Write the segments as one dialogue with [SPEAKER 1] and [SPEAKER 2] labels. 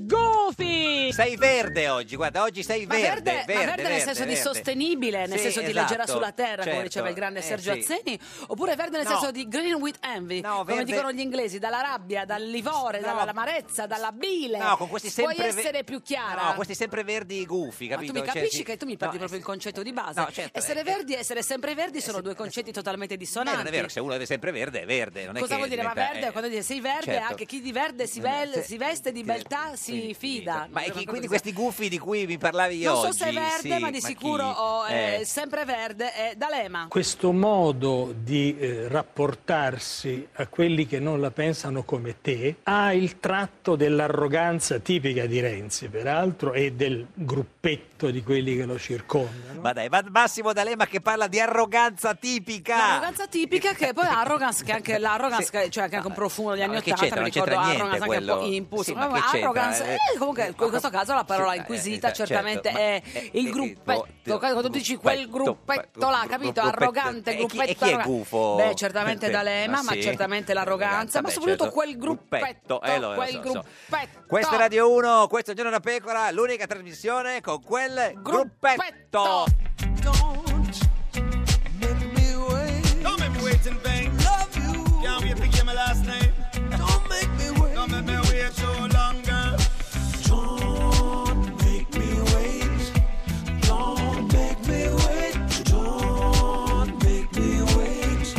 [SPEAKER 1] Goofy!
[SPEAKER 2] Sei verde oggi, guarda, oggi sei
[SPEAKER 1] Ma
[SPEAKER 2] verde. esatto.
[SPEAKER 1] verde- ma verde nel senso di sostenibile, nel senso di leggera sulla terra, come diceva il grande Sergio Azzeni, oppure verde nel
[SPEAKER 2] Certo. Eh, No.
[SPEAKER 1] senso di green with envy, come
[SPEAKER 2] verde-
[SPEAKER 1] dicono gli inglesi, dalla rabbia, dall'ivore,
[SPEAKER 2] No.
[SPEAKER 1] dall'amarezza, dalla bile.
[SPEAKER 2] No, con questi sempre
[SPEAKER 1] Puoi
[SPEAKER 2] ve-
[SPEAKER 1] essere più chiara.
[SPEAKER 2] No, questi sempre verdi gufi,
[SPEAKER 1] Ma tu
[SPEAKER 2] capito?
[SPEAKER 1] mi
[SPEAKER 2] Cioè,
[SPEAKER 1] capisci
[SPEAKER 2] sì.
[SPEAKER 1] che tu mi perdi
[SPEAKER 2] No,
[SPEAKER 1] proprio il concetto di base.
[SPEAKER 2] No, certo,
[SPEAKER 1] essere
[SPEAKER 2] eh,
[SPEAKER 1] verdi e essere sempre verdi sono due concetti totalmente
[SPEAKER 2] eh,
[SPEAKER 1] dissonanti.
[SPEAKER 2] non è vero, se uno è sempre verde, è verde. Non è
[SPEAKER 1] Cosa
[SPEAKER 2] che
[SPEAKER 1] vuol dire? Ma
[SPEAKER 2] diventa-
[SPEAKER 1] verde,
[SPEAKER 2] eh,
[SPEAKER 1] quando dice sei verde,
[SPEAKER 2] certo.
[SPEAKER 1] anche chi di verde si, vel-
[SPEAKER 2] se-
[SPEAKER 1] si veste di beltà si fida.
[SPEAKER 2] Ma
[SPEAKER 1] Non
[SPEAKER 2] e chi-
[SPEAKER 1] so
[SPEAKER 2] quindi
[SPEAKER 1] come si-
[SPEAKER 2] questi gufi di cui mi parlavi
[SPEAKER 1] Non
[SPEAKER 2] oggi...
[SPEAKER 1] so se è verde,
[SPEAKER 2] sì,
[SPEAKER 1] ma di
[SPEAKER 2] chi?
[SPEAKER 1] sicuro oh, eh,
[SPEAKER 2] Eh.
[SPEAKER 1] sempre verde è D'Alema.
[SPEAKER 3] Questo modo di eh, rapportarsi a quelli che non la pensano come te ha il tratto dell'arroganza tipica di Renzi, peraltro, e del gruppetto di quelli che lo circondano.
[SPEAKER 2] Ma dai, ma Massimo D'Alema che parla di arroganza tipica.
[SPEAKER 1] Arroganza tipica che poi arrogance, che anche l'arrogance, che- cioè che anche un profumo degli anni
[SPEAKER 2] ma che
[SPEAKER 1] Ottanta,
[SPEAKER 2] c'entra?
[SPEAKER 1] mi
[SPEAKER 2] Non
[SPEAKER 1] ricordo
[SPEAKER 2] c'entra niente
[SPEAKER 1] arrogance anche un po'
[SPEAKER 2] quello.
[SPEAKER 1] impulso.
[SPEAKER 2] Sì, ma
[SPEAKER 1] ma
[SPEAKER 2] che
[SPEAKER 1] arrogance,
[SPEAKER 2] c'entra?
[SPEAKER 1] eh, comunque in questo caso la parola
[SPEAKER 2] Sì,
[SPEAKER 1] inquisita
[SPEAKER 2] eh, esatto,
[SPEAKER 1] certamente
[SPEAKER 2] ma-
[SPEAKER 1] è
[SPEAKER 2] eh,
[SPEAKER 1] il
[SPEAKER 2] eh,
[SPEAKER 1] gruppetto,
[SPEAKER 2] eh,
[SPEAKER 1] quando tu dici quel gruppetto là, capito?
[SPEAKER 2] gruppetto. eh,
[SPEAKER 1] Arrogante,
[SPEAKER 2] E chi- e chi
[SPEAKER 1] gruppetto.
[SPEAKER 2] è
[SPEAKER 1] arrogante.
[SPEAKER 2] gufo?
[SPEAKER 1] Beh, certamente
[SPEAKER 2] Eh,
[SPEAKER 1] D'Alema,
[SPEAKER 2] ma
[SPEAKER 1] ma
[SPEAKER 2] sì.
[SPEAKER 1] certamente l'arroganza, ma
[SPEAKER 2] beh,
[SPEAKER 1] soprattutto
[SPEAKER 2] certo.
[SPEAKER 1] quel gruppetto,
[SPEAKER 2] eh, lo- lo
[SPEAKER 1] quel
[SPEAKER 2] so, lo so.
[SPEAKER 1] gruppetto.
[SPEAKER 2] Questa è Radio 1, questo è Giorno da Pecora, l'unica trasmissione con quel gruppetto.
[SPEAKER 4] Don't make me wait in vain. Love you. Can't wait to get my last name. Don't make me wait. Don't make me wait so long, girl. Don't make me wait. Don't make me wait. Don't make me wait.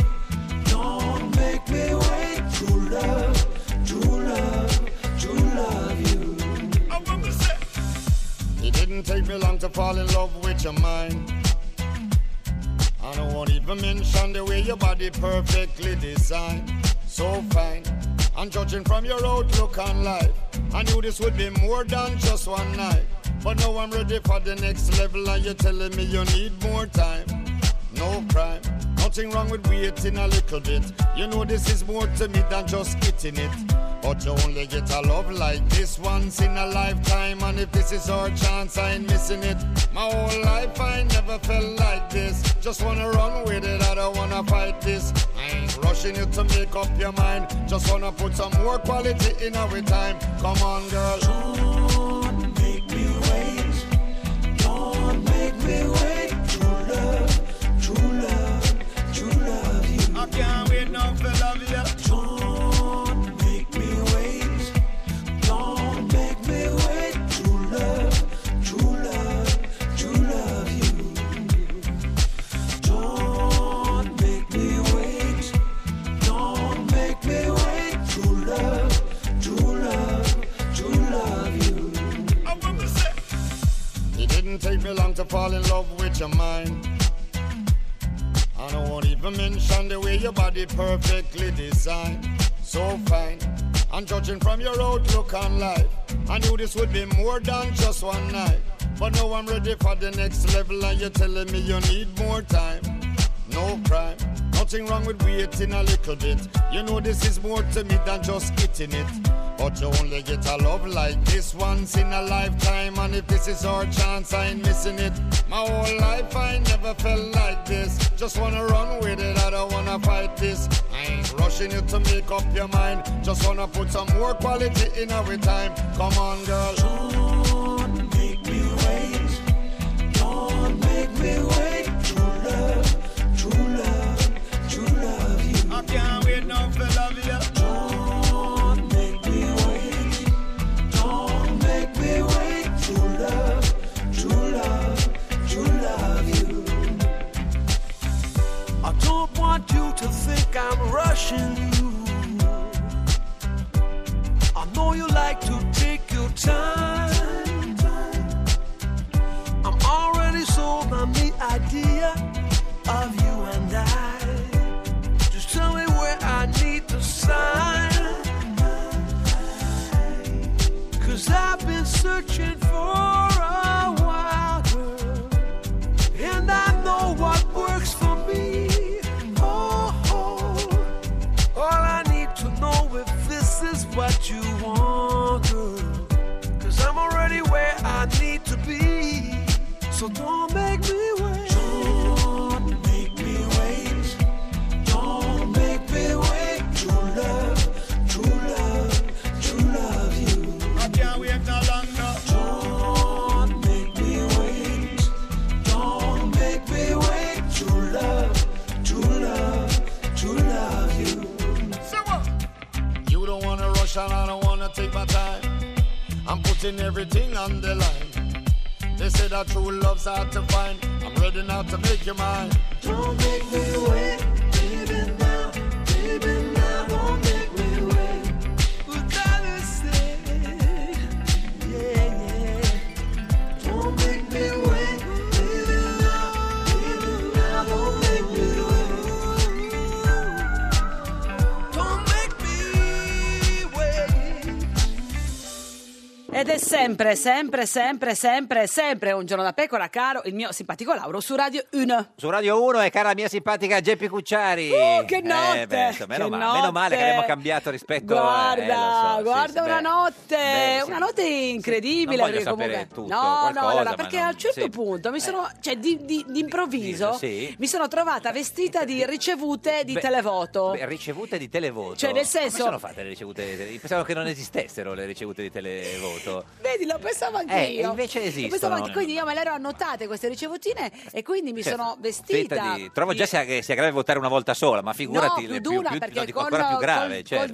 [SPEAKER 4] Don't make me wait. True love, true love, true love you. I want to say.
[SPEAKER 5] It didn't take me long to fall in love with your mind. And I won't even mention the way your body perfectly designed. So fine. And judging from your outlook on life, I knew this would be more than just one night. But now I'm ready for the next level, and you're telling me you need more time. No crime, nothing wrong with waiting a little bit. You know this is more to me than just getting it. But you only get a love like this once in a lifetime, and if this is our chance, I ain't missing it. My whole life I never felt like this. Just wanna run with it, I don't wanna fight this. I ain't rushing you to make up your mind. Just wanna put some more quality in our time. Come on, girl. Don't make me wait.
[SPEAKER 4] Don't make me wait. True love, true love, true love you. I can't wait now for love you. Don't make me wait. Don't make me wait. True love, true love, true love you. Don't make me wait. Don't make me wait. True love, true love, true love you. I want to say.
[SPEAKER 5] It didn't take me long to fall in love with your mind. And I won't even mention the way your body perfectly designed. So fine. And judging from your outlook on life, I knew this would be more than just one night. But now I'm ready for the next level, and you're telling me you need more time. No crime, nothing wrong with waiting a little bit. You know this is more to me than just getting it. But you only get a love like this once in a lifetime, and if this is our chance, I ain't missing it. My whole life I never felt like this. Just wanna run with it, I don't wanna fight this. I ain't rushing you to make up your mind. Just wanna put some more quality in our time. Come on, girl.
[SPEAKER 4] Don't make me wait. True love, true love, true love you. I can't wait now for love you. Don't make me wait. Don't make me wait. True love, true love, true love you. I don't want you to think I'm rushing you. I know you like to take your time. I'm already sold on the idea of you and I. Just tell me where I need to sign. Cause I've been searching for a while, girl. And I know what works for me. Oh, oh. what you want, girl. Cause I'm already where I need to be. So don't make me wait. Don't make me wait. Don't make me wait. True love, true love, true love you. I can't wait no longer. Don't make me wait. Don't make me wait. True love, true love, true love you.
[SPEAKER 5] You don't wanna rush and I don't wanna take my time. I'm putting everything on the line. They say that true love's hard to find. I'm ready now to make your mine.
[SPEAKER 4] Don't make me wait, baby now, baby now. Don't make me wait. What I say, yeah, yeah. Don't make me wait, baby now, baby now. Don't make me wait. Don't make me wait.
[SPEAKER 1] Ed è sempre, sempre, sempre, sempre, sempre un giorno da pecora, caro il mio simpatico Lauro su Radio 1.
[SPEAKER 2] Su Radio 1 è cara la mia simpatica Geppi Cucciari.
[SPEAKER 1] Uh, che
[SPEAKER 2] Eh,
[SPEAKER 1] notte,
[SPEAKER 2] beh, insomma, meno,
[SPEAKER 1] che
[SPEAKER 2] ma- meno male che
[SPEAKER 1] notte.
[SPEAKER 2] abbiamo cambiato rispetto
[SPEAKER 1] Guarda,
[SPEAKER 2] eh, lo so, sì,
[SPEAKER 1] guarda
[SPEAKER 2] sì,
[SPEAKER 1] una
[SPEAKER 2] beh.
[SPEAKER 1] notte,
[SPEAKER 2] beh, sì.
[SPEAKER 1] una notte incredibile.
[SPEAKER 2] non voglio
[SPEAKER 1] perché
[SPEAKER 2] sapere
[SPEAKER 1] comunque...
[SPEAKER 2] tutto,
[SPEAKER 1] no, no,
[SPEAKER 2] qualcosa,
[SPEAKER 1] allora,
[SPEAKER 2] ma
[SPEAKER 1] perché
[SPEAKER 2] non-
[SPEAKER 1] a un certo
[SPEAKER 2] sì. Eh.
[SPEAKER 1] punto mi sono, cioè di, di- d'improvviso,
[SPEAKER 2] Sì.
[SPEAKER 1] mi sono trovata vestita di ricevute di
[SPEAKER 2] Beh,
[SPEAKER 1] televoto.
[SPEAKER 2] Beh, ricevute di televoto.
[SPEAKER 1] Cioè, nel senso-
[SPEAKER 2] Come sono fatte le ricevute di televoto? Pensavo che non esistessero le ricevute di televoto.
[SPEAKER 1] Vedi, lo pensavo anch'io.
[SPEAKER 2] Eh, invece esistono.
[SPEAKER 1] Lo pensavo anche- quindi io me le ero annotate queste ricevutine e quindi mi
[SPEAKER 2] Cioè,
[SPEAKER 1] sono vestita.
[SPEAKER 2] Senta di- trovo già sia, che sia grave votare una volta sola, ma figurati
[SPEAKER 1] no,
[SPEAKER 2] le
[SPEAKER 1] più dura
[SPEAKER 2] più,
[SPEAKER 1] perché
[SPEAKER 2] no, dico
[SPEAKER 1] con,
[SPEAKER 2] ancora più grave,
[SPEAKER 1] col,
[SPEAKER 2] certo.
[SPEAKER 1] col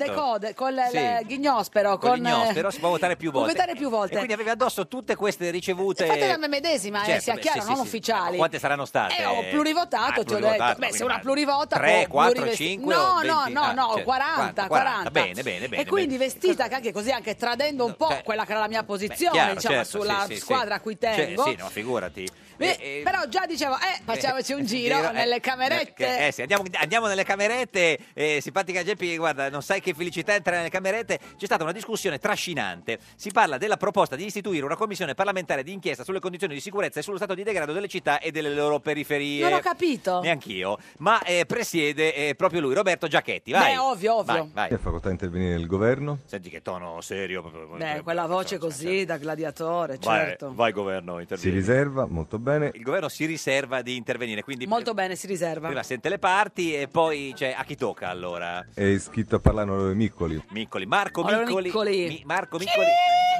[SPEAKER 1] decode, col eh,
[SPEAKER 2] Sì.
[SPEAKER 1] ghignospero,
[SPEAKER 2] con,
[SPEAKER 1] con,
[SPEAKER 2] l'ignospero si può votare più
[SPEAKER 1] può
[SPEAKER 2] volte.
[SPEAKER 1] votare più volte.
[SPEAKER 2] E quindi avevi addosso tutte queste ricevute.
[SPEAKER 1] fatte da me medesima, eh,
[SPEAKER 2] Certo,
[SPEAKER 1] sia
[SPEAKER 2] beh,
[SPEAKER 1] chiaro,
[SPEAKER 2] sì,
[SPEAKER 1] non
[SPEAKER 2] sì, sì.
[SPEAKER 1] ufficiali.
[SPEAKER 2] Ma Quante saranno state?
[SPEAKER 1] Eh, ho plurivotato,
[SPEAKER 2] Ah,
[SPEAKER 1] ti ho
[SPEAKER 2] plurivotato,
[SPEAKER 1] detto. Beh,
[SPEAKER 2] quindi
[SPEAKER 1] se una
[SPEAKER 2] ma-
[SPEAKER 1] plurivota
[SPEAKER 2] tre,
[SPEAKER 1] può
[SPEAKER 2] quattro,
[SPEAKER 1] plurivesti-
[SPEAKER 2] cinque
[SPEAKER 1] No,
[SPEAKER 2] o venti?
[SPEAKER 1] no, no,
[SPEAKER 2] Ah,
[SPEAKER 1] no,
[SPEAKER 2] certo,
[SPEAKER 1] 40, 40,
[SPEAKER 2] 40. Bene, bene, bene,
[SPEAKER 1] E quindi vestita che anche così anche tradendo un po'
[SPEAKER 2] cioè-
[SPEAKER 1] quella che era la mia posizione,
[SPEAKER 2] chiaro,
[SPEAKER 1] diciamo,
[SPEAKER 2] certo,
[SPEAKER 1] sulla
[SPEAKER 2] sì, sì,
[SPEAKER 1] squadra a cui
[SPEAKER 2] Cioè,
[SPEAKER 1] tengo.
[SPEAKER 2] sì, no, figurati.
[SPEAKER 1] Beh, però già dicevo, eh, facciamoci un giro
[SPEAKER 2] Giro, eh,
[SPEAKER 1] nelle camerette.
[SPEAKER 2] Che- eh sì, andiamo, andiamo nelle camerette, eh, simpatica Geppi, guarda, non sai che felicità entrare nelle camerette. C'è stata una discussione trascinante. Si parla della proposta di istituire una commissione parlamentare di inchiesta sulle condizioni di sicurezza e sullo stato di degrado delle città e delle loro periferie.
[SPEAKER 1] Non ho capito.
[SPEAKER 2] Neanch'io, ma eh, presiede eh, proprio lui, Roberto Giachetti. Vai.
[SPEAKER 1] Beh, ovvio, ovvio.
[SPEAKER 2] Vai, vai.
[SPEAKER 6] Che facoltà intervenire il governo?
[SPEAKER 2] Senti che tono serio. proprio-
[SPEAKER 1] Beh, quella voce
[SPEAKER 2] Certo.
[SPEAKER 1] così da gladiatore,
[SPEAKER 2] Vai,
[SPEAKER 1] certo.
[SPEAKER 2] vai governo,
[SPEAKER 6] Si
[SPEAKER 2] intervieni.
[SPEAKER 6] riserva, molto bene.
[SPEAKER 2] Il governo si riserva di intervenire, quindi
[SPEAKER 1] Molto bene, si riserva.
[SPEAKER 2] prima sente le parti e poi cioè, a chi tocca allora?
[SPEAKER 6] È iscritto a parlare Onorevole Miccoli,
[SPEAKER 2] Miccoli, Marco
[SPEAKER 1] Allora,
[SPEAKER 2] Miccoli,
[SPEAKER 1] Miccoli.
[SPEAKER 2] Mi- Marco Miccoli,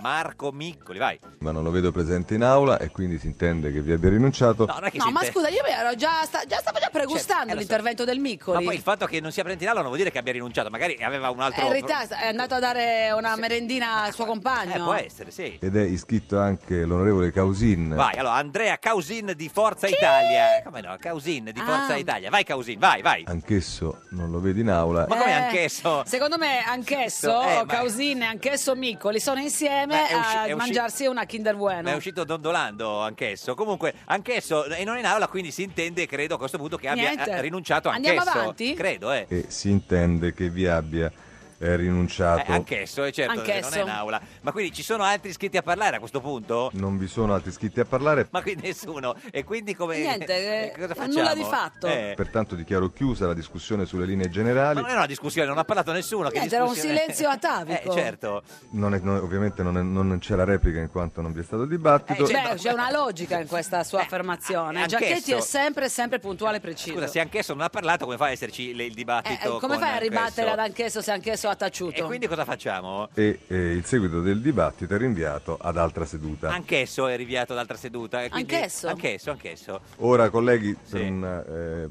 [SPEAKER 2] Marco Miccoli, vai.
[SPEAKER 6] ma non lo vedo presente in aula e quindi si intende che vi abbia rinunciato.
[SPEAKER 2] No, non è che
[SPEAKER 1] No,
[SPEAKER 2] si
[SPEAKER 1] ma
[SPEAKER 2] inter-
[SPEAKER 1] scusa, io mi ero già, sta- già stavo già pregustando
[SPEAKER 2] eh, lo so.
[SPEAKER 1] l'intervento del Miccoli.
[SPEAKER 2] Ma poi il fatto che non sia presente in aula non vuol dire che abbia rinunciato, magari aveva un altro
[SPEAKER 1] È Eh, in ritardo, è andato a dare una merendina al suo
[SPEAKER 2] Eh,
[SPEAKER 1] compagno.
[SPEAKER 2] può essere, sì.
[SPEAKER 6] Ed è iscritto anche l'onorevole Causin.
[SPEAKER 2] Vai, ah. allora Andrea Causin di Forza Italia. Come no? Causin di
[SPEAKER 1] Ah.
[SPEAKER 2] Forza Italia. Vai Causin, vai, vai.
[SPEAKER 6] Anch'esso non lo vedo in aula.
[SPEAKER 2] Ma come
[SPEAKER 1] Eh,
[SPEAKER 2] anch'esso?
[SPEAKER 1] Secondo me anch'esso,
[SPEAKER 2] Eh, ma-
[SPEAKER 1] Causin e anch'esso Miccoli sono insieme
[SPEAKER 2] Eh, è usci-
[SPEAKER 1] a
[SPEAKER 2] è usci-
[SPEAKER 1] mangiarsi una Kinder Bueno.
[SPEAKER 2] Ma è uscito dondolando anch'esso. Comunque, anch'esso e non è in aula, quindi si intende, credo, a questo punto che abbia
[SPEAKER 1] Niente.
[SPEAKER 2] eh, rinunciato anch'esso.
[SPEAKER 1] Andiamo avanti?
[SPEAKER 2] Credo, eh.
[SPEAKER 6] E si intende che vi abbia eh,
[SPEAKER 2] Eh,
[SPEAKER 6] rinunciato.
[SPEAKER 2] anch'esso, eh, certo,
[SPEAKER 1] Anch'esso.
[SPEAKER 2] non è in aula. Ma quindi ci sono altri iscritti a parlare a questo punto?
[SPEAKER 6] Non vi sono altri iscritti a parlare,
[SPEAKER 2] Ma qui nessuno. E quindi come...
[SPEAKER 1] Niente,
[SPEAKER 2] e
[SPEAKER 1] eh,
[SPEAKER 2] cosa facciamo?
[SPEAKER 1] nulla di fatto.
[SPEAKER 2] Eh,
[SPEAKER 6] pertanto dichiaro chiusa la discussione sulle linee
[SPEAKER 2] Ma
[SPEAKER 6] generali.
[SPEAKER 2] non era una discussione, non ha parlato nessuno. che
[SPEAKER 1] Niente, era un
[SPEAKER 2] discussione-
[SPEAKER 1] silenzio atavico.
[SPEAKER 2] Eh, certo.
[SPEAKER 6] Non è- non- ovviamente non, è- non c'è la replica in quanto non vi è stato dibattito.
[SPEAKER 2] Eh, certo.
[SPEAKER 1] Beh, c'è una logica in questa sua affermazione.
[SPEAKER 2] eh, anch'esso.
[SPEAKER 1] Giacchetti è sempre, sempre puntuale e preciso.
[SPEAKER 2] Scusa, se anch'esso non ha parlato, come fa a esserci le- il
[SPEAKER 1] Eh, eh,
[SPEAKER 2] dibattito?
[SPEAKER 1] come
[SPEAKER 2] con
[SPEAKER 1] fai a ribattere ad
[SPEAKER 2] anch'esso?
[SPEAKER 1] anch'esso se anch'esso ha
[SPEAKER 2] E
[SPEAKER 1] taciuto?
[SPEAKER 2] quindi cosa facciamo?
[SPEAKER 6] E eh, il seguito del dibattito è rinviato ad altra seduta.
[SPEAKER 2] Anch'esso è rinviato ad altra seduta. e quindi-
[SPEAKER 1] Anch'esso?
[SPEAKER 2] Anch'esso, anch'esso.
[SPEAKER 6] Ora colleghi, per
[SPEAKER 2] Sì.
[SPEAKER 6] una eh,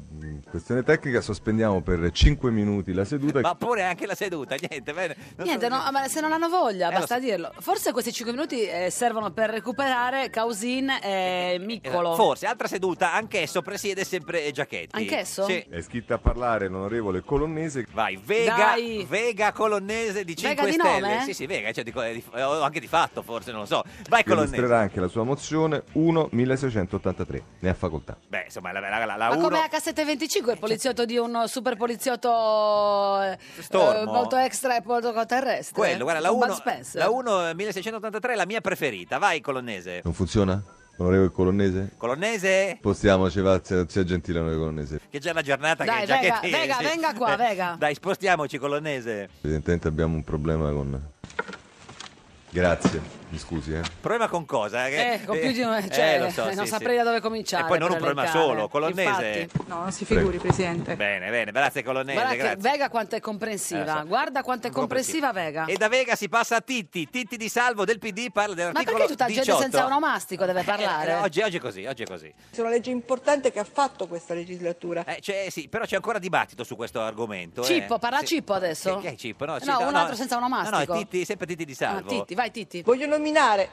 [SPEAKER 6] questione tecnica sospendiamo per 5 minuti la seduta.
[SPEAKER 2] Ma pure anche la seduta, niente. bene. Non
[SPEAKER 1] Niente,
[SPEAKER 2] so-
[SPEAKER 1] no, ma se non hanno voglia,
[SPEAKER 2] Eh, lo
[SPEAKER 1] basta
[SPEAKER 2] so.
[SPEAKER 1] dirlo. Forse questi 5 minuti eh, servono per recuperare Causin e Miccolo.
[SPEAKER 2] Esatto, Forse, altra seduta, anch'esso presiede sempre Giacchetti.
[SPEAKER 1] Anch'esso?
[SPEAKER 2] Sì.
[SPEAKER 6] È iscritta a parlare l'onorevole Colonnese.
[SPEAKER 2] Vai, Vega,
[SPEAKER 1] Dai.
[SPEAKER 2] Vega Colonnese di 5
[SPEAKER 1] Vega di
[SPEAKER 2] Stelle.
[SPEAKER 1] nome?
[SPEAKER 2] Sì, sì, Vega, cioè, dico, eh, di- eh, o anche di fatto, forse, non lo so. Vai,
[SPEAKER 6] che
[SPEAKER 2] Colonnese.
[SPEAKER 6] Illustrerà anche la sua mozione 1-1683. Ne ha facoltà.
[SPEAKER 2] Beh, insomma, la, la, la, la
[SPEAKER 1] Ma
[SPEAKER 2] uno-
[SPEAKER 1] come H725, il poliziotto di un super poliziotto eh,
[SPEAKER 2] Stormo.
[SPEAKER 1] molto extra e molto terrestre.
[SPEAKER 2] Quello, guarda, la
[SPEAKER 1] Un Bud
[SPEAKER 2] 1,
[SPEAKER 1] Spencer.
[SPEAKER 2] la 1 1683 è la mia preferita. Vai, Colonnese.
[SPEAKER 6] Non funziona? Onorevole Colonnese?
[SPEAKER 2] Colonnese,
[SPEAKER 6] Spostiamo, sia sia gentile, onorevole Colonnese.
[SPEAKER 2] che già è la giornata
[SPEAKER 1] Dai,
[SPEAKER 2] che già
[SPEAKER 1] venga,
[SPEAKER 2] che ti-
[SPEAKER 1] venga,
[SPEAKER 2] sì.
[SPEAKER 1] venga qua,
[SPEAKER 2] Eh,
[SPEAKER 1] venga.
[SPEAKER 2] Dai, spostiamoci, Colonnese.
[SPEAKER 6] Evidentemente abbiamo un problema con... Grazie, mi scusi, eh.
[SPEAKER 2] Problema con cosa? Che-
[SPEAKER 1] Eh, con più di
[SPEAKER 2] eh,
[SPEAKER 1] un... cioè,
[SPEAKER 2] lo so,
[SPEAKER 1] non
[SPEAKER 2] sì,
[SPEAKER 1] saprei
[SPEAKER 2] sì.
[SPEAKER 1] da dove cominciare.
[SPEAKER 2] E poi non
[SPEAKER 1] per
[SPEAKER 2] un problema
[SPEAKER 1] elencare.
[SPEAKER 2] solo, colonnese.
[SPEAKER 1] Infatti.
[SPEAKER 7] No, non si figuri, Presidente.
[SPEAKER 2] Bene, bene, grazie Colonnese,
[SPEAKER 1] Guarda che
[SPEAKER 2] grazie.
[SPEAKER 1] Vega quanto è comprensiva,
[SPEAKER 2] Eh, so.
[SPEAKER 1] guarda quanto è comprensiva, Vega.
[SPEAKER 2] E da Vega si passa a Titti. Titti di Salvo del PD parla
[SPEAKER 1] Ma
[SPEAKER 2] dell'articolo
[SPEAKER 1] perché tutta
[SPEAKER 2] 18.
[SPEAKER 1] gente senza onomastico deve
[SPEAKER 2] Eh, eh,
[SPEAKER 1] parlare?
[SPEAKER 2] oggi, oggi è così, oggi è così.
[SPEAKER 7] È una legge importante che ha fatto questa legislatura.
[SPEAKER 2] Eh, c'è- sì, però c'è ancora dibattito su questo argomento. eh.
[SPEAKER 1] Cippo, parla
[SPEAKER 2] Sì.
[SPEAKER 1] Cippo adesso?
[SPEAKER 2] Che, che è Cippo? No, sì,
[SPEAKER 1] No, un altro senza onomastico.
[SPEAKER 2] No, no, è Titti, sempre Titti di
[SPEAKER 1] Ah,
[SPEAKER 2] Salvo.
[SPEAKER 1] Titti, vai Titti.
[SPEAKER 7] Voglio nominare,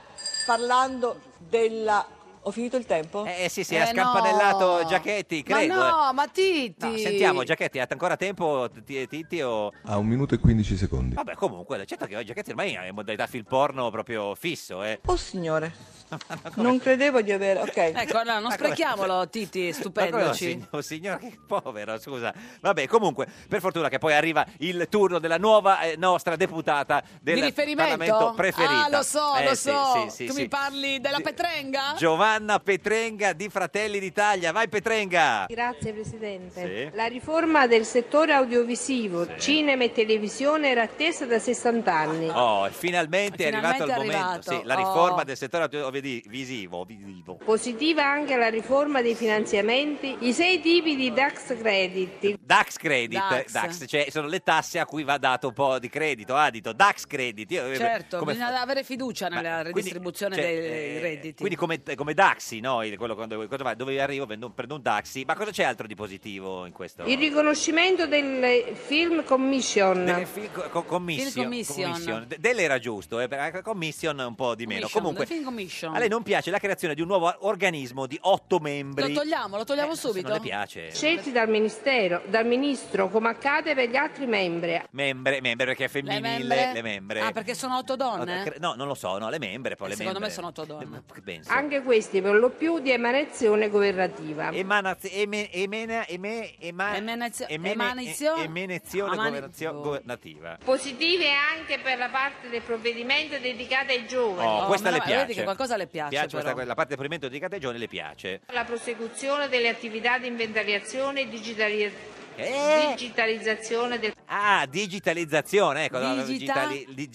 [SPEAKER 7] parlando della... Ho finito il tempo?
[SPEAKER 2] Eh sì, sì,
[SPEAKER 1] Eh,
[SPEAKER 2] ha
[SPEAKER 1] no.
[SPEAKER 2] scampanellato Giachetti, credo.
[SPEAKER 1] Ma
[SPEAKER 2] eh.
[SPEAKER 1] no, ma Titti.
[SPEAKER 2] No, sentiamo Giachetti, ha ancora tempo T- Titti o...
[SPEAKER 6] A un minuto e 15 secondi.
[SPEAKER 2] Vabbè, comunque, certo che oggi Giachetti ormai è in modalità film porno proprio fisso, eh.
[SPEAKER 7] Oh signore, non credevo di avere... Ok,
[SPEAKER 1] Ecco, no, non
[SPEAKER 2] Ma come-
[SPEAKER 1] sprechiamolo Titti,
[SPEAKER 2] Ma come, oh,
[SPEAKER 1] stupendoci.
[SPEAKER 2] signor, signor, che povero, scusa. Vabbè, comunque, per fortuna che poi arriva il turno della nuova eh, nostra deputata del
[SPEAKER 1] Di riferimento?
[SPEAKER 2] Parlamento preferita.
[SPEAKER 1] Ah, lo so,
[SPEAKER 2] Eh,
[SPEAKER 1] lo
[SPEAKER 2] sì,
[SPEAKER 1] so.
[SPEAKER 2] sì, sì,
[SPEAKER 1] tu
[SPEAKER 2] sì.
[SPEAKER 1] mi parli della
[SPEAKER 2] Di-
[SPEAKER 1] Petrenga?
[SPEAKER 2] Giovanna Petrenga di Fratelli d'Italia. Vai Petrenga!
[SPEAKER 8] Grazie Presidente.
[SPEAKER 2] Sì.
[SPEAKER 8] La riforma del settore audiovisivo, cinema e televisione era attesa da 60 anni.
[SPEAKER 2] Oh, e finalmente, è
[SPEAKER 1] Finalmente
[SPEAKER 2] arrivato il
[SPEAKER 1] è
[SPEAKER 2] momento.
[SPEAKER 1] arrivato.
[SPEAKER 2] Sì, la
[SPEAKER 1] Oh.
[SPEAKER 2] riforma del settore audiovisivo. visivo.
[SPEAKER 8] Positiva anche la riforma dei finanziamenti, i sei tipi di DAX credit,
[SPEAKER 2] Dax Credit,
[SPEAKER 1] Dax.
[SPEAKER 2] Dax, cioè sono le tasse a cui va dato un po' di credito, adito. Dax Credit. Io, eh,
[SPEAKER 1] Certo,
[SPEAKER 2] come-
[SPEAKER 1] bisogna avere fiducia
[SPEAKER 2] Ma
[SPEAKER 1] nella
[SPEAKER 2] quindi,
[SPEAKER 1] redistribuzione
[SPEAKER 2] cioè,
[SPEAKER 1] dei
[SPEAKER 2] eh,
[SPEAKER 1] redditi.
[SPEAKER 2] Quindi come, come Daxi, no? Il- quello quando- quando vai- dove arrivo vendo un- prendo un Daxi, ma cosa c'è altro di positivo in questo?
[SPEAKER 8] il riconoscimento del Film Commission,
[SPEAKER 2] Delle fi- co- co- commission,
[SPEAKER 1] Film commission.
[SPEAKER 2] De- delle era giusto, eh, per- anche commission un po' di meno.
[SPEAKER 1] Commission,
[SPEAKER 2] Comunque,
[SPEAKER 1] film commission.
[SPEAKER 2] a lei non piace la creazione di un nuovo organismo di otto membri.
[SPEAKER 1] Lo togliamo, lo togliamo
[SPEAKER 2] Eh, se
[SPEAKER 1] subito.
[SPEAKER 2] Non le piace.
[SPEAKER 8] scelti dal Ministero, dal Ministro, come accade per gli altri membri.
[SPEAKER 2] Membre, membre perché è femminile, le membre.
[SPEAKER 1] Ah, perché sono otto donne?
[SPEAKER 2] Cre- No, non lo so, no, le membre poi
[SPEAKER 1] Eh,
[SPEAKER 2] le
[SPEAKER 1] secondo
[SPEAKER 2] membre.
[SPEAKER 1] me sono otto donne.
[SPEAKER 2] Le- che penso?
[SPEAKER 8] Anche questi per lo più di emanazione governativa.
[SPEAKER 2] Emana, eme, emena, eme, ema,
[SPEAKER 1] Emanazio-
[SPEAKER 2] emene-
[SPEAKER 1] emanizio-
[SPEAKER 2] e- emenezione
[SPEAKER 1] amani-
[SPEAKER 2] governazio-
[SPEAKER 1] boh.
[SPEAKER 2] governativa.
[SPEAKER 8] Positive anche per la parte del provvedimento dedicata ai giovani.
[SPEAKER 2] Oh,
[SPEAKER 1] Oh,
[SPEAKER 2] questa
[SPEAKER 1] me
[SPEAKER 2] le
[SPEAKER 1] la-
[SPEAKER 2] piace.
[SPEAKER 1] vedi che qualcosa le piace,
[SPEAKER 2] questa-
[SPEAKER 1] però.
[SPEAKER 2] la parte del provvedimento di Categione le piace.
[SPEAKER 8] La prosecuzione delle attività di inventariazione e digitali-
[SPEAKER 2] Eh?
[SPEAKER 8] digitalizzazione del
[SPEAKER 2] Ah, digitalizzazione, ecco, no,
[SPEAKER 1] Digita-
[SPEAKER 2] digitali- di-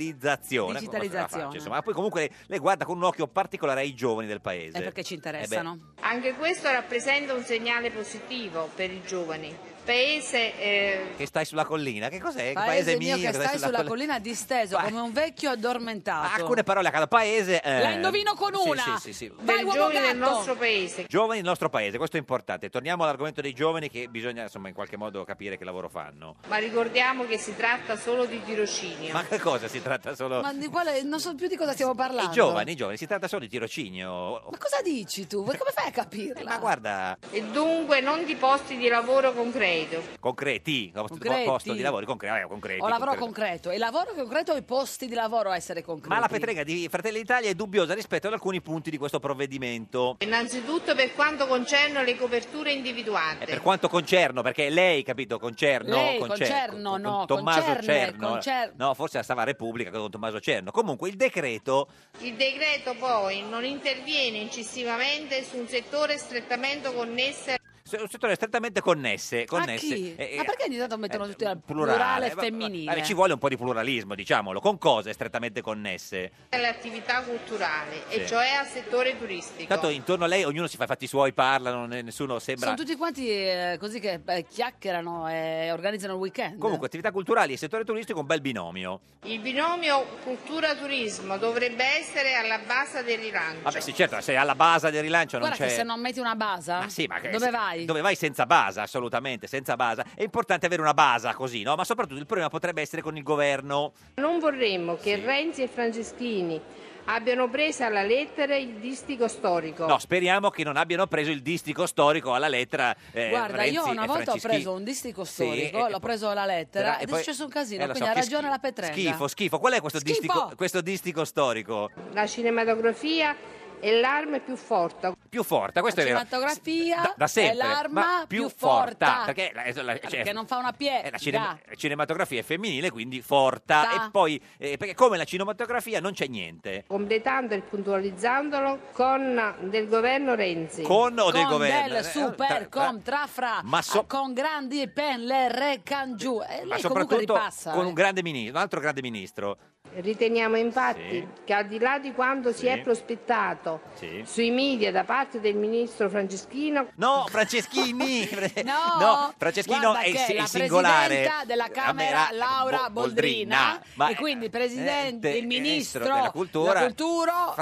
[SPEAKER 2] digitalizzazione.
[SPEAKER 1] Digitalizzazione.
[SPEAKER 2] ecco, questa la faccio, insomma, ma poi comunque le, le guarda con un occhio particolare ai giovani del paese.
[SPEAKER 1] È perché ci
[SPEAKER 2] Eh beh,
[SPEAKER 1] interessano.
[SPEAKER 8] Anche questo rappresenta un segnale positivo per i giovani. Paese eh,
[SPEAKER 2] che stai sulla collina, che cos'è?
[SPEAKER 1] Paese mio che
[SPEAKER 2] che
[SPEAKER 1] stai sulla collina disteso
[SPEAKER 2] Ma-
[SPEAKER 1] come un vecchio
[SPEAKER 2] Ah,
[SPEAKER 1] addormentato.
[SPEAKER 2] Alcune parole a cada paese. eh.
[SPEAKER 1] La indovino con
[SPEAKER 2] Sì,
[SPEAKER 1] una.
[SPEAKER 2] sì, sì, sì.
[SPEAKER 1] Vai,
[SPEAKER 8] per i
[SPEAKER 1] uomo
[SPEAKER 8] giovani del
[SPEAKER 1] gatto.
[SPEAKER 8] nostro paese.
[SPEAKER 2] Giovani del nostro paese, questo è importante. Torniamo all'argomento dei giovani che bisogna insomma in qualche modo capire che lavoro fanno.
[SPEAKER 8] Ma ricordiamo che si tratta solo di tirocinio.
[SPEAKER 2] Ma che cosa si tratta solo?
[SPEAKER 1] Ma di quale non so più di cosa stiamo parlando.
[SPEAKER 2] I giovani, i giovani, si tratta solo di tirocinio.
[SPEAKER 1] Ma cosa dici tu? Come fai a
[SPEAKER 2] Eh,
[SPEAKER 1] capirla?
[SPEAKER 2] ma guarda,
[SPEAKER 8] E dunque non di posti di lavoro concreto.
[SPEAKER 2] concreti,
[SPEAKER 1] Concreti.
[SPEAKER 2] posto di lavoro, concre- eh, concreti.
[SPEAKER 1] o lavoro
[SPEAKER 2] concreti.
[SPEAKER 1] concreto. E lavoro concreto o i posti di lavoro a essere concreti?
[SPEAKER 2] Ma la Petrega di Fratelli d'Italia è dubbiosa rispetto ad alcuni punti di questo provvedimento.
[SPEAKER 8] Innanzitutto per quanto concerne le coperture individuate.
[SPEAKER 2] E Eh, per quanto concerno, perché lei, capito, concerno,
[SPEAKER 1] Lei,
[SPEAKER 2] concerno,
[SPEAKER 1] concerno,
[SPEAKER 2] con-
[SPEAKER 1] no,
[SPEAKER 2] con Tommaso
[SPEAKER 1] concerne,
[SPEAKER 2] Cerno,
[SPEAKER 1] concer-
[SPEAKER 2] no, forse la stava Repubblica con Tommaso Cerno. Comunque il decreto
[SPEAKER 8] Il decreto poi non interviene incisivamente su un settore strettamente connesso
[SPEAKER 2] Sono un settore strettamente connesse. connesse
[SPEAKER 1] chi? Ma perché ogni tanto mettono tutti al plurale
[SPEAKER 2] eh, va- va-
[SPEAKER 1] femminile?
[SPEAKER 2] vabbè, ci vuole un po' di pluralismo, diciamolo, con cose strettamente connesse.
[SPEAKER 8] alle attività culturali,
[SPEAKER 2] Sì.
[SPEAKER 8] e cioè al settore turistico.
[SPEAKER 2] Tanto intorno a lei ognuno si fa i fatti suoi, parlano, ne- nessuno sembra...
[SPEAKER 1] Sono tutti quanti eh, così che eh, chiacchierano e organizzano il weekend.
[SPEAKER 2] Comunque, attività culturali e settore turistico, un bel binomio.
[SPEAKER 8] Il binomio cultura-turismo dovrebbe essere alla base del rilancio.
[SPEAKER 2] Vabbè, sì, certo, se alla base del rilancio
[SPEAKER 1] Guarda
[SPEAKER 2] non
[SPEAKER 1] che
[SPEAKER 2] c'è...
[SPEAKER 1] se non metti una basa,
[SPEAKER 2] Ma Ah, sì, ma che-
[SPEAKER 1] dove
[SPEAKER 2] se-
[SPEAKER 1] vai?
[SPEAKER 2] Dove vai senza base, assolutamente, senza base. È importante avere una base così, no? Ma soprattutto il problema potrebbe essere con il governo.
[SPEAKER 8] Non vorremmo che
[SPEAKER 2] Sì.
[SPEAKER 8] Renzi e Franceschini abbiano preso alla lettera il distico storico.
[SPEAKER 2] No, speriamo che non abbiano preso il distico storico alla lettera. eh,
[SPEAKER 1] Guarda, io
[SPEAKER 2] Renzi
[SPEAKER 1] una volta
[SPEAKER 2] e
[SPEAKER 1] ho
[SPEAKER 2] Franceschini.
[SPEAKER 1] preso un distico
[SPEAKER 2] Sì,
[SPEAKER 1] storico,
[SPEAKER 2] e-
[SPEAKER 1] l'ho
[SPEAKER 2] e-
[SPEAKER 1] preso la lettera
[SPEAKER 2] e
[SPEAKER 1] ed è
[SPEAKER 2] poi-
[SPEAKER 1] successo un casino,
[SPEAKER 2] eh, lo so,
[SPEAKER 1] quindi ha
[SPEAKER 2] che
[SPEAKER 1] ragione
[SPEAKER 2] schifo.
[SPEAKER 1] la Petrenga.
[SPEAKER 2] Schifo, schifo. Qual è questo
[SPEAKER 1] Schifo!
[SPEAKER 2] distico, questo distico storico?
[SPEAKER 8] La cinematografia e l'arma è più forte.
[SPEAKER 2] Più forte, questo è vero.
[SPEAKER 1] Cinematografia
[SPEAKER 2] Da, da sempre.
[SPEAKER 1] è l'arma
[SPEAKER 2] ma
[SPEAKER 1] più,
[SPEAKER 2] forte.
[SPEAKER 1] forta. Ah,
[SPEAKER 2] Perché, la- la- la- cioè,
[SPEAKER 1] Perché non fa una piega.
[SPEAKER 2] eh, la cine- cinematografia è femminile, quindi forta.
[SPEAKER 8] Ta.
[SPEAKER 2] E poi, eh, perché come la cinematografia non c'è niente.
[SPEAKER 8] Completando e puntualizzandolo con del governo Renzi.
[SPEAKER 2] Con o del
[SPEAKER 1] Con
[SPEAKER 2] governo?
[SPEAKER 1] del,
[SPEAKER 2] Eh,
[SPEAKER 1] super,
[SPEAKER 2] tra-
[SPEAKER 1] con, tra, fra,
[SPEAKER 2] Ma so-
[SPEAKER 1] eh, con grandi pen, le re, can giù. E
[SPEAKER 2] Ma
[SPEAKER 1] lei comunque
[SPEAKER 2] soprattutto
[SPEAKER 1] ripassa.
[SPEAKER 2] con
[SPEAKER 1] eh.
[SPEAKER 2] un grande ministro, un altro grande ministro.
[SPEAKER 8] Riteniamo infatti
[SPEAKER 2] Sì.
[SPEAKER 8] che al di là di quanto si
[SPEAKER 2] Sì.
[SPEAKER 8] è prospettato
[SPEAKER 2] Sì.
[SPEAKER 8] sui media da parte del ministro Franceschino...
[SPEAKER 2] No, Franceschini!
[SPEAKER 1] No,
[SPEAKER 2] Franceschino
[SPEAKER 1] guarda
[SPEAKER 2] è il,
[SPEAKER 1] che
[SPEAKER 2] si-
[SPEAKER 1] la
[SPEAKER 2] il singolare.
[SPEAKER 1] presidenta della Camera
[SPEAKER 2] Camera,
[SPEAKER 1] Laura
[SPEAKER 2] Bo-
[SPEAKER 1] Boldrina,
[SPEAKER 2] Boldrina, ma-
[SPEAKER 1] e quindi presidente,
[SPEAKER 2] eh,
[SPEAKER 1] il ministro
[SPEAKER 2] della cultura,
[SPEAKER 1] della cultura,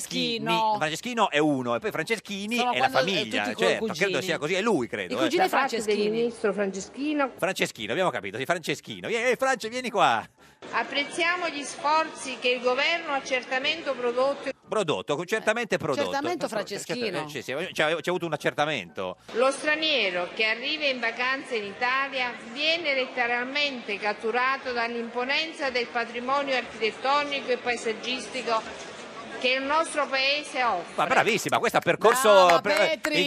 [SPEAKER 1] Franceschino.
[SPEAKER 2] Franceschino è uno, e poi Franceschini
[SPEAKER 1] Sono
[SPEAKER 2] è la
[SPEAKER 1] quando- eh,
[SPEAKER 2] famiglia.
[SPEAKER 1] tutti co-
[SPEAKER 2] certo,
[SPEAKER 1] cugini.
[SPEAKER 2] credo sia così, è lui, credo. eh.
[SPEAKER 8] da parte del ministro Franceschino
[SPEAKER 2] Franceschino, abbiamo capito, sì, Franceschino. Ehi, France, vieni qua.
[SPEAKER 8] apprezziamo gli sforzi che il governo ha certamente prodotto
[SPEAKER 2] Prodotto,
[SPEAKER 1] Eh,
[SPEAKER 2] certamente prodotto.
[SPEAKER 8] accertamento
[SPEAKER 2] Franceschino.
[SPEAKER 8] Franceschino.
[SPEAKER 2] C'è, avuto un accertamento.
[SPEAKER 8] Lo straniero che arriva in vacanza in Italia viene letteralmente catturato dall'imponenza del patrimonio architettonico e paesaggistico che il nostro paese offre.
[SPEAKER 2] Ma bravissima, questo è un percorso
[SPEAKER 8] Brava,
[SPEAKER 2] pre-
[SPEAKER 8] Petri,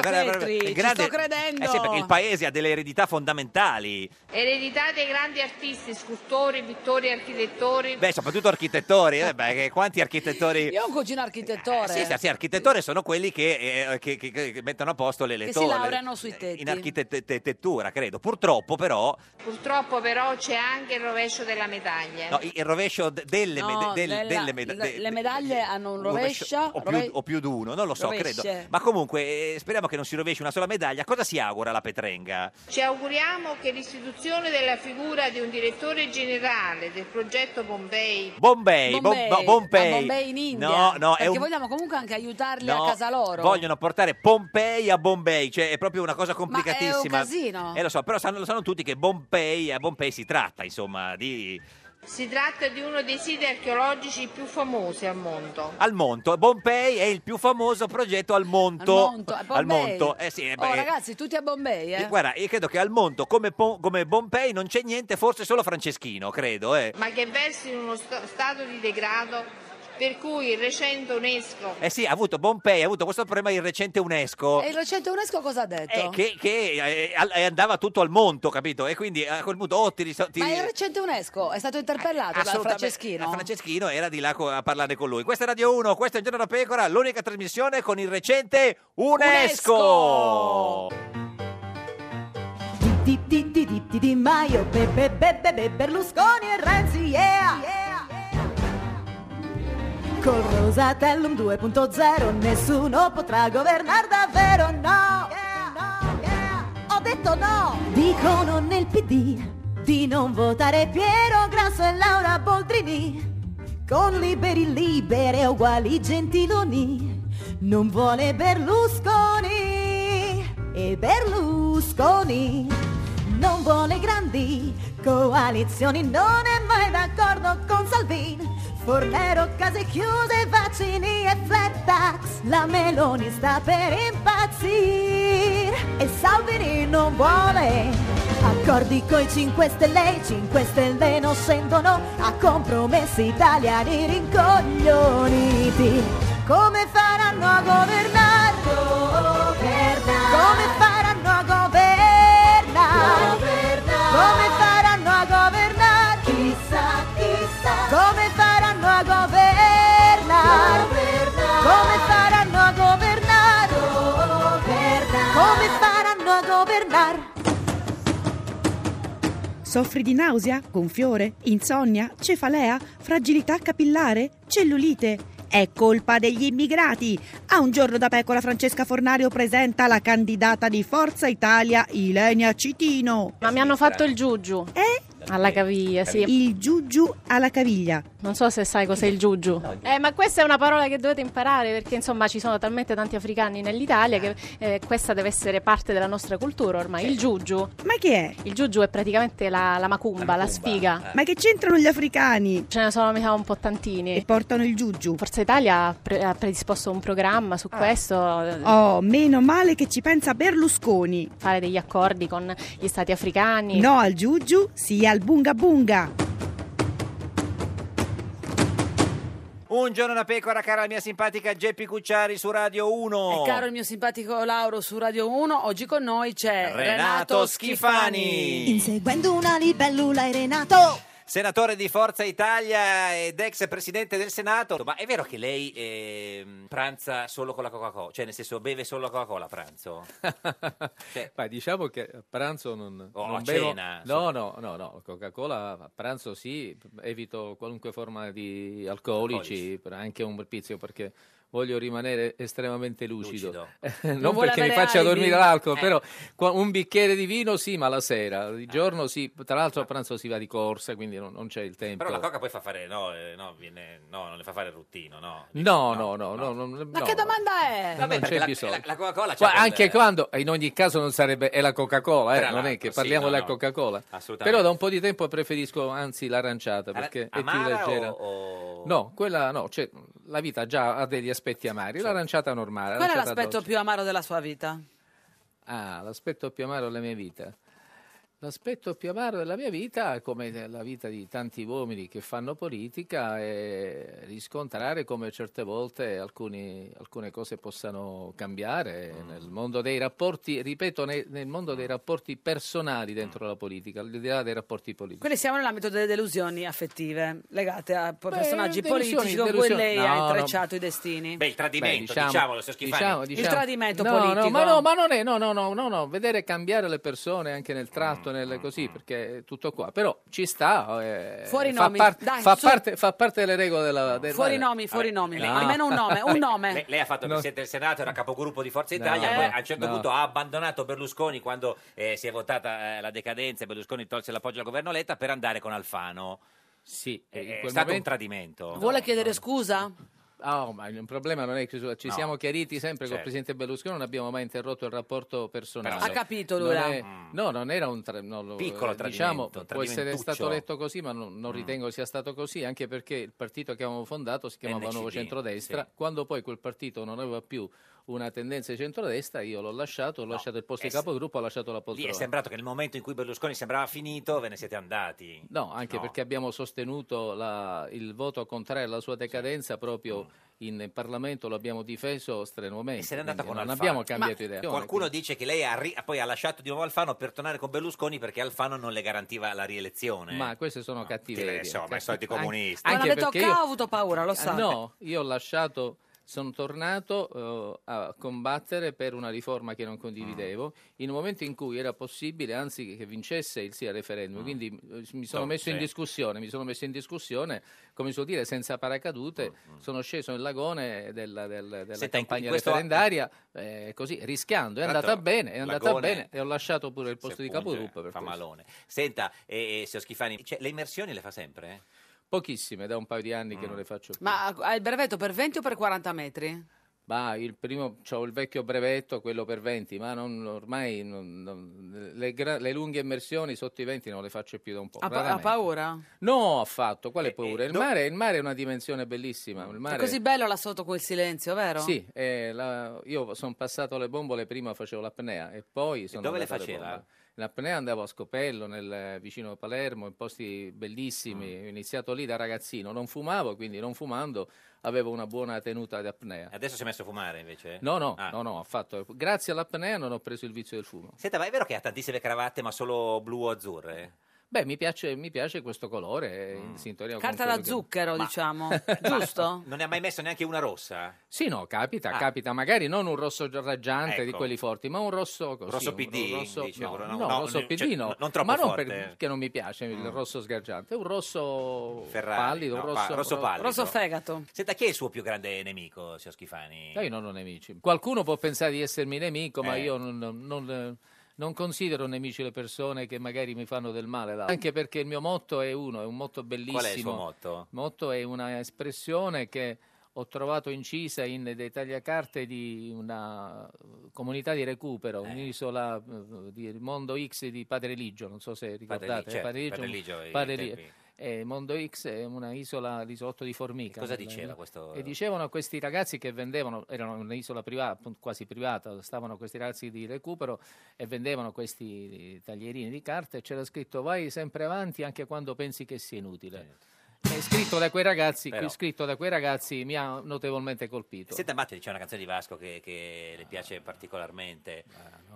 [SPEAKER 8] brava,
[SPEAKER 2] bra- bra- bra-
[SPEAKER 8] Petri,
[SPEAKER 2] il
[SPEAKER 8] ci sto credendo.
[SPEAKER 2] Eh sì, perché il paese ha delle eredità fondamentali.
[SPEAKER 8] Eredità dei grandi artisti, scultori, pittori, architettori.
[SPEAKER 2] Beh, soprattutto architettori, eh, beh, che quanti architettori...
[SPEAKER 1] Io ho un cugino architettore.
[SPEAKER 2] Sì, sì, sì, architettori sono quelli che, eh, che- che- che mettono a posto le, le
[SPEAKER 1] Che si
[SPEAKER 2] torri,
[SPEAKER 1] laureano sui tetti.
[SPEAKER 2] in architettura, credo. Purtroppo però
[SPEAKER 8] Purtroppo però c'è anche il rovescio della medaglia.
[SPEAKER 2] no, il rovescio de- delle,
[SPEAKER 1] No,
[SPEAKER 2] meda- del-
[SPEAKER 1] della-
[SPEAKER 2] delle meda-
[SPEAKER 1] le-
[SPEAKER 2] de-
[SPEAKER 1] le medaglie hanno un
[SPEAKER 2] un
[SPEAKER 1] rovescio,
[SPEAKER 2] rovescio- o, più,
[SPEAKER 1] rove-
[SPEAKER 2] o più di uno, non lo so,
[SPEAKER 1] rovesce.
[SPEAKER 2] credo. Ma comunque eh, speriamo che non si rovesci una sola medaglia. Cosa si augura la Petrenga?
[SPEAKER 8] Ci auguriamo che l'istituzione della figura di un direttore generale del progetto Bombay
[SPEAKER 2] Bombay,
[SPEAKER 1] Bombay,
[SPEAKER 2] Bom- no, Pompei.
[SPEAKER 1] a Bombay in India.
[SPEAKER 2] No, no, è
[SPEAKER 1] perché
[SPEAKER 2] un...
[SPEAKER 1] vogliamo comunque anche aiutarli
[SPEAKER 2] no,
[SPEAKER 1] a casa loro.
[SPEAKER 2] Vogliono portare Pompei a Bombay, cioè è proprio una cosa complicatissima.
[SPEAKER 1] casino.
[SPEAKER 2] Eh, lo so, però sanno- lo sanno tutti che Bombay a Bombay si tratta, insomma, di
[SPEAKER 8] Si tratta di uno dei siti archeologici più famosi al mondo.
[SPEAKER 2] al monto. Bombay è il più famoso progetto al monto.
[SPEAKER 1] Al monto, a
[SPEAKER 2] Al
[SPEAKER 1] Bombay.
[SPEAKER 2] monto. Eh sì, eh,
[SPEAKER 1] Oh,
[SPEAKER 2] beh,
[SPEAKER 1] ragazzi, tutti a Bombay, eh.
[SPEAKER 2] eh, Guarda, io credo che al monto come, Po- come Pompei non c'è niente, forse solo Franceschino, credo, eh.
[SPEAKER 8] ma che versa in uno sta- stato di degrado per cui il recente UNESCO
[SPEAKER 2] Eh sì, ha avuto Pompei, ha avuto questo problema il recente UNESCO.
[SPEAKER 1] E il recente UNESCO cosa ha detto?
[SPEAKER 2] Eh, che, che, eh, al- eh, andava tutto al monto, capito? E quindi a quel punto, oh, ti, riso- ti-
[SPEAKER 1] Ma il recente UNESCO è stato interpellato dal
[SPEAKER 2] assolutamente-
[SPEAKER 1] Franceschino?
[SPEAKER 2] Franceschino era di là co- a parlare con lui. Questa è Radio 1, questo è Il Giorno da Pecora, l'unica trasmissione con il recente UNESCO.
[SPEAKER 9] Di, di, di, di, di, Di Maio, Be- Be- Be- Be- Be- Berlusconi e Renzi, yeah! Col Rosatellum 2.0 nessuno potrà governare davvero, no! Ho detto no! Dicono nel PD di non votare Piero Grasso e Laura Boldrini con liberi libere e uguali gentiloni non vuole Berlusconi e Berlusconi non vuole grandi coalizioni non è mai d'accordo con Salvini Fornero, case chiuse, vaccini e flat tax la Meloni sta per impazzire e Salvini non vuole Accordi coi 5 Stelle, i 5 Stelle non sentono a compromessi italiani rincoglioniti. Come faranno a governare? Come faranno a governare? Come faranno a governare? Chissà, chissà. Come faranno a governare? Come faranno a governare? Come faranno a governare?
[SPEAKER 10] Soffri di nausea, gonfiore, insonnia, cefalea, fragilità capillare, cellulite? È colpa degli immigrati! A un giorno da pecora Francesca Fornario presenta la candidata di Forza Italia, Ilenia Citino.
[SPEAKER 11] Ma mi hanno fatto il giugiu.
[SPEAKER 10] Eh?
[SPEAKER 11] Alla caviglia, sì.
[SPEAKER 10] Il giugiu alla caviglia.
[SPEAKER 11] Non so se sai cos'è il giugiu. Eh, ma questa è una parola che dovete imparare perché insomma ci sono talmente tanti africani nell'Italia che eh, questa deve essere parte della nostra cultura ormai. Il giugiu.
[SPEAKER 10] Ma che è?
[SPEAKER 11] Il giugiu è praticamente la, la macumba, Eh. la, sfiga.
[SPEAKER 10] Ma che c'entrano gli africani?
[SPEAKER 11] Ce ne sono mi sa, un po' tantini. E
[SPEAKER 10] portano il giugiu. Ah.
[SPEAKER 11] Forza Italia ha, pre- ha predisposto un programma su questo.
[SPEAKER 10] Oh, meno male che ci pensa Berlusconi.
[SPEAKER 11] Fare degli accordi con gli stati africani.
[SPEAKER 10] No al giugiu, sì al bunga bunga.
[SPEAKER 2] Un giorno da pecora, cara la mia simpatica Geppi Cucciari su Radio 1.
[SPEAKER 1] E Eh, caro il mio simpatico Lauro su Radio 1, oggi con noi c'è
[SPEAKER 2] Renato Schifani.
[SPEAKER 9] Inseguendo una libellula e Renato
[SPEAKER 2] Senatore di Forza Italia ed ex presidente del Senato. Ma è vero che lei ehm, pranza solo con la Coca-Cola? Cioè, nel senso, beve solo la Coca-Cola a pranzo?
[SPEAKER 12] Ma diciamo che a pranzo non,
[SPEAKER 2] Eh. Oh,
[SPEAKER 12] non
[SPEAKER 2] a
[SPEAKER 12] bevo.
[SPEAKER 2] cena,
[SPEAKER 12] No, no, no, no, Coca-Cola a pranzo sì, evito qualunque forma di alcolici, per- anche un pizzico perché voglio rimanere estremamente lucido. non
[SPEAKER 13] Non vuole
[SPEAKER 12] perché mi
[SPEAKER 13] avere
[SPEAKER 12] faccia
[SPEAKER 13] alibi.
[SPEAKER 12] dormire l'alcol,
[SPEAKER 13] Eh.
[SPEAKER 12] però qua- un bicchiere di vino sì, ma la sera,
[SPEAKER 2] Eh.
[SPEAKER 12] di giorno sì, tra l'altro a pranzo si va di corsa, quindi non, non c'è il tempo.
[SPEAKER 2] Però la Coca poi fa fare, no, eh, no, viene- no, non le fa fare il ruttino, no.
[SPEAKER 12] No, no, no, no, no, no.
[SPEAKER 1] Ma che domanda è?
[SPEAKER 12] non
[SPEAKER 2] perché
[SPEAKER 12] c'è
[SPEAKER 2] la-
[SPEAKER 12] bisogno.
[SPEAKER 2] la- la Coca-Cola
[SPEAKER 12] Qua-
[SPEAKER 2] c'è quel-
[SPEAKER 12] anche quando, in ogni caso, non sarebbe è la Coca-Cola, eh,
[SPEAKER 2] Tra
[SPEAKER 12] non è
[SPEAKER 2] l'altro,
[SPEAKER 12] che
[SPEAKER 2] sì,
[SPEAKER 12] parliamo
[SPEAKER 2] no,
[SPEAKER 12] della
[SPEAKER 2] no.
[SPEAKER 12] Coca-Cola.
[SPEAKER 2] Assolutamente.
[SPEAKER 12] Però da un po' di tempo preferisco anzi l'aranciata
[SPEAKER 2] Ara-
[SPEAKER 12] perché è più
[SPEAKER 2] amara
[SPEAKER 12] leggera.
[SPEAKER 2] o-
[SPEAKER 12] No, quella no, cioè, la vita già ha degli aspetti amari,
[SPEAKER 2] Certo.
[SPEAKER 12] l'aranciata normale.
[SPEAKER 1] Qual è
[SPEAKER 12] l'aranciata
[SPEAKER 1] l'aspetto più amaro della sua vita?
[SPEAKER 12] Ah, l'aspetto più amaro della mia vita. L'aspetto più amaro della mia vita, come la vita di tanti uomini che fanno politica, è riscontrare come certe volte alcuni- alcune cose possano cambiare
[SPEAKER 2] Mm.
[SPEAKER 12] nel mondo dei rapporti, ripeto, ne- nel mondo dei rapporti personali dentro la politica, al di là dei rapporti politici.
[SPEAKER 1] Quindi siamo nell'ambito delle delusioni affettive legate a po-
[SPEAKER 12] Beh,
[SPEAKER 1] personaggi
[SPEAKER 12] delusioni,
[SPEAKER 1] politici con cui
[SPEAKER 12] delusioni.
[SPEAKER 1] lei
[SPEAKER 12] No,
[SPEAKER 1] ha
[SPEAKER 12] no.
[SPEAKER 1] intrecciato i destini.
[SPEAKER 2] Beh, il tradimento,
[SPEAKER 12] diciamo-
[SPEAKER 2] diciamolo, signor Schifani.
[SPEAKER 12] diciamo-
[SPEAKER 1] cioè Il
[SPEAKER 12] diciamo-
[SPEAKER 1] tradimento
[SPEAKER 12] No,
[SPEAKER 1] politico.
[SPEAKER 12] No, ma no, ma non è, no, no, no, no, no, vedere cambiare le persone anche nel
[SPEAKER 2] Mm,
[SPEAKER 12] tratto, nel così, perché è tutto qua. Però ci sta, eh,
[SPEAKER 1] Fuori
[SPEAKER 12] fa,
[SPEAKER 1] nomi,
[SPEAKER 12] parte-
[SPEAKER 1] dai,
[SPEAKER 12] fa
[SPEAKER 1] su.
[SPEAKER 12] parte, fa parte delle regole della... del-
[SPEAKER 1] Fuori
[SPEAKER 12] della-
[SPEAKER 1] nomi, fuori nomi.
[SPEAKER 12] no.
[SPEAKER 1] Almeno un nome, un nome.
[SPEAKER 2] Lei, lei ha fatto il presidente del Senato, era capogruppo di Forza Italia,
[SPEAKER 1] No,
[SPEAKER 2] poi a un certo
[SPEAKER 12] no.
[SPEAKER 2] punto ha abbandonato Berlusconi quando eh, si è votata eh, la decadenza e Berlusconi tolse l'appoggio al governo Letta per andare con Alfano.
[SPEAKER 12] Sì,
[SPEAKER 2] è,
[SPEAKER 12] in
[SPEAKER 2] Eh, è
[SPEAKER 12] quel
[SPEAKER 2] stato un
[SPEAKER 12] momento-
[SPEAKER 2] tradimento.
[SPEAKER 1] Vuole chiedere scusa?
[SPEAKER 12] Ah, oh, ma il problema non è che ci
[SPEAKER 2] No.
[SPEAKER 12] siamo chiariti sempre col
[SPEAKER 2] Certo.
[SPEAKER 12] presidente Berlusconi, non abbiamo mai interrotto il rapporto personale.
[SPEAKER 1] Però- Ha capito,
[SPEAKER 12] Non
[SPEAKER 1] lui,
[SPEAKER 12] è-
[SPEAKER 1] eh.
[SPEAKER 12] No, non era un tra- no, lo-
[SPEAKER 2] Mm. Piccolo
[SPEAKER 12] eh, diciamo,
[SPEAKER 2] tradimento,
[SPEAKER 12] può essere
[SPEAKER 2] tradimentuccio. Mm.
[SPEAKER 12] stato letto così, ma non, non ritengo sia stato così, anche perché il partito che avevamo fondato si chiamava
[SPEAKER 2] NCD,
[SPEAKER 12] Nuovo Centrodestra,
[SPEAKER 2] sì.
[SPEAKER 12] quando poi quel partito non aveva più una tendenza di centrodestra, io l'ho lasciato, ho lasciato il posto di
[SPEAKER 2] es-
[SPEAKER 12] capogruppo, ho lasciato la
[SPEAKER 2] Lì
[SPEAKER 12] poltrona.
[SPEAKER 2] è sembrato che nel momento in cui Berlusconi sembrava finito ve ne siete andati.
[SPEAKER 12] No, anche
[SPEAKER 2] No.
[SPEAKER 12] perché abbiamo sostenuto la- il voto contrario alla sua decadenza proprio in Parlamento, lo abbiamo difeso strenuamente.
[SPEAKER 2] Mm. E se n'è andata
[SPEAKER 12] quindi
[SPEAKER 2] con
[SPEAKER 12] non
[SPEAKER 2] Alfano.
[SPEAKER 12] abbiamo cambiato
[SPEAKER 2] Ma
[SPEAKER 12] idea.
[SPEAKER 2] Qualcuno dice che lei ha ri- poi ha lasciato di nuovo Alfano per tornare con Berlusconi perché Alfano non le garantiva la rielezione.
[SPEAKER 12] Ma queste sono cattiverie.
[SPEAKER 2] insomma, i soliti
[SPEAKER 12] Anche-
[SPEAKER 2] comunisti.
[SPEAKER 1] Quando
[SPEAKER 12] Anche
[SPEAKER 1] ha detto
[SPEAKER 12] perché
[SPEAKER 1] "Ca,
[SPEAKER 12] io-
[SPEAKER 1] ho avuto paura, lo
[SPEAKER 12] Ah,
[SPEAKER 1] sa.
[SPEAKER 12] No, io ho lasciato, sono tornato eh, a combattere per una riforma che non condividevo
[SPEAKER 2] Mm.
[SPEAKER 12] in un momento in cui era possibile, anzi che vincesse il sì al referendum,
[SPEAKER 2] Mm.
[SPEAKER 12] quindi eh, mi sono
[SPEAKER 13] Oh,
[SPEAKER 12] messo in
[SPEAKER 13] sì.
[SPEAKER 12] discussione, mi sono messo in discussione, come si suol dire, senza paracadute, sono sceso nel lagone della, del- della
[SPEAKER 2] Mm, Senta, in-
[SPEAKER 12] campagna
[SPEAKER 2] in questo-
[SPEAKER 12] referendaria, eh, così rischiando, è
[SPEAKER 2] Tra
[SPEAKER 12] andata
[SPEAKER 2] l'altro,
[SPEAKER 12] bene, è andata
[SPEAKER 2] lagone-
[SPEAKER 12] bene e ho lasciato pure il posto di
[SPEAKER 2] punge,
[SPEAKER 12] capogruppo per
[SPEAKER 2] Eh, fa
[SPEAKER 12] questo.
[SPEAKER 2] malone. Senta, eh, eh, signor Schifani, cioè, le immersioni le fa sempre? eh? Mm.
[SPEAKER 12] Pochissime, da un paio di anni che non le faccio più.
[SPEAKER 1] Ma ha il brevetto per 20 o per 40 metri?
[SPEAKER 12] Ma il primo, c'ho il vecchio brevetto, quello per 20, ma non- ormai non- non- le, gra- le lunghe immersioni sotto i 20 non le faccio più da un po'.
[SPEAKER 1] Ha, pa- ha
[SPEAKER 12] raramente.
[SPEAKER 1] paura?
[SPEAKER 12] no, affatto,
[SPEAKER 2] Eh,
[SPEAKER 12] quale paura? Il mare, il mare è una dimensione bellissima. Il mare,
[SPEAKER 1] È così bello là sotto quel silenzio, vero?
[SPEAKER 12] Sì, eh, la- io sono passato le bombole, prima facevo l'apnea e poi sono
[SPEAKER 2] dove le
[SPEAKER 12] andato alle
[SPEAKER 2] faceva?
[SPEAKER 12] bombole. L'apnea andavo a Scopello, nel, vicino a Palermo, in posti bellissimi.
[SPEAKER 2] Ah.
[SPEAKER 12] Ho iniziato lì da ragazzino, non fumavo, quindi non fumando avevo una buona tenuta di apnea.
[SPEAKER 2] Adesso si è messo a fumare invece?
[SPEAKER 12] No, no,
[SPEAKER 2] Ah.
[SPEAKER 12] no, no, affatto. Grazie all'apnea non ho preso il vizio del fumo.
[SPEAKER 2] Senta, ma è vero che ha tantissime cravatte ma solo blu o azzurre? Mm.
[SPEAKER 12] Beh, mi piace, mi piace questo colore, è in sintonia con
[SPEAKER 1] Carta
[SPEAKER 12] quello
[SPEAKER 1] da
[SPEAKER 12] che-
[SPEAKER 1] zucchero,
[SPEAKER 12] Ma-
[SPEAKER 1] diciamo. Giusto?
[SPEAKER 2] Non ne ha mai messo neanche una rossa?
[SPEAKER 12] Sì, no, capita,
[SPEAKER 2] Ah.
[SPEAKER 12] capita. Magari non un rosso raggiante di
[SPEAKER 2] Ecco.
[SPEAKER 12] quelli forti, ma un rosso così.
[SPEAKER 2] Rosso
[SPEAKER 12] un
[SPEAKER 2] PD,
[SPEAKER 12] rosso,
[SPEAKER 2] dice,
[SPEAKER 12] no,
[SPEAKER 2] no,
[SPEAKER 12] no,
[SPEAKER 2] no,
[SPEAKER 12] un rosso
[SPEAKER 2] cioè,
[SPEAKER 12] PD no.
[SPEAKER 2] non troppo
[SPEAKER 12] ma non
[SPEAKER 2] forte.
[SPEAKER 12] perché non mi piace il
[SPEAKER 2] Mm.
[SPEAKER 12] rosso sgargiante, un rosso
[SPEAKER 2] Ferrari,
[SPEAKER 12] pallido, un
[SPEAKER 2] no,
[SPEAKER 12] rosso,
[SPEAKER 2] pa- rosso pallido. Rosso
[SPEAKER 1] fegato.
[SPEAKER 2] Senta, chi è il suo più grande nemico, signor Schifani?
[SPEAKER 12] Eh, Io non ho nemici. Qualcuno può pensare di essermi nemico, ma
[SPEAKER 2] Eh.
[SPEAKER 12] io non, non- non- non considero nemici le persone che magari mi fanno del male. là. Anche perché il mio motto è uno, è un motto bellissimo.
[SPEAKER 2] Qual è il suo motto?
[SPEAKER 12] Motto è una espressione che ho trovato incisa in dei tagliacarte di una eh, comunità di recupero, un'isola eh, di Mondo X di Padreligio, non so se ricordate. eh,
[SPEAKER 2] certo,
[SPEAKER 12] Padreligio,
[SPEAKER 2] Padreligio, i
[SPEAKER 12] Padreligio.
[SPEAKER 2] tempi.
[SPEAKER 12] Eh, Mondo X è una isola l'isolotto di Formica.
[SPEAKER 2] E cosa
[SPEAKER 12] nella-
[SPEAKER 2] diceva questo-
[SPEAKER 12] E dicevano a questi ragazzi che vendevano, erano un'isola privata, appunto, quasi privata, stavano questi ragazzi di recupero e vendevano eh, questi taglierini di carta e c'era scritto vai sempre avanti anche quando pensi che sia inutile. È scritto da quei
[SPEAKER 2] Certo.
[SPEAKER 12] ragazzi,
[SPEAKER 2] Però.
[SPEAKER 12] qui scritto da quei ragazzi mi ha notevolmente colpito.
[SPEAKER 2] Senta Matti, c'è una canzone di Vasco che, che le piace particolarmente.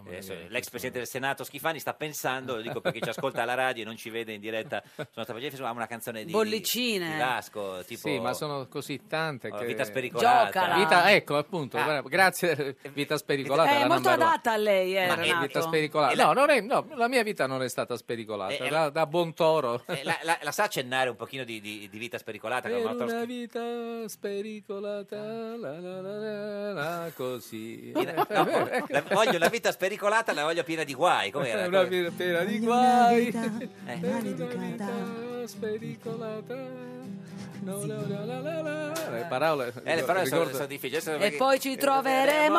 [SPEAKER 12] me
[SPEAKER 2] Adesso
[SPEAKER 12] dire
[SPEAKER 2] l'ex presidente del Senato Schifani sta pensando, lo dico per chi ci ascolta alla radio e non ci vede in diretta su nostra pagina Facebook, ha una canzone di,
[SPEAKER 1] Bollicine.
[SPEAKER 2] di Vasco, tipo
[SPEAKER 12] Sì, ma sono così tante
[SPEAKER 2] Oh,
[SPEAKER 12] che...
[SPEAKER 2] vita spericolata. Giocala.
[SPEAKER 12] Vita- ecco, appunto,
[SPEAKER 2] Ah.
[SPEAKER 12] guarda, grazie eh, Vita spericolata.
[SPEAKER 1] È
[SPEAKER 12] la
[SPEAKER 1] Eh, molto
[SPEAKER 12] number one.
[SPEAKER 1] adatta a lei, eh,
[SPEAKER 12] Ma è vita
[SPEAKER 1] Renato.
[SPEAKER 12] spericolata.
[SPEAKER 2] E la-
[SPEAKER 12] No, non è- no, la mia vita non è stata spericolata,
[SPEAKER 2] Eh, eh,
[SPEAKER 12] da, da buon toro.
[SPEAKER 2] Eh, la, la- la sa accennare un pochino di, di- di vita spericolata?
[SPEAKER 12] Per
[SPEAKER 2] con Mauro
[SPEAKER 12] una
[SPEAKER 2] Toschi?
[SPEAKER 12] vita spericolata, la, la, la, la, la, così.
[SPEAKER 2] No, la- voglio la vita spericolata, la voglio piena di guai. Com'era?
[SPEAKER 12] Eh, Una vita piena di guai.
[SPEAKER 2] Eh.
[SPEAKER 12] vita spericolata. No, no, no, la, la, la. Le parole,
[SPEAKER 2] Eh, le parole sono,
[SPEAKER 12] ricordo-
[SPEAKER 2] sono difficili. adesso Eh,
[SPEAKER 1] E
[SPEAKER 2] perché-
[SPEAKER 1] poi ci troveremo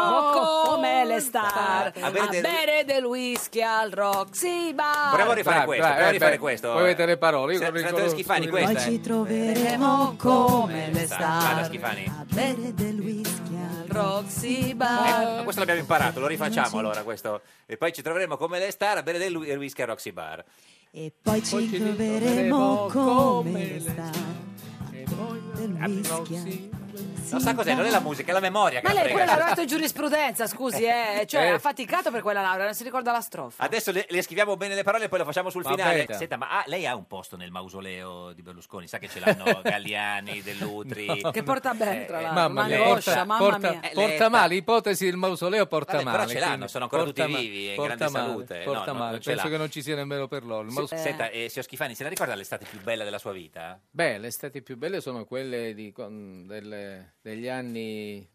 [SPEAKER 1] come le star
[SPEAKER 2] A
[SPEAKER 1] a
[SPEAKER 2] bere del-
[SPEAKER 1] bere del whisky al Roxy Bar.
[SPEAKER 2] Proviamo a rifare
[SPEAKER 12] Bravo,
[SPEAKER 2] questo.
[SPEAKER 12] bravo,
[SPEAKER 2] Proviamo a
[SPEAKER 12] eh,
[SPEAKER 2] rifare
[SPEAKER 12] beh,
[SPEAKER 2] questo.
[SPEAKER 12] voi avete le parole, io
[SPEAKER 2] Se-
[SPEAKER 12] non
[SPEAKER 2] senatore
[SPEAKER 12] ricordo-
[SPEAKER 2] Schifani,
[SPEAKER 12] non
[SPEAKER 2] questa.
[SPEAKER 9] Poi
[SPEAKER 2] eh.
[SPEAKER 9] ci troveremo come
[SPEAKER 2] Vada,
[SPEAKER 9] le star
[SPEAKER 2] Schifani.
[SPEAKER 9] a bere del whisky al Roxy
[SPEAKER 2] Eh, ma
[SPEAKER 9] Bar.
[SPEAKER 2] questo l'abbiamo imparato, lo rifacciamo allora questo. E poi ci troveremo come le star a bere del whi- whisky a Roxy Bar.
[SPEAKER 9] E poi ci troveremo come le star a bere del whisky al
[SPEAKER 2] Non sa cos'è, non è la musica, è la memoria che
[SPEAKER 1] Ma
[SPEAKER 2] la
[SPEAKER 1] lei
[SPEAKER 2] frega.
[SPEAKER 1] pure ha lavorato in giurisprudenza, scusi, eh. Cioè,
[SPEAKER 2] Eh.
[SPEAKER 1] ha faticato per quella laurea, non si ricorda la strofa.
[SPEAKER 2] Adesso le, le scriviamo bene le parole e poi lo facciamo sul
[SPEAKER 12] Va
[SPEAKER 2] finale.
[SPEAKER 12] bene.
[SPEAKER 2] Senta, ma ha- lei ha un posto nel mausoleo di Berlusconi? Sa che ce l'hanno Galliani, Dell'Utri.
[SPEAKER 1] Che porta
[SPEAKER 2] Eh,
[SPEAKER 1] bene, tra l'altro.
[SPEAKER 12] Eh, Mamma mia,
[SPEAKER 1] Angoscia,
[SPEAKER 12] porta,
[SPEAKER 1] mamma
[SPEAKER 12] porta-
[SPEAKER 1] mia.
[SPEAKER 12] eh, porta male, ipotesi del mausoleo porta
[SPEAKER 2] Vabbè, però
[SPEAKER 12] male.
[SPEAKER 2] ce l'hanno,
[SPEAKER 12] quindi
[SPEAKER 2] sono ancora
[SPEAKER 12] porta
[SPEAKER 2] tutti
[SPEAKER 12] ma-
[SPEAKER 2] vivi e in
[SPEAKER 12] porta
[SPEAKER 2] grande
[SPEAKER 12] male,
[SPEAKER 2] salute. No,
[SPEAKER 12] Porta
[SPEAKER 2] no,
[SPEAKER 12] male,
[SPEAKER 2] non ce
[SPEAKER 12] penso
[SPEAKER 2] l'ha.
[SPEAKER 12] che non ci sia nemmeno per loro. Il
[SPEAKER 2] Se-
[SPEAKER 12] maus-
[SPEAKER 2] Senta, eh, signor Schifani, se la ricorda l'estate più bella della sua vita?
[SPEAKER 12] Beh, le estati più belle sono quelle di con- delle- degli anni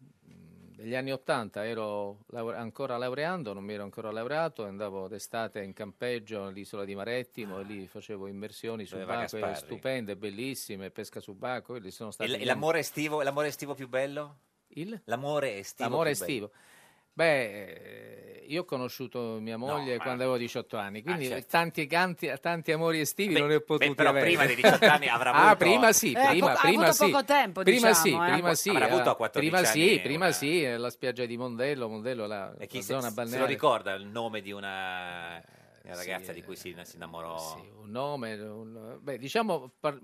[SPEAKER 12] degli anni 80 ero laure- ancora laureando, non mi ero ancora laureato, andavo d'estate in campeggio all'isola di Marettimo e lì facevo immersioni
[SPEAKER 2] Dove va
[SPEAKER 12] subacquee
[SPEAKER 2] Gasparri.
[SPEAKER 12] stupende, bellissime, pesca subacquea, quelli sono
[SPEAKER 2] E
[SPEAKER 12] stati
[SPEAKER 2] l-
[SPEAKER 12] gli
[SPEAKER 2] e l'amore estivo, l'amore estivo più bello?
[SPEAKER 12] Il?
[SPEAKER 2] L'amore estivo.
[SPEAKER 12] L'amore
[SPEAKER 2] più bello.
[SPEAKER 12] estivo. Beh, eh, io ho conosciuto mia moglie
[SPEAKER 2] ma-
[SPEAKER 12] quando avevo 18 anni, quindi
[SPEAKER 2] certo.
[SPEAKER 12] tanti, canti- tanti amori estivi non ne ho potuti
[SPEAKER 2] però
[SPEAKER 12] avere.
[SPEAKER 2] prima dei 18 anni avrà avuto-
[SPEAKER 12] Ah, prima sì,
[SPEAKER 1] Eh,
[SPEAKER 12] prima,
[SPEAKER 1] ha po- ha
[SPEAKER 12] prima
[SPEAKER 1] avuto
[SPEAKER 12] sì.
[SPEAKER 1] poco tempo,
[SPEAKER 12] prima
[SPEAKER 1] diciamo,
[SPEAKER 12] sì,
[SPEAKER 1] eh.
[SPEAKER 12] prima sì.
[SPEAKER 2] Avrà
[SPEAKER 12] eh,
[SPEAKER 2] avuto a 14
[SPEAKER 12] prima
[SPEAKER 2] anni
[SPEAKER 12] sì, prima
[SPEAKER 2] una-
[SPEAKER 12] sì, eh, la spiaggia di Mondello, Mondello è la,
[SPEAKER 2] E
[SPEAKER 12] la
[SPEAKER 2] chi se,
[SPEAKER 12] zona
[SPEAKER 2] se lo
[SPEAKER 12] balneare. Eh,
[SPEAKER 2] ricorda il nome di una, una ragazza di cui si, si innamorò?
[SPEAKER 12] un nome, un- beh, diciamo, par-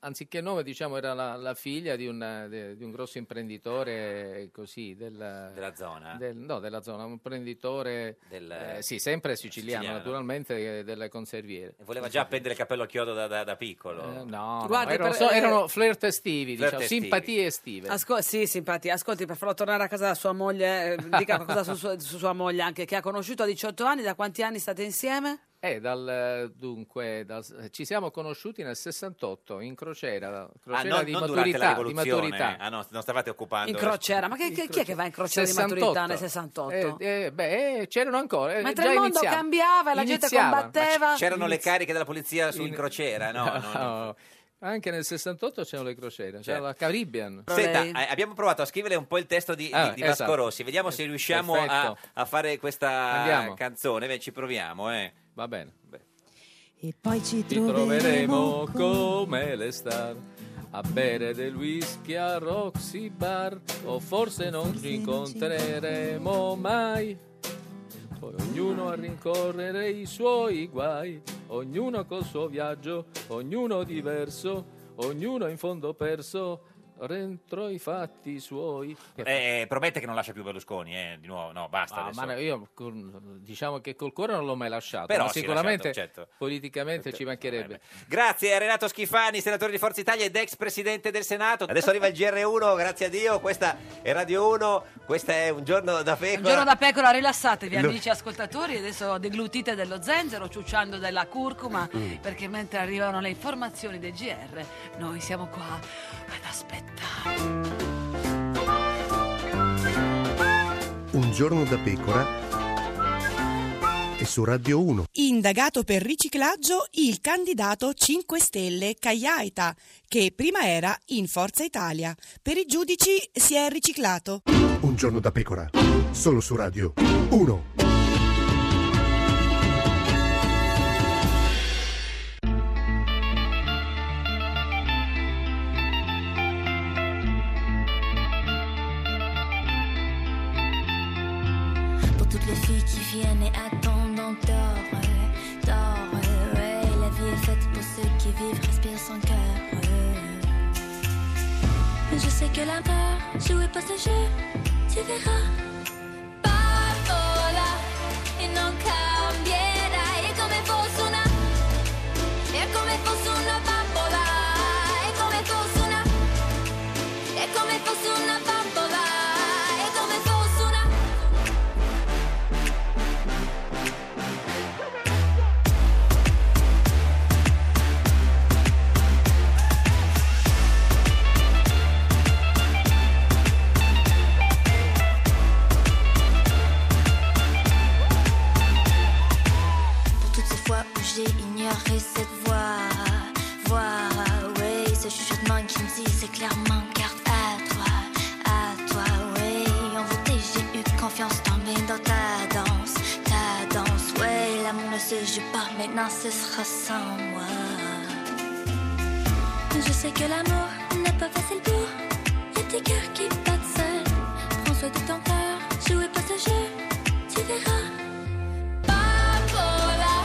[SPEAKER 12] anziché nome, diciamo, era la, la figlia di, una- de- di un grosso imprenditore eh, così della,
[SPEAKER 2] Della zona?
[SPEAKER 12] del- no, della zona, un imprenditore,
[SPEAKER 2] Del-
[SPEAKER 12] eh, sì, sempre siciliano,
[SPEAKER 2] siciliano.
[SPEAKER 12] naturalmente, eh, delle conserviere.
[SPEAKER 2] Voleva già appendere il cappello al chiodo da, da- da piccolo.
[SPEAKER 12] Eh, no,
[SPEAKER 1] Guardi,
[SPEAKER 12] no, erano,
[SPEAKER 1] per-
[SPEAKER 12] so-
[SPEAKER 1] eh,
[SPEAKER 12] erano flirt estivi,
[SPEAKER 2] Flirt
[SPEAKER 12] diciamo,
[SPEAKER 2] estivi.
[SPEAKER 12] simpatie estive.
[SPEAKER 1] Asco- sì, simpati, ascolti, per farlo tornare a casa da sua moglie, eh, dica qualcosa su, sua- su sua moglie anche, che ha conosciuto a 18 anni, da quanti anni state insieme?
[SPEAKER 12] Eh, dal, dunque, dal- ci siamo conosciuti nel 68 in crociera,
[SPEAKER 2] Ah,
[SPEAKER 12] crociera
[SPEAKER 2] non,
[SPEAKER 12] di,
[SPEAKER 2] non durante la
[SPEAKER 12] maturità, di
[SPEAKER 2] rivoluzione.
[SPEAKER 12] maturità.
[SPEAKER 2] Ah, no, non stavate occupando.
[SPEAKER 1] In crociera, ma che- che- chi è che va in crociera di
[SPEAKER 12] 68?
[SPEAKER 1] maturità nel 68?
[SPEAKER 12] Eh, eh, beh, eh, c'erano ancora. eh,
[SPEAKER 1] Mentre
[SPEAKER 12] già
[SPEAKER 1] il mondo
[SPEAKER 12] iniziava.
[SPEAKER 1] cambiava e la gente
[SPEAKER 12] Iniziava.
[SPEAKER 1] combatteva.
[SPEAKER 12] Ma c-
[SPEAKER 2] C'erano le
[SPEAKER 12] Inizio-
[SPEAKER 2] cariche della polizia su in crociera, no? no, no. Certo.
[SPEAKER 12] No, Anche nel 68 c'erano le crociere, c'era la Caribbean.
[SPEAKER 2] Senta, eh, abbiamo provato a scrivere un po' il testo di, di-
[SPEAKER 12] Ah,
[SPEAKER 2] di Vasco
[SPEAKER 12] esatto.
[SPEAKER 2] Rossi, vediamo se riusciamo a,
[SPEAKER 12] Perfetto.
[SPEAKER 2] a fare questa
[SPEAKER 12] Andiamo.
[SPEAKER 2] canzone, Beh, ci proviamo. Eh.
[SPEAKER 12] Va bene.
[SPEAKER 9] E poi ci
[SPEAKER 12] Ci troveremo come le star a bere del whisky a Roxy Bar o forse non ci incontreremo mai. Poi ognuno a rincorrere i suoi guai, ognuno col suo viaggio, ognuno diverso, ognuno in fondo perso, dentro i fatti suoi.
[SPEAKER 2] Eh, promette che non lascia più Berlusconi, eh, di nuovo, no, basta.
[SPEAKER 12] Ah,
[SPEAKER 2] adesso.
[SPEAKER 12] ma no, io con- diciamo che col cuore non l'ho mai lasciato,
[SPEAKER 2] Però
[SPEAKER 12] ma
[SPEAKER 2] sì,
[SPEAKER 12] sicuramente
[SPEAKER 2] lasciato, certo.
[SPEAKER 12] politicamente ci mancherebbe.
[SPEAKER 2] Grazie a Renato Schifani, senatore di Forza Italia ed ex presidente del Senato. Adesso arriva il GR1, grazie a Dio, questa è Radio 1, questa è un giorno da pecora.
[SPEAKER 1] Un giorno da pecora, rilassatevi
[SPEAKER 2] Lu-
[SPEAKER 1] amici ascoltatori, adesso deglutite dello zenzero, ciucciando della curcuma,
[SPEAKER 2] Mm.
[SPEAKER 1] perché mentre arrivano le informazioni del GR, noi siamo qua ad aspettare.
[SPEAKER 13] Un giorno da pecora e su Radio 1.
[SPEAKER 10] Indagato per riciclaggio il candidato 5 Stelle Cagliaita, che prima era in Forza Italia. Per i giudici si è riciclato.
[SPEAKER 13] Un giorno da pecora. Solo su Radio 1.
[SPEAKER 14] Pour toutes les filles qui viennent et attendent euh, en tort, ouais, tort, ouais, ouais. La vie est faite pour ceux qui vivent, respirent sans cœur, ouais. Mais je sais que la peur, jouez pas ce jeu, tu verras. Parola e non cambierai è come fosse una, è come fosse una bambola, è come fosse una, è come fosse una bambola, è come fosse una. Pour toutes ces fois où j'ai ignoré cette voix, voix, oui, euh, ce chuchotement qui me disait clairement garde à toi, à toi, oui. En vérité, j'ai eu confiance dans mes dans ta danse, ta danse, oui. L'amour ne se joue pas, maintenant ce sera sans moi. Je sais que l'amour n'est pas facile pour les petits cœurs qui battent seuls. Prends soin de ton cœur, jouez pas ce jeu, tu verras. Bambola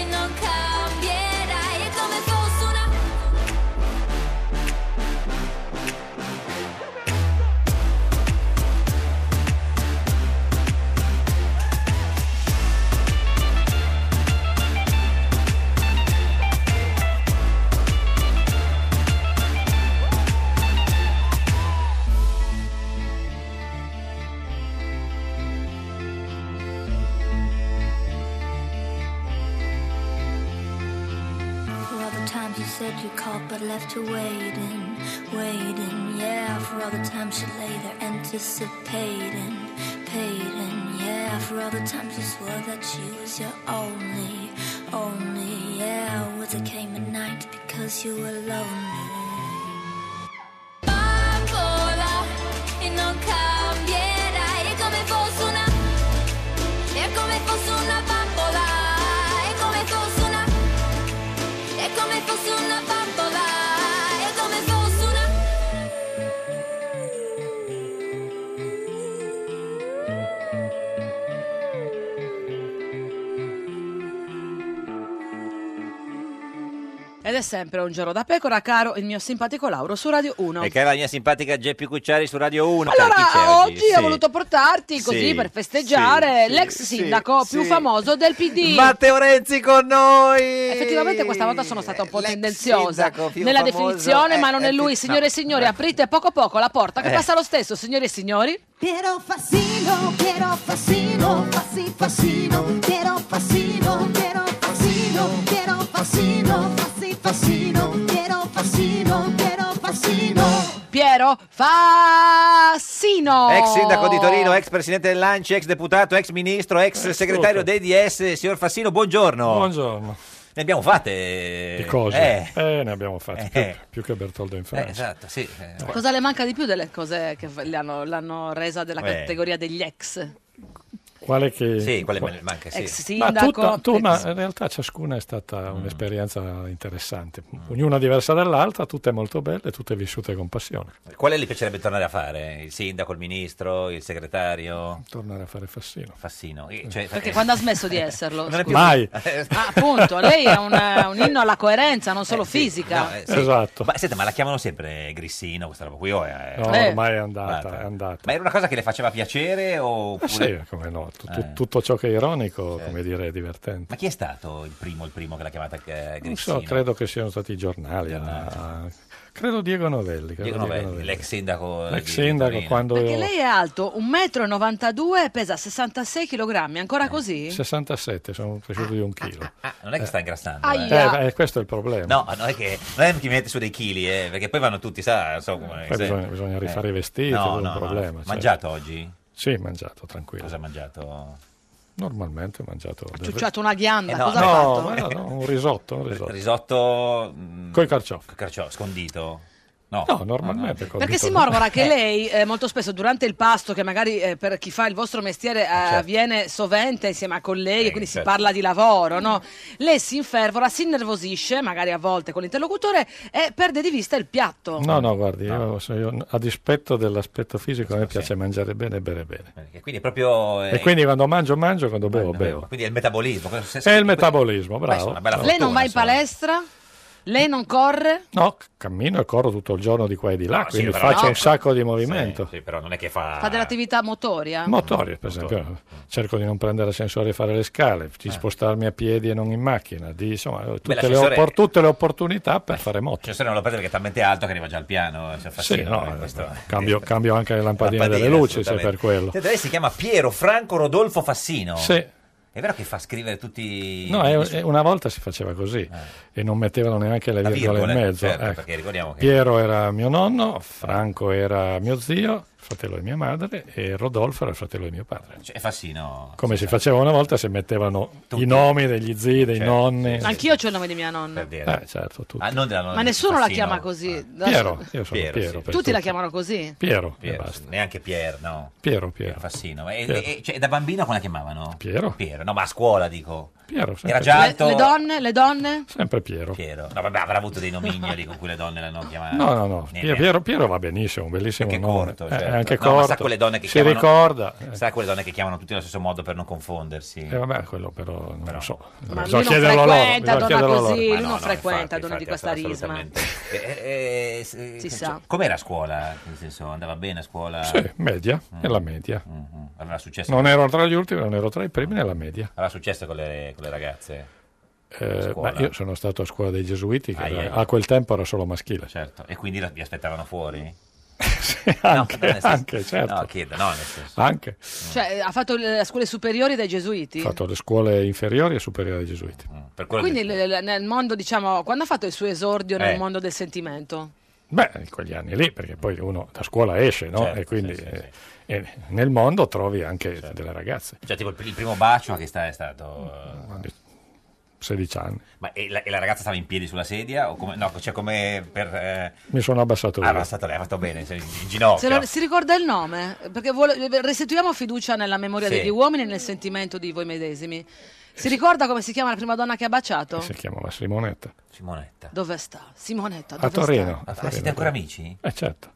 [SPEAKER 14] e non cambierai è come fosse una For all the times you said you called but left her waiting, waiting, yeah. For all the times she lay there anticipating, painting, yeah. For all the times you swore that she was your only, only, yeah. Was it came at night because you were lonely? Bambola, e non cambierai, è come fosse una, è come fosse una bambola, è come fosse una. È come fosse una bambola, è come fosse una...
[SPEAKER 1] Ed è sempre un giorno da pecora, caro il mio simpatico Lauro su Radio 1.
[SPEAKER 2] E che era la mia simpatica Geppi Cucciari su Radio 1.
[SPEAKER 1] Allora,
[SPEAKER 2] chi c'è
[SPEAKER 1] oggi
[SPEAKER 2] Sì.
[SPEAKER 1] ho voluto portarti così
[SPEAKER 2] Sì,
[SPEAKER 1] per festeggiare
[SPEAKER 2] sì,
[SPEAKER 1] l'ex
[SPEAKER 2] sì,
[SPEAKER 1] sindaco
[SPEAKER 2] sì.
[SPEAKER 1] più famoso del PD.
[SPEAKER 2] Matteo Renzi con noi!
[SPEAKER 1] Effettivamente questa volta sono stata un po' tendenziosa
[SPEAKER 2] Eh, più
[SPEAKER 1] nella
[SPEAKER 2] famoso
[SPEAKER 1] definizione,
[SPEAKER 2] è-
[SPEAKER 1] ma non è
[SPEAKER 2] è-
[SPEAKER 1] lui.
[SPEAKER 2] no.
[SPEAKER 1] Signore e signori, aprite poco poco la porta che
[SPEAKER 2] Eh.
[SPEAKER 1] passa lo stesso, signori e signori.
[SPEAKER 9] Piero Fassino, Piero Fassino, Fassi Fassino, Piero Fassino, Piero Fassino, Piero Fassino, Fassi Fassino, Piero Fassino, Piero Fassino.
[SPEAKER 1] Piero Fassino.
[SPEAKER 2] Ex sindaco di Torino, eh. ex presidente dell'Anci, ex deputato, ex ministro,
[SPEAKER 15] Eh,
[SPEAKER 2] ex segretario dei DS, signor Fassino, buongiorno.
[SPEAKER 15] Buongiorno.
[SPEAKER 2] Ne abbiamo fatte.
[SPEAKER 15] Di cose?
[SPEAKER 2] Eh,
[SPEAKER 15] Eh, ne abbiamo fatte più-
[SPEAKER 2] Eh.
[SPEAKER 15] più, che Bertoldo in
[SPEAKER 2] eh,
[SPEAKER 15] Francia.
[SPEAKER 2] esatto, sì. eh.
[SPEAKER 1] Cosa le manca di più delle cose che le hanno- l'hanno resa della
[SPEAKER 15] Beh.
[SPEAKER 1] categoria degli ex?
[SPEAKER 15] Quale che...
[SPEAKER 2] Sì, quale
[SPEAKER 15] qua-
[SPEAKER 2] me ne manca, sì.
[SPEAKER 1] Ex
[SPEAKER 15] Ma,
[SPEAKER 1] sindaco,
[SPEAKER 15] tutta- tu- ma
[SPEAKER 1] ex-
[SPEAKER 15] in realtà ciascuna è stata
[SPEAKER 2] Mm.
[SPEAKER 15] un'esperienza interessante, ognuna diversa dall'altra, tutte molto belle, tutte vissute con passione.
[SPEAKER 2] Quale le piacerebbe tornare a fare? Il sindaco, il ministro, il segretario?
[SPEAKER 15] Tornare a fare Fassino.
[SPEAKER 2] Fassino. eh, cioè-
[SPEAKER 1] Perché quando ha smesso di esserlo?
[SPEAKER 2] Non
[SPEAKER 1] scusa?
[SPEAKER 2] è più- Eh,
[SPEAKER 15] Mai.
[SPEAKER 1] Ah, appunto, lei è un, eh, un inno alla coerenza, non solo fisica.
[SPEAKER 2] No, eh, sì. Ma, senta, ma la chiamano sempre Grissino questa roba qui? o è-
[SPEAKER 15] Esatto. No,
[SPEAKER 1] Eh.
[SPEAKER 15] ormai è andata,
[SPEAKER 2] Guarda.
[SPEAKER 15] è andata.
[SPEAKER 2] Ma era una cosa che le faceva piacere?
[SPEAKER 15] Ma
[SPEAKER 2] Oppure...
[SPEAKER 15] sì, come no, tu- tu-
[SPEAKER 2] Eh.
[SPEAKER 15] tutto ciò che è ironico, come dire, è divertente.
[SPEAKER 2] Ma chi è stato il primo, il primo che l'ha chiamata eh,
[SPEAKER 15] Non
[SPEAKER 2] Grissino?
[SPEAKER 15] so, credo che siano stati i giornali. a- a- credo Diego Novelli. credo
[SPEAKER 2] Diego Novelli, l'ex sindaco
[SPEAKER 15] L'ex
[SPEAKER 2] di
[SPEAKER 15] sindaco,
[SPEAKER 2] Torino.
[SPEAKER 15] quando
[SPEAKER 1] Perché
[SPEAKER 15] io-
[SPEAKER 1] lei è alto 1,92 m e pesa 66 kg,
[SPEAKER 15] Eh,
[SPEAKER 1] ancora così?
[SPEAKER 15] 67, sono cresciuto di un chilo.
[SPEAKER 2] Ah, Non è che sta ingrassando, eh.
[SPEAKER 1] Aia.
[SPEAKER 15] Eh, eh, questo è il problema.
[SPEAKER 2] No, non è che, non è che mi mette su dei chili, eh, perché poi vanno tutti, sa, non so come...
[SPEAKER 15] Poi
[SPEAKER 2] se-
[SPEAKER 15] bisogna, bisogna rifare
[SPEAKER 2] eh.
[SPEAKER 15] i vestiti,
[SPEAKER 2] No,
[SPEAKER 15] è
[SPEAKER 2] no,
[SPEAKER 15] un
[SPEAKER 2] no.
[SPEAKER 15] problema. cioè.
[SPEAKER 2] Mangiato oggi?
[SPEAKER 15] Sì, mangiato, tranquillo.
[SPEAKER 2] Cosa ha mangiato?
[SPEAKER 15] Normalmente ho mangiato... del-
[SPEAKER 1] Ciucciato una ghianda,
[SPEAKER 2] Eh no,
[SPEAKER 1] cosa
[SPEAKER 15] no,
[SPEAKER 1] ha fatto?
[SPEAKER 15] ma no, no, un risotto, un risotto.
[SPEAKER 2] Risotto... mm,
[SPEAKER 15] Con i carciofi.
[SPEAKER 2] scondito? No,
[SPEAKER 15] No, normalmente col
[SPEAKER 1] Perché si
[SPEAKER 15] ritorno.
[SPEAKER 1] mormora che lei eh, molto spesso durante il pasto, che magari eh, per chi fa il vostro mestiere eh,
[SPEAKER 15] Certo.
[SPEAKER 1] avviene sovente insieme a
[SPEAKER 15] Eh,
[SPEAKER 1] colleghi, quindi si
[SPEAKER 16] certo.
[SPEAKER 1] parla di lavoro, no? lei si infervora, si innervosisce, magari a volte con l'interlocutore, e perde di vista il piatto.
[SPEAKER 15] No, no, guardi, io sono- io, a dispetto dell'aspetto fisico, a me piace mangiare bene e bere bene.
[SPEAKER 2] E quindi è proprio... eh,
[SPEAKER 15] E quindi quando mangio, mangio, quando bevo, bevo.
[SPEAKER 2] Quindi è il metabolismo.
[SPEAKER 15] È il metabolismo, bravo.
[SPEAKER 2] Questa è una bella
[SPEAKER 1] Lei non va in palestra? Lei non corre?
[SPEAKER 15] No, cammino e corro tutto il giorno di qua e di là,
[SPEAKER 2] No, sì,
[SPEAKER 15] quindi
[SPEAKER 2] però-
[SPEAKER 15] faccio
[SPEAKER 1] No.
[SPEAKER 15] un sacco di movimento.
[SPEAKER 2] Sì, però non è che fa...
[SPEAKER 15] Ah.
[SPEAKER 1] Fa dell'attività motoria?
[SPEAKER 15] Motori, per esempio, cerco di non prendere ascensori e fare le scale,
[SPEAKER 2] Eh.
[SPEAKER 15] di spostarmi a piedi e non in macchina, di insomma, tutte, le,
[SPEAKER 2] l'ascensore- Eh.
[SPEAKER 15] oppor- tutte le opportunità per fare moto.
[SPEAKER 2] L'ascensore non lo prende perché è talmente alto che arriva già al piano. Cioè, fa
[SPEAKER 15] Sì,
[SPEAKER 2] sempre
[SPEAKER 15] no, eh,
[SPEAKER 2] questo.
[SPEAKER 15] Cambio, cambio anche le lampadine,
[SPEAKER 2] Lampadine,
[SPEAKER 15] delle luci, se
[SPEAKER 2] assolutamente.
[SPEAKER 15] per quello.
[SPEAKER 2] Senta, lei si chiama Piero Franco Rodolfo Fassino.
[SPEAKER 15] Sì.
[SPEAKER 2] È vero che fa scrivere tutti...
[SPEAKER 15] No, è- è- una volta si faceva così e non mettevano neanche le
[SPEAKER 2] Eh. La
[SPEAKER 15] virgole in
[SPEAKER 2] virgola,
[SPEAKER 15] mezzo.
[SPEAKER 2] certo,
[SPEAKER 15] ecco.
[SPEAKER 2] perché ricordiamo che-
[SPEAKER 15] Piero era mio nonno, Franco era mio zio, fratello di mia madre e Rodolfo era il fratello di mio padre.
[SPEAKER 2] Cioè, è Fassino.
[SPEAKER 15] Come si faceva una volta si mettevano i nomi degli zii, dei
[SPEAKER 2] Certo,
[SPEAKER 15] nonni.
[SPEAKER 1] Anch'io ho il nome di mia nonna.
[SPEAKER 15] Eh, certo, tutti.
[SPEAKER 2] Ah, non della nonna
[SPEAKER 1] Ma
[SPEAKER 2] di
[SPEAKER 1] nessuno la
[SPEAKER 2] Fassino.
[SPEAKER 1] chiama così.
[SPEAKER 15] eh. Piero, io sono Piero.
[SPEAKER 2] Piero, sì.
[SPEAKER 15] per
[SPEAKER 1] Tutti la
[SPEAKER 15] tutti.
[SPEAKER 1] chiamano così.
[SPEAKER 15] Piero,
[SPEAKER 2] Piero, sì. neanche Pier, no.
[SPEAKER 15] Piero, Piero.
[SPEAKER 2] Fassino. Ma è-
[SPEAKER 15] Piero.
[SPEAKER 2] è- cioè, da bambino come la chiamavano?
[SPEAKER 15] Piero.
[SPEAKER 2] no, ma a scuola dico.
[SPEAKER 15] Piero,
[SPEAKER 2] Era
[SPEAKER 15] sempre
[SPEAKER 2] già
[SPEAKER 15] Piero.
[SPEAKER 2] alto.
[SPEAKER 1] Le donne, le donne?
[SPEAKER 15] Sempre Piero.
[SPEAKER 2] Piero. No, vabbè, avrà avuto dei nomignoli con cui le donne l'hanno chiamato.
[SPEAKER 15] No, no, no.
[SPEAKER 2] Ne-
[SPEAKER 15] Piero, Piero- Piero va benissimo, un bellissimo anche nome.
[SPEAKER 2] Certo,
[SPEAKER 15] Eh,
[SPEAKER 2] certo.
[SPEAKER 15] anche
[SPEAKER 2] No, ma
[SPEAKER 15] corto.
[SPEAKER 2] sa quelle donne che
[SPEAKER 15] si
[SPEAKER 2] chiamano,
[SPEAKER 15] ricorda.
[SPEAKER 2] Sa quelle donne che chiamano tutti allo stesso modo per non confondersi.
[SPEAKER 15] Eh, vabbè, quello però non lo so.
[SPEAKER 1] Ma
[SPEAKER 15] bisogna
[SPEAKER 1] lui non
[SPEAKER 15] chiederlo loro.
[SPEAKER 1] frequenta
[SPEAKER 15] bisogna
[SPEAKER 1] donna
[SPEAKER 15] chiederlo
[SPEAKER 1] così,
[SPEAKER 15] loro.
[SPEAKER 1] lui non frequenta
[SPEAKER 2] infatti,
[SPEAKER 1] donna di questa
[SPEAKER 2] infatti,
[SPEAKER 1] risma.
[SPEAKER 2] assolutamente. Eh, eh, se-
[SPEAKER 1] Si
[SPEAKER 2] cioè,
[SPEAKER 1] sa.
[SPEAKER 2] Com'era a scuola? Nel senso, andava bene a scuola? Mm.
[SPEAKER 15] Sì, media, nella media.
[SPEAKER 2] Aveva successo,
[SPEAKER 15] Non ero tra gli ultimi, non ero tra i primi, nella media.
[SPEAKER 2] aveva successo con, le, con le ragazze?
[SPEAKER 15] Eh,
[SPEAKER 2] Scuola.
[SPEAKER 15] beh, io sono stato a scuola dei Gesuiti, che
[SPEAKER 2] Ah,
[SPEAKER 15] era-
[SPEAKER 2] yeah.
[SPEAKER 15] a quel tempo era solo maschile.
[SPEAKER 2] Certo. E quindi la- vi aspettavano fuori?
[SPEAKER 15] anche,
[SPEAKER 2] nel senso-
[SPEAKER 15] anche, certo.
[SPEAKER 2] No, chiedo, no, nel senso.
[SPEAKER 15] Anche.
[SPEAKER 2] Mm.
[SPEAKER 1] Cioè, ha fatto le scuole superiori dai gesuiti?
[SPEAKER 15] Ho fatto le scuole inferiori e superiori dei Gesuiti.
[SPEAKER 2] Mm. Per
[SPEAKER 1] Quindi le- le- nel mondo, diciamo, quando ha fatto il suo esordio
[SPEAKER 15] Eh.
[SPEAKER 1] nel mondo del sentimento?
[SPEAKER 15] Beh, in quegli anni lì, perché poi uno da scuola esce, no?
[SPEAKER 2] Certo,
[SPEAKER 15] e quindi eh, e nel mondo trovi anche delle ragazze,
[SPEAKER 2] Cioè, tipo, il, il primo bacio che sta è
[SPEAKER 15] Mm,
[SPEAKER 2] stato... eh,
[SPEAKER 15] 16 anni.
[SPEAKER 2] Ma e la, e la ragazza stava in piedi sulla sedia? O come, no, cioè come per... eh,
[SPEAKER 15] Mi sono abbassato
[SPEAKER 2] ah,
[SPEAKER 15] io.
[SPEAKER 2] era stato lei, ha fatto bene, cioè, in, in
[SPEAKER 1] Se
[SPEAKER 2] ginocchio.
[SPEAKER 1] lo- si ricorda il nome? Perché vuole- restituiamo fiducia nella memoria
[SPEAKER 2] Sì.
[SPEAKER 1] degli uomini e nel sentimento di voi medesimi. Si ricorda come si chiama la prima donna che ha baciato?
[SPEAKER 15] Si chiamava Simonetta.
[SPEAKER 2] Simonetta.
[SPEAKER 1] Dove sta? Simonetta, dove
[SPEAKER 15] A Torino.
[SPEAKER 1] sta?
[SPEAKER 2] Ma
[SPEAKER 15] a
[SPEAKER 2] siete
[SPEAKER 15] Torino.
[SPEAKER 2] ancora amici?
[SPEAKER 15] Eh certo.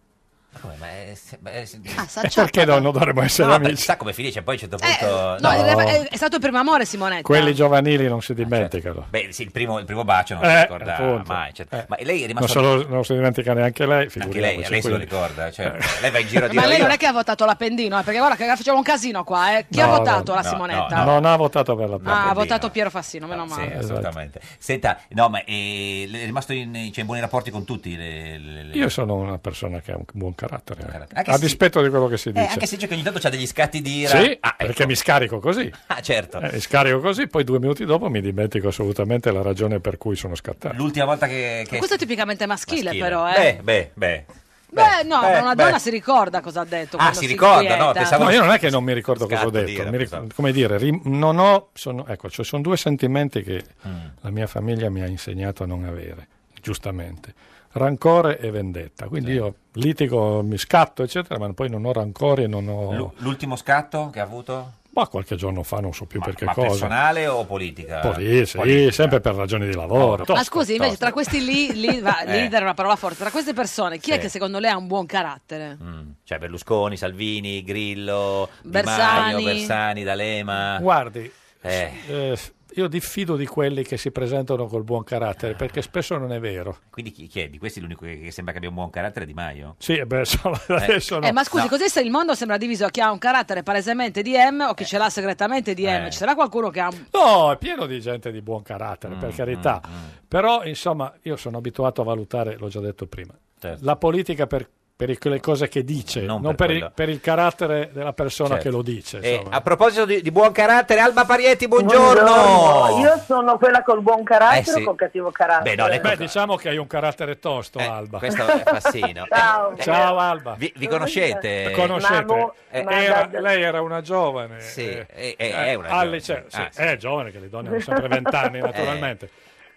[SPEAKER 2] Ma come, ma è- se- ma è- se-
[SPEAKER 1] Ah, sa-
[SPEAKER 15] E Eh, perché non non dovremmo essere
[SPEAKER 2] No,
[SPEAKER 15] amici?
[SPEAKER 2] perché Sa come finisce, poi a un certo
[SPEAKER 1] Eh,
[SPEAKER 2] punto...
[SPEAKER 1] no, in
[SPEAKER 15] no.
[SPEAKER 1] realtà È, è stato il primo amore Simonetta.
[SPEAKER 15] Quelli giovanili non si dimenticano.
[SPEAKER 2] Beh, Eh, certo. sì, il primo, il primo bacio non
[SPEAKER 15] Eh,
[SPEAKER 2] si ricorda
[SPEAKER 15] appunto. Eh.
[SPEAKER 2] mai. cioè, Ma lei è
[SPEAKER 15] Non,
[SPEAKER 2] rimasta...
[SPEAKER 15] se lo- non si dimentica neanche lei,
[SPEAKER 2] Anche
[SPEAKER 15] figuriamoci.
[SPEAKER 2] lei, lei se lo
[SPEAKER 15] quindi.
[SPEAKER 2] ricorda. Cioè,
[SPEAKER 15] Eh.
[SPEAKER 2] lei va in giro a dire...
[SPEAKER 1] Ma lei
[SPEAKER 2] "Io-
[SPEAKER 1] non è che ha votato l'appendino, eh? perché guarda che facciamo un casino qua, eh. Chi ha
[SPEAKER 15] No,
[SPEAKER 1] votato
[SPEAKER 15] no,
[SPEAKER 1] la
[SPEAKER 2] no,
[SPEAKER 1] Simonetta?
[SPEAKER 2] no, no.
[SPEAKER 15] Non ha votato per la
[SPEAKER 1] Ah, ha
[SPEAKER 2] L'appendino.
[SPEAKER 1] votato Piero Fassino, meno
[SPEAKER 2] Ah, Sì,
[SPEAKER 1] male.
[SPEAKER 2] assolutamente. Senta, no, ma eh, è, rimasto in, cioè, in buoni rapporti con tutti? le- le- le-
[SPEAKER 15] Io sono una persona che ha un buon carattere, eh.
[SPEAKER 2] Anche
[SPEAKER 15] a
[SPEAKER 2] se-
[SPEAKER 15] dispetto di quello che si
[SPEAKER 2] Eh,
[SPEAKER 15] dice.
[SPEAKER 2] anche se dice che ogni tanto c'ha degli scatti di ira.
[SPEAKER 15] Sì,
[SPEAKER 2] Ah,
[SPEAKER 15] perché mi scarico così.
[SPEAKER 2] ah, certo.
[SPEAKER 15] Eh, mi scarico così, poi due minuti dopo mi dimentico assolutamente la ragione per cui sono scattato.
[SPEAKER 2] L'ultima volta che... che-
[SPEAKER 1] Questo è tipicamente maschile,
[SPEAKER 2] maschile.
[SPEAKER 1] però, eh.
[SPEAKER 2] Beh, beh, beh.
[SPEAKER 1] Beh, no,
[SPEAKER 2] beh,
[SPEAKER 1] ma una
[SPEAKER 2] beh.
[SPEAKER 1] donna si ricorda cosa ha detto.
[SPEAKER 2] Ah,
[SPEAKER 1] quando
[SPEAKER 2] si ricorda,
[SPEAKER 1] inquieta.
[SPEAKER 2] no, pensavo-
[SPEAKER 15] No, io non è che non mi ricordo cosa ho
[SPEAKER 2] Scatto
[SPEAKER 15] detto,
[SPEAKER 2] d'ira,
[SPEAKER 15] mi ric-
[SPEAKER 2] pensavo.
[SPEAKER 15] come dire, rim- non ho, sono, ecco, ci sono due sentimenti che
[SPEAKER 2] Mm.
[SPEAKER 15] la mia famiglia mi ha insegnato a non avere, giustamente, rancore e vendetta, quindi io litigo, mi scatto, eccetera, ma poi non ho rancore e non ho...
[SPEAKER 2] L'u- l'ultimo scatto che ha avuto?
[SPEAKER 15] Ma qualche giorno fa non so più perché
[SPEAKER 2] ma eh,
[SPEAKER 15] cosa.
[SPEAKER 2] personale o politica?
[SPEAKER 15] Poi, sì,
[SPEAKER 2] Politica.
[SPEAKER 15] sempre per ragioni di
[SPEAKER 2] Oh,
[SPEAKER 15] lavoro.
[SPEAKER 1] Ma scusi, invece, tra questi lì, lì va-
[SPEAKER 2] Eh.
[SPEAKER 1] leader è una parola forte, tra queste persone, chi è
[SPEAKER 2] Sì.
[SPEAKER 1] che secondo lei ha un buon carattere?
[SPEAKER 2] Mm, Cioè Berlusconi, Salvini, Grillo,
[SPEAKER 1] Bersani.
[SPEAKER 2] Di Maio, Bersani, D'Alema.
[SPEAKER 15] Guardi,
[SPEAKER 2] Eh,
[SPEAKER 15] eh, io diffido di quelli che si presentano col buon carattere, perché spesso non è vero.
[SPEAKER 2] quindi chi, chi è? Di questi l'unico che, che sembra che abbia un buon carattere è Di Maio?
[SPEAKER 15] Sì, eh beh, insomma, adesso no.
[SPEAKER 1] Eh, ma scusi, così se il mondo sembra diviso a chi ha un carattere palesemente di M o chi ce l'ha segretamente di
[SPEAKER 2] Eh.
[SPEAKER 1] M, ci sarà qualcuno che ha un...
[SPEAKER 15] No, è pieno di gente di buon carattere,
[SPEAKER 2] Mm,
[SPEAKER 15] per carità. Però, insomma, io sono abituato a valutare, l'ho già detto prima, la politica per, per il- le cose che dice, non,
[SPEAKER 2] Certo. per
[SPEAKER 15] per, il,
[SPEAKER 2] quello.
[SPEAKER 15] per il carattere della persona
[SPEAKER 2] Certo.
[SPEAKER 15] che lo dice.
[SPEAKER 2] Eh,
[SPEAKER 15] insomma.
[SPEAKER 2] a proposito di, di buon carattere, Alba Parietti, buongiorno!
[SPEAKER 17] Io sono quella col buon carattere
[SPEAKER 2] oh! Eh sì.
[SPEAKER 17] o col cattivo carattere?
[SPEAKER 2] Beh, no, lei- Eh,
[SPEAKER 15] Beh, diciamo che hai un carattere tosto, Alba.
[SPEAKER 2] questo è Fassino.
[SPEAKER 17] Ciao.
[SPEAKER 2] Eh,
[SPEAKER 15] Ciao, Alba.
[SPEAKER 2] Vi, vi conoscete?
[SPEAKER 15] Conoscete?
[SPEAKER 2] Eh,
[SPEAKER 15] Era- lei era una giovane.
[SPEAKER 2] Sì,
[SPEAKER 15] eh,
[SPEAKER 2] eh, eh,
[SPEAKER 15] eh,
[SPEAKER 2] è una
[SPEAKER 15] al
[SPEAKER 2] giovane,
[SPEAKER 15] liceo,
[SPEAKER 2] sì. Ah,
[SPEAKER 15] sì, È giovane, che le donne hanno sempre vent'anni, naturalmente.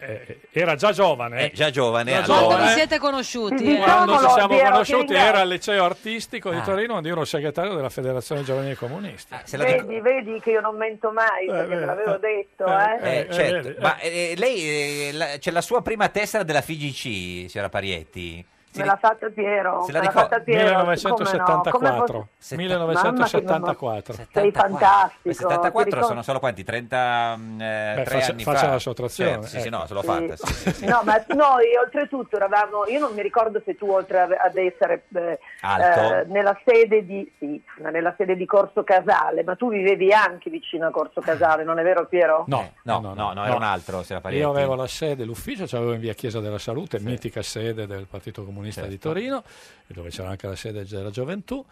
[SPEAKER 15] Eh, era già giovane.
[SPEAKER 2] Eh, già giovane,
[SPEAKER 15] Già
[SPEAKER 2] allora.
[SPEAKER 1] Quando
[SPEAKER 15] giovane.
[SPEAKER 1] vi siete conosciuti? eh?
[SPEAKER 15] Quando ci siamo
[SPEAKER 17] Piero, ti
[SPEAKER 15] conosciuti
[SPEAKER 17] ringrazio.
[SPEAKER 15] era al liceo artistico di
[SPEAKER 2] Ah.
[SPEAKER 15] Torino quando io ero segretario della Federazione Giovanili Comunisti.
[SPEAKER 17] Vedi, vedi che io non mento mai perché te l'avevo detto, eh.
[SPEAKER 2] Eh, certo.
[SPEAKER 15] eh,
[SPEAKER 2] Ma eh, lei, eh, la- c'è la sua prima tessera della FIGC, signora Parietti?
[SPEAKER 17] Me l'ha fatta Piero.
[SPEAKER 15] Se la
[SPEAKER 17] me l'ha
[SPEAKER 15] ricor-
[SPEAKER 17] fatta Piero.
[SPEAKER 15] 1974.
[SPEAKER 17] Come no? Come fosse-
[SPEAKER 15] Se- 1974.
[SPEAKER 17] Mamma che Sei fantastico.
[SPEAKER 2] Beh,
[SPEAKER 17] ti
[SPEAKER 2] 74
[SPEAKER 17] ricordi-
[SPEAKER 2] sono solo quanti? 33
[SPEAKER 15] Beh, faccia-
[SPEAKER 2] anni
[SPEAKER 15] faccia
[SPEAKER 2] fa.
[SPEAKER 15] la sottrazione,
[SPEAKER 2] Certo, Sì, sì,
[SPEAKER 15] ecco.
[SPEAKER 2] no, se l'ho fatta. sì, sì, sì.
[SPEAKER 17] No, ma noi oltretutto eravamo, io non mi ricordo se tu oltre a- ad essere eh,
[SPEAKER 2] Alto.
[SPEAKER 17] eh, nella, sede di, sì, ma nella sede di Corso Casale, ma tu vivevi anche vicino a Corso Casale, non è vero Piero?
[SPEAKER 15] No,
[SPEAKER 2] Eh, no, no, no, era un altro, se la Parietti.
[SPEAKER 15] Io avevo la sede, l'ufficio, c'avevo in via Chiesa della Salute, mitica sede del Partito Comunista di
[SPEAKER 2] Certo.
[SPEAKER 15] Torino, dove c'era anche la sede della gioventù,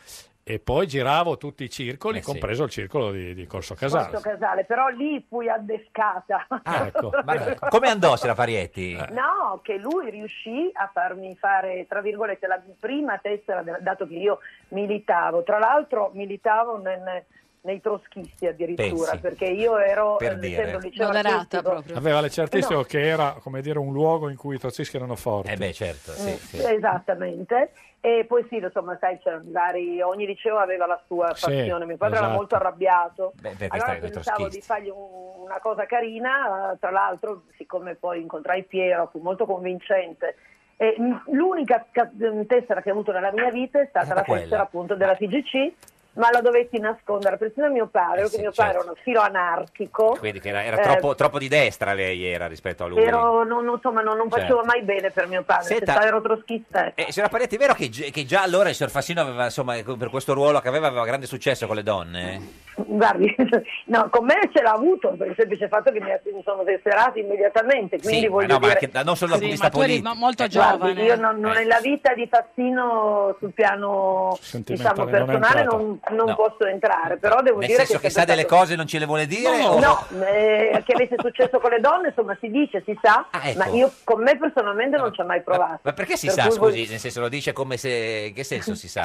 [SPEAKER 15] e poi giravo tutti i circoli,
[SPEAKER 2] Eh sì.
[SPEAKER 15] compreso il circolo di, di Corso Casale.
[SPEAKER 17] Corso Casale, però lì fui addescata.
[SPEAKER 15] ecco.
[SPEAKER 2] Ma Ah, come andò se la Parietti?
[SPEAKER 15] Eh.
[SPEAKER 17] No, che lui riuscì a farmi fare, tra virgolette, la prima tessera, de- dato che io militavo. Tra l'altro militavo nel- nei troschisti addirittura,
[SPEAKER 15] Pensi.
[SPEAKER 17] perché io ero
[SPEAKER 15] Per
[SPEAKER 17] eh,
[SPEAKER 15] dire.
[SPEAKER 17] essendo un liceo
[SPEAKER 18] Moderata
[SPEAKER 17] artistico-
[SPEAKER 15] Aveva le certistiche
[SPEAKER 17] No.
[SPEAKER 15] che era, come dire, un luogo in cui i trozzisti erano forti. Eh beh, certo,
[SPEAKER 17] Mm, Esattamente. E poi sì, insomma, sai, c'erano vari, ogni liceo aveva la sua
[SPEAKER 15] Sì,
[SPEAKER 17] fazione. Mio padre era
[SPEAKER 15] esatto.
[SPEAKER 17] molto arrabbiato.
[SPEAKER 2] Beh, perché
[SPEAKER 17] allora
[SPEAKER 2] stai con i
[SPEAKER 17] pensavo
[SPEAKER 2] trotskisti.
[SPEAKER 17] di fargli un- una cosa carina, eh, tra l'altro, siccome poi incontrai Piero, fu molto convincente. E, mh, l'unica ca- mh, tessera che ho avuto nella mia vita è stata, la
[SPEAKER 2] quella.
[SPEAKER 17] tessera appunto della TGC, ma la dovetti nascondere persino a mio
[SPEAKER 2] Eh
[SPEAKER 17] padre, perché mio padre era
[SPEAKER 2] certo.
[SPEAKER 17] uno filo anarchico.
[SPEAKER 2] Quindi che era, era
[SPEAKER 17] Eh,
[SPEAKER 2] troppo, troppo di destra lei era rispetto a lui.
[SPEAKER 17] ero- non, non- insomma, non, non facevo
[SPEAKER 2] Certo.
[SPEAKER 17] mai bene per mio padre,
[SPEAKER 2] Senta-
[SPEAKER 17] se sa, ero troschista. ecco.
[SPEAKER 2] Eh, signora Parietti, è vero che, gi- che già allora il signor Fassino aveva, insomma, ecco, per questo ruolo che aveva, aveva grande successo con le donne?
[SPEAKER 17] Guardi, no, con me ce l'ha avuto per il semplice fatto che mi, mi sono tesserati immediatamente, quindi
[SPEAKER 2] sì, ma
[SPEAKER 17] voglio
[SPEAKER 2] no, ma
[SPEAKER 17] dire...
[SPEAKER 2] anche da- non solo dal punto di vista politico.
[SPEAKER 17] molto
[SPEAKER 2] giovane.
[SPEAKER 17] io non, non-
[SPEAKER 2] Eh.
[SPEAKER 17] nella vita di Fassino sul piano diciamo,
[SPEAKER 2] Sentimentale non è
[SPEAKER 17] personale
[SPEAKER 2] entrato.
[SPEAKER 17] non, non
[SPEAKER 2] No.
[SPEAKER 17] posso entrare, però devo
[SPEAKER 2] Nel
[SPEAKER 17] dire
[SPEAKER 2] senso che,
[SPEAKER 17] è
[SPEAKER 2] sa
[SPEAKER 17] sempre
[SPEAKER 2] delle
[SPEAKER 17] stato-
[SPEAKER 2] cose e non ce le vuole dire? o-
[SPEAKER 17] No, eh, che avesse successo con le donne, insomma, si dice, si sa,
[SPEAKER 2] ecco.
[SPEAKER 17] ma io con me personalmente non ci ho mai provato.
[SPEAKER 2] Ma perché si
[SPEAKER 17] Per
[SPEAKER 2] sa,
[SPEAKER 17] cui vuol-
[SPEAKER 2] scusi? Nel senso lo dice come se... In che senso si sa,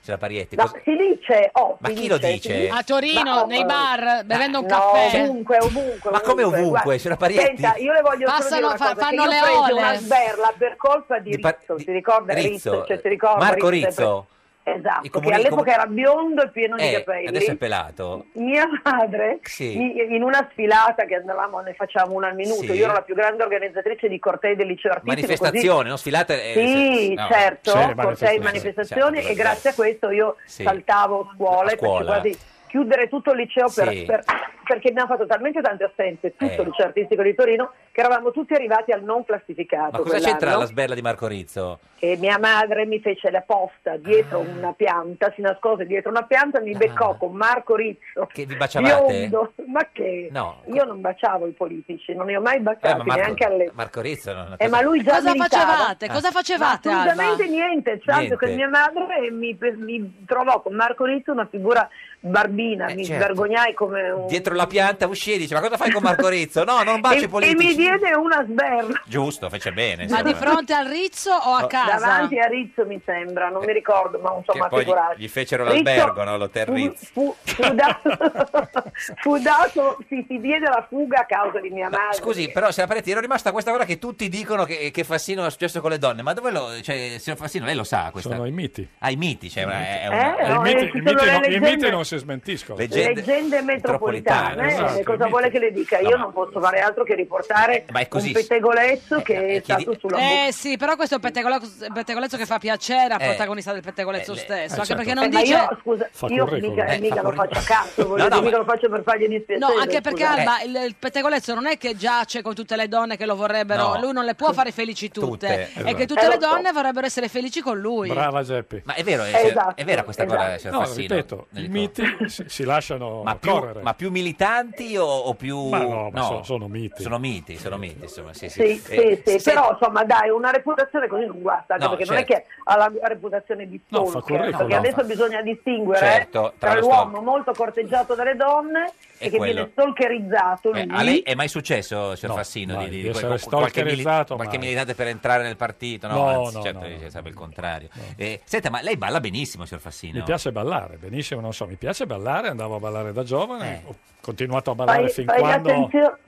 [SPEAKER 2] signora Parietti?
[SPEAKER 17] No,
[SPEAKER 2] Cosa-
[SPEAKER 17] si dice, oh,
[SPEAKER 2] Ma
[SPEAKER 17] si
[SPEAKER 2] chi lo
[SPEAKER 17] si
[SPEAKER 2] dice? Ah,
[SPEAKER 18] A Torino,
[SPEAKER 17] Ma, oh,
[SPEAKER 18] nei bar, bevendo un
[SPEAKER 17] no,
[SPEAKER 18] caffè.
[SPEAKER 17] Ovunque, ovunque.
[SPEAKER 2] Ma come ovunque,
[SPEAKER 17] guarda.
[SPEAKER 2] signora Parietti?
[SPEAKER 17] Senta, io le voglio solo dire
[SPEAKER 18] Passano,
[SPEAKER 17] una
[SPEAKER 18] fa-
[SPEAKER 17] cosa, che
[SPEAKER 18] fanno
[SPEAKER 17] io
[SPEAKER 18] le
[SPEAKER 17] ho preso
[SPEAKER 18] ole.
[SPEAKER 17] una sberla per colpa di,
[SPEAKER 2] Par-
[SPEAKER 17] Rizzo, si ricorda Rizzo? Cioè, si ricorda
[SPEAKER 2] Marco
[SPEAKER 17] Rizzo?
[SPEAKER 2] Rizzo. I
[SPEAKER 17] Esatto,
[SPEAKER 2] comuni-
[SPEAKER 17] che all'epoca
[SPEAKER 2] comu-
[SPEAKER 17] era biondo e pieno di
[SPEAKER 2] Eh,
[SPEAKER 17] capelli.
[SPEAKER 2] adesso è pelato.
[SPEAKER 17] Mia madre,
[SPEAKER 2] Sì.
[SPEAKER 17] mi- in una sfilata che andavamo, ne facciamo una al minuto,
[SPEAKER 2] Sì.
[SPEAKER 17] io ero la più grande organizzatrice di cortei del liceo artistico.
[SPEAKER 2] Manifestazione,
[SPEAKER 17] così-
[SPEAKER 2] no? Sfilate... eh,
[SPEAKER 17] Sì,
[SPEAKER 2] se- no.
[SPEAKER 17] certo, cortei, manifestazioni
[SPEAKER 2] Certo,
[SPEAKER 17] e grazie a questo io
[SPEAKER 2] Sì.
[SPEAKER 17] saltavo scuola
[SPEAKER 2] A
[SPEAKER 17] e facevo
[SPEAKER 2] scuola.
[SPEAKER 17] quasi chiudere tutto il liceo per-
[SPEAKER 2] Sì.
[SPEAKER 17] per- perché abbiamo fatto talmente tante assenze, tutto
[SPEAKER 2] Eh.
[SPEAKER 17] il liceo artistico di Torino, che eravamo tutti arrivati al non classificato.
[SPEAKER 2] Ma cosa
[SPEAKER 17] quell'anno.
[SPEAKER 2] c'entra la sberla di Marco Rizzo? Eh,
[SPEAKER 17] E mia madre mi fece la posta
[SPEAKER 2] Ah.
[SPEAKER 17] dietro una pianta, si nascose dietro una pianta, mi beccò con Marco Rizzo.
[SPEAKER 2] Che vi baciavate?
[SPEAKER 17] biondo. ma che?
[SPEAKER 2] No.
[SPEAKER 17] Io non baciavo i politici, non li ho mai
[SPEAKER 2] Eh,
[SPEAKER 17] baciati
[SPEAKER 2] ma Marco,
[SPEAKER 17] neanche alle...
[SPEAKER 2] Marco Rizzo non
[SPEAKER 17] Eh, ma lui già
[SPEAKER 1] Cosa
[SPEAKER 17] militava.
[SPEAKER 2] Eh.
[SPEAKER 1] facevate? Cosa
[SPEAKER 17] Ah.
[SPEAKER 1] facevate,
[SPEAKER 17] Ma assolutamente
[SPEAKER 1] Alba?
[SPEAKER 17] niente, tanto
[SPEAKER 1] Niente.
[SPEAKER 17] che mia madre mi, mi trovò con Marco Rizzo una figura barbina, mi
[SPEAKER 2] certo.
[SPEAKER 17] vergognai come un...
[SPEAKER 2] Dietro la pianta uscì e dice ma cosa fai con Marco Rizzo? No, non baci i
[SPEAKER 17] e, e
[SPEAKER 2] politici. Eh,
[SPEAKER 17] mi diede una sberla.
[SPEAKER 2] Giusto, fece bene.
[SPEAKER 1] Ma
[SPEAKER 2] insomma.
[SPEAKER 1] di fronte al Rizzo o a casa?
[SPEAKER 17] Davanti a Rizzo mi sembra, non mi ricordo, ma
[SPEAKER 2] Oh, Che
[SPEAKER 17] insomma
[SPEAKER 2] poi gli,
[SPEAKER 17] figurati.
[SPEAKER 2] gli fecero
[SPEAKER 17] Rizzo
[SPEAKER 2] l'albergo, no? L'hotel
[SPEAKER 17] fu-
[SPEAKER 2] Rizzo.
[SPEAKER 17] Fu, fu da- fu dato, si, si diede la fuga a causa di mia madre.
[SPEAKER 2] Scusi, però se la parete ero rimasta a questa ora che tutti dicono che, che Fassino è successo con le donne, ma dove lo. Cioè, signor Fassino, lei lo sa questa. Sono i
[SPEAKER 15] miti.
[SPEAKER 2] Ah, i miti, cioè, è
[SPEAKER 17] Eh,
[SPEAKER 2] una- è
[SPEAKER 17] no,
[SPEAKER 2] un-
[SPEAKER 17] eh,
[SPEAKER 15] I miti,
[SPEAKER 17] ci
[SPEAKER 15] i
[SPEAKER 17] sono
[SPEAKER 15] miti
[SPEAKER 17] le
[SPEAKER 15] non, i
[SPEAKER 17] leggende-
[SPEAKER 15] miti non si smentiscono.
[SPEAKER 2] Leggende-
[SPEAKER 17] Leggende metropolitane,
[SPEAKER 2] metropolitane,
[SPEAKER 17] eh,
[SPEAKER 2] esatto,
[SPEAKER 17] cosa vuole che le dica? Io non posso fare altro che riportare
[SPEAKER 2] ma è così. Eh,
[SPEAKER 17] un pettegolezzo che è,
[SPEAKER 2] chiedi-
[SPEAKER 17] stato sulla bocca.
[SPEAKER 1] Eh sì, però questo è un pettegolezzo, pettegolezzo che fa piacere al
[SPEAKER 2] Eh,
[SPEAKER 1] protagonista del pettegolezzo stesso, anche
[SPEAKER 2] certo.
[SPEAKER 1] perché non
[SPEAKER 17] Eh, ma
[SPEAKER 1] dice...
[SPEAKER 17] io, scusa,
[SPEAKER 2] Fa
[SPEAKER 17] io
[SPEAKER 2] curriculum.
[SPEAKER 17] mica,
[SPEAKER 2] Eh,
[SPEAKER 17] mica
[SPEAKER 2] fa
[SPEAKER 17] lo faccio a caso, voglio
[SPEAKER 2] No, no,
[SPEAKER 17] dire, mica
[SPEAKER 2] ma- Eh,
[SPEAKER 17] lo faccio per fargli dispiacere.
[SPEAKER 1] No, anche perché
[SPEAKER 17] scusate.
[SPEAKER 1] Alba, il, il pettegolezzo non è che giace con tutte le donne che lo vorrebbero,
[SPEAKER 2] No.
[SPEAKER 1] lui non le può fare felici tutte,
[SPEAKER 2] Tutte,
[SPEAKER 1] e
[SPEAKER 2] esatto.
[SPEAKER 1] che tutte
[SPEAKER 2] Eh,
[SPEAKER 1] le
[SPEAKER 2] lo so.
[SPEAKER 1] donne vorrebbero essere felici con lui.
[SPEAKER 15] Brava Geppi.
[SPEAKER 2] Ma è vero, è,
[SPEAKER 1] Esatto,
[SPEAKER 2] è vera questa cosa,
[SPEAKER 1] esatto.
[SPEAKER 2] signor
[SPEAKER 15] No,
[SPEAKER 2] Fassino?
[SPEAKER 15] ripeto,
[SPEAKER 2] Nel-
[SPEAKER 15] i miti si, si lasciano
[SPEAKER 2] ma, più,
[SPEAKER 15] correre.
[SPEAKER 2] ma più militanti o, o più.
[SPEAKER 15] Ma no, ma sono- sono miti.
[SPEAKER 2] Sono miti, sono miti, insomma, sì, sì.
[SPEAKER 17] Sì, sì,
[SPEAKER 2] Eh,
[SPEAKER 17] sì,
[SPEAKER 2] se-
[SPEAKER 17] però insomma dai, una reputazione così non guasta, anche
[SPEAKER 2] No,
[SPEAKER 17] perché non
[SPEAKER 2] certo.
[SPEAKER 17] è che ha la reputazione di
[SPEAKER 2] No,
[SPEAKER 17] stalker,
[SPEAKER 2] fa curriculum,
[SPEAKER 17] perché
[SPEAKER 2] no,
[SPEAKER 17] adesso
[SPEAKER 2] fa-
[SPEAKER 17] bisogna distinguere
[SPEAKER 2] Certo,
[SPEAKER 17] eh,
[SPEAKER 2] tra
[SPEAKER 17] tra,
[SPEAKER 2] lo
[SPEAKER 17] l'uomo molto corteggiato dalle donne e,
[SPEAKER 2] E
[SPEAKER 17] che
[SPEAKER 2] quello.
[SPEAKER 17] viene stalkerizzato lui.
[SPEAKER 2] Eh, a lei è mai successo, signor Fassino, di, di-
[SPEAKER 15] di essere
[SPEAKER 2] qual- qualche, mili-
[SPEAKER 15] stalkerizzato,
[SPEAKER 2] qualche
[SPEAKER 15] mai.
[SPEAKER 2] militante per entrare nel partito? No,
[SPEAKER 15] No,
[SPEAKER 2] anzi,
[SPEAKER 15] no,
[SPEAKER 2] certo,
[SPEAKER 15] no,
[SPEAKER 2] dice, sarebbe il contrario. Eh, senta, ma lei balla benissimo, signor Fassino.
[SPEAKER 15] Mi piace ballare, benissimo, non so,
[SPEAKER 2] Eh.
[SPEAKER 15] mi piace ballare, andavo a ballare da giovane, ho continuato a ballare
[SPEAKER 17] Fai,
[SPEAKER 15] fin
[SPEAKER 17] fai
[SPEAKER 15] quando...
[SPEAKER 17] attenzio-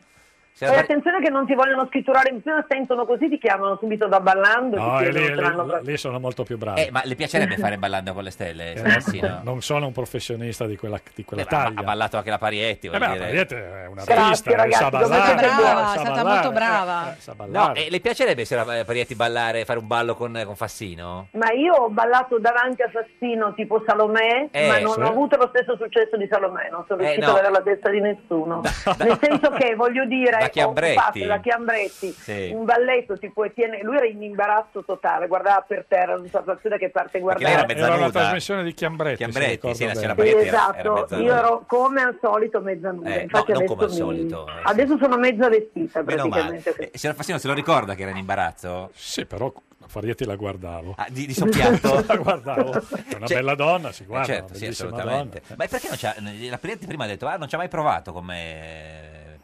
[SPEAKER 2] Cioè,
[SPEAKER 17] Fai attenzione che non ti vogliono scritturare in più, sentono così, ti chiamano subito da ballando. ti
[SPEAKER 15] No, eh,
[SPEAKER 17] chiedono
[SPEAKER 15] lì,
[SPEAKER 17] se l'hanno
[SPEAKER 15] lì- lì sono molto più bravi.
[SPEAKER 2] Eh, ma le piacerebbe fare Ballando con le Stelle?
[SPEAKER 15] Eh,
[SPEAKER 2] Sarassino?
[SPEAKER 15] non sono un professionista di quella, di quella
[SPEAKER 2] Eh, ma-
[SPEAKER 15] taglia.
[SPEAKER 2] ha ballato anche la Parietti.
[SPEAKER 15] Eh
[SPEAKER 2] voglio
[SPEAKER 15] beh,
[SPEAKER 2] dire.
[SPEAKER 15] Mariette è una
[SPEAKER 2] Grazie,
[SPEAKER 15] artista,
[SPEAKER 2] ragazzi,
[SPEAKER 15] sa
[SPEAKER 2] dovete
[SPEAKER 15] ballare,
[SPEAKER 2] brava,
[SPEAKER 15] sa
[SPEAKER 2] è stata
[SPEAKER 15] ballare,
[SPEAKER 2] molto
[SPEAKER 1] brava.
[SPEAKER 15] eh, sa
[SPEAKER 2] No,
[SPEAKER 15] ballare.
[SPEAKER 2] eh, le piacerebbe se la eh, Parietti ballare, fare un ballo con, eh, con Fassino?
[SPEAKER 17] Ma io ho ballato davanti a Fassino tipo Salomè,
[SPEAKER 2] Eh,
[SPEAKER 17] ma non
[SPEAKER 2] sì.
[SPEAKER 17] ho avuto lo stesso successo di Salomè, non sono
[SPEAKER 2] Eh,
[SPEAKER 17] riuscito
[SPEAKER 2] no.
[SPEAKER 17] ad avere la testa di nessuno. Nel senso che, voglio
[SPEAKER 2] Da
[SPEAKER 17] dire, ho
[SPEAKER 2] Chiambretti.
[SPEAKER 17] fatto da Chiambretti
[SPEAKER 2] Sì.
[SPEAKER 17] un balletto tipo Etienne, lui era in imbarazzo totale, guardava per terra, non sapeva più da che parte guardava.
[SPEAKER 15] Era una
[SPEAKER 2] mezzanuda.
[SPEAKER 15] trasmissione di Chiambretti.
[SPEAKER 2] Chiambretti,
[SPEAKER 15] se ricordo
[SPEAKER 2] sì, la
[SPEAKER 15] bene.
[SPEAKER 2] signora
[SPEAKER 17] Sì, esatto, io ero come al solito mezzanuda,
[SPEAKER 2] Eh,
[SPEAKER 17] infatti
[SPEAKER 2] no, non
[SPEAKER 17] adesso,
[SPEAKER 2] come al
[SPEAKER 17] mi-
[SPEAKER 2] solito, eh,
[SPEAKER 17] adesso sono mezza vestita
[SPEAKER 2] Meno male.
[SPEAKER 17] praticamente.
[SPEAKER 2] Eh, signora Fassino, se lo ricorda che era in imbarazzo? Ah,
[SPEAKER 15] Sì, però Parietti la guardavo.
[SPEAKER 2] di, di soppiatto?
[SPEAKER 15] la guardavo. È una
[SPEAKER 2] Cioè-
[SPEAKER 15] bella donna, si
[SPEAKER 2] Eh,
[SPEAKER 15] guarda.
[SPEAKER 2] certo,
[SPEAKER 15] una
[SPEAKER 2] sì,
[SPEAKER 15] bellissima
[SPEAKER 2] assolutamente.
[SPEAKER 15] donna. eh.
[SPEAKER 2] Ma perché non c'ha, la Parietti prima ha detto, ah, non ci ha mai provato come eh,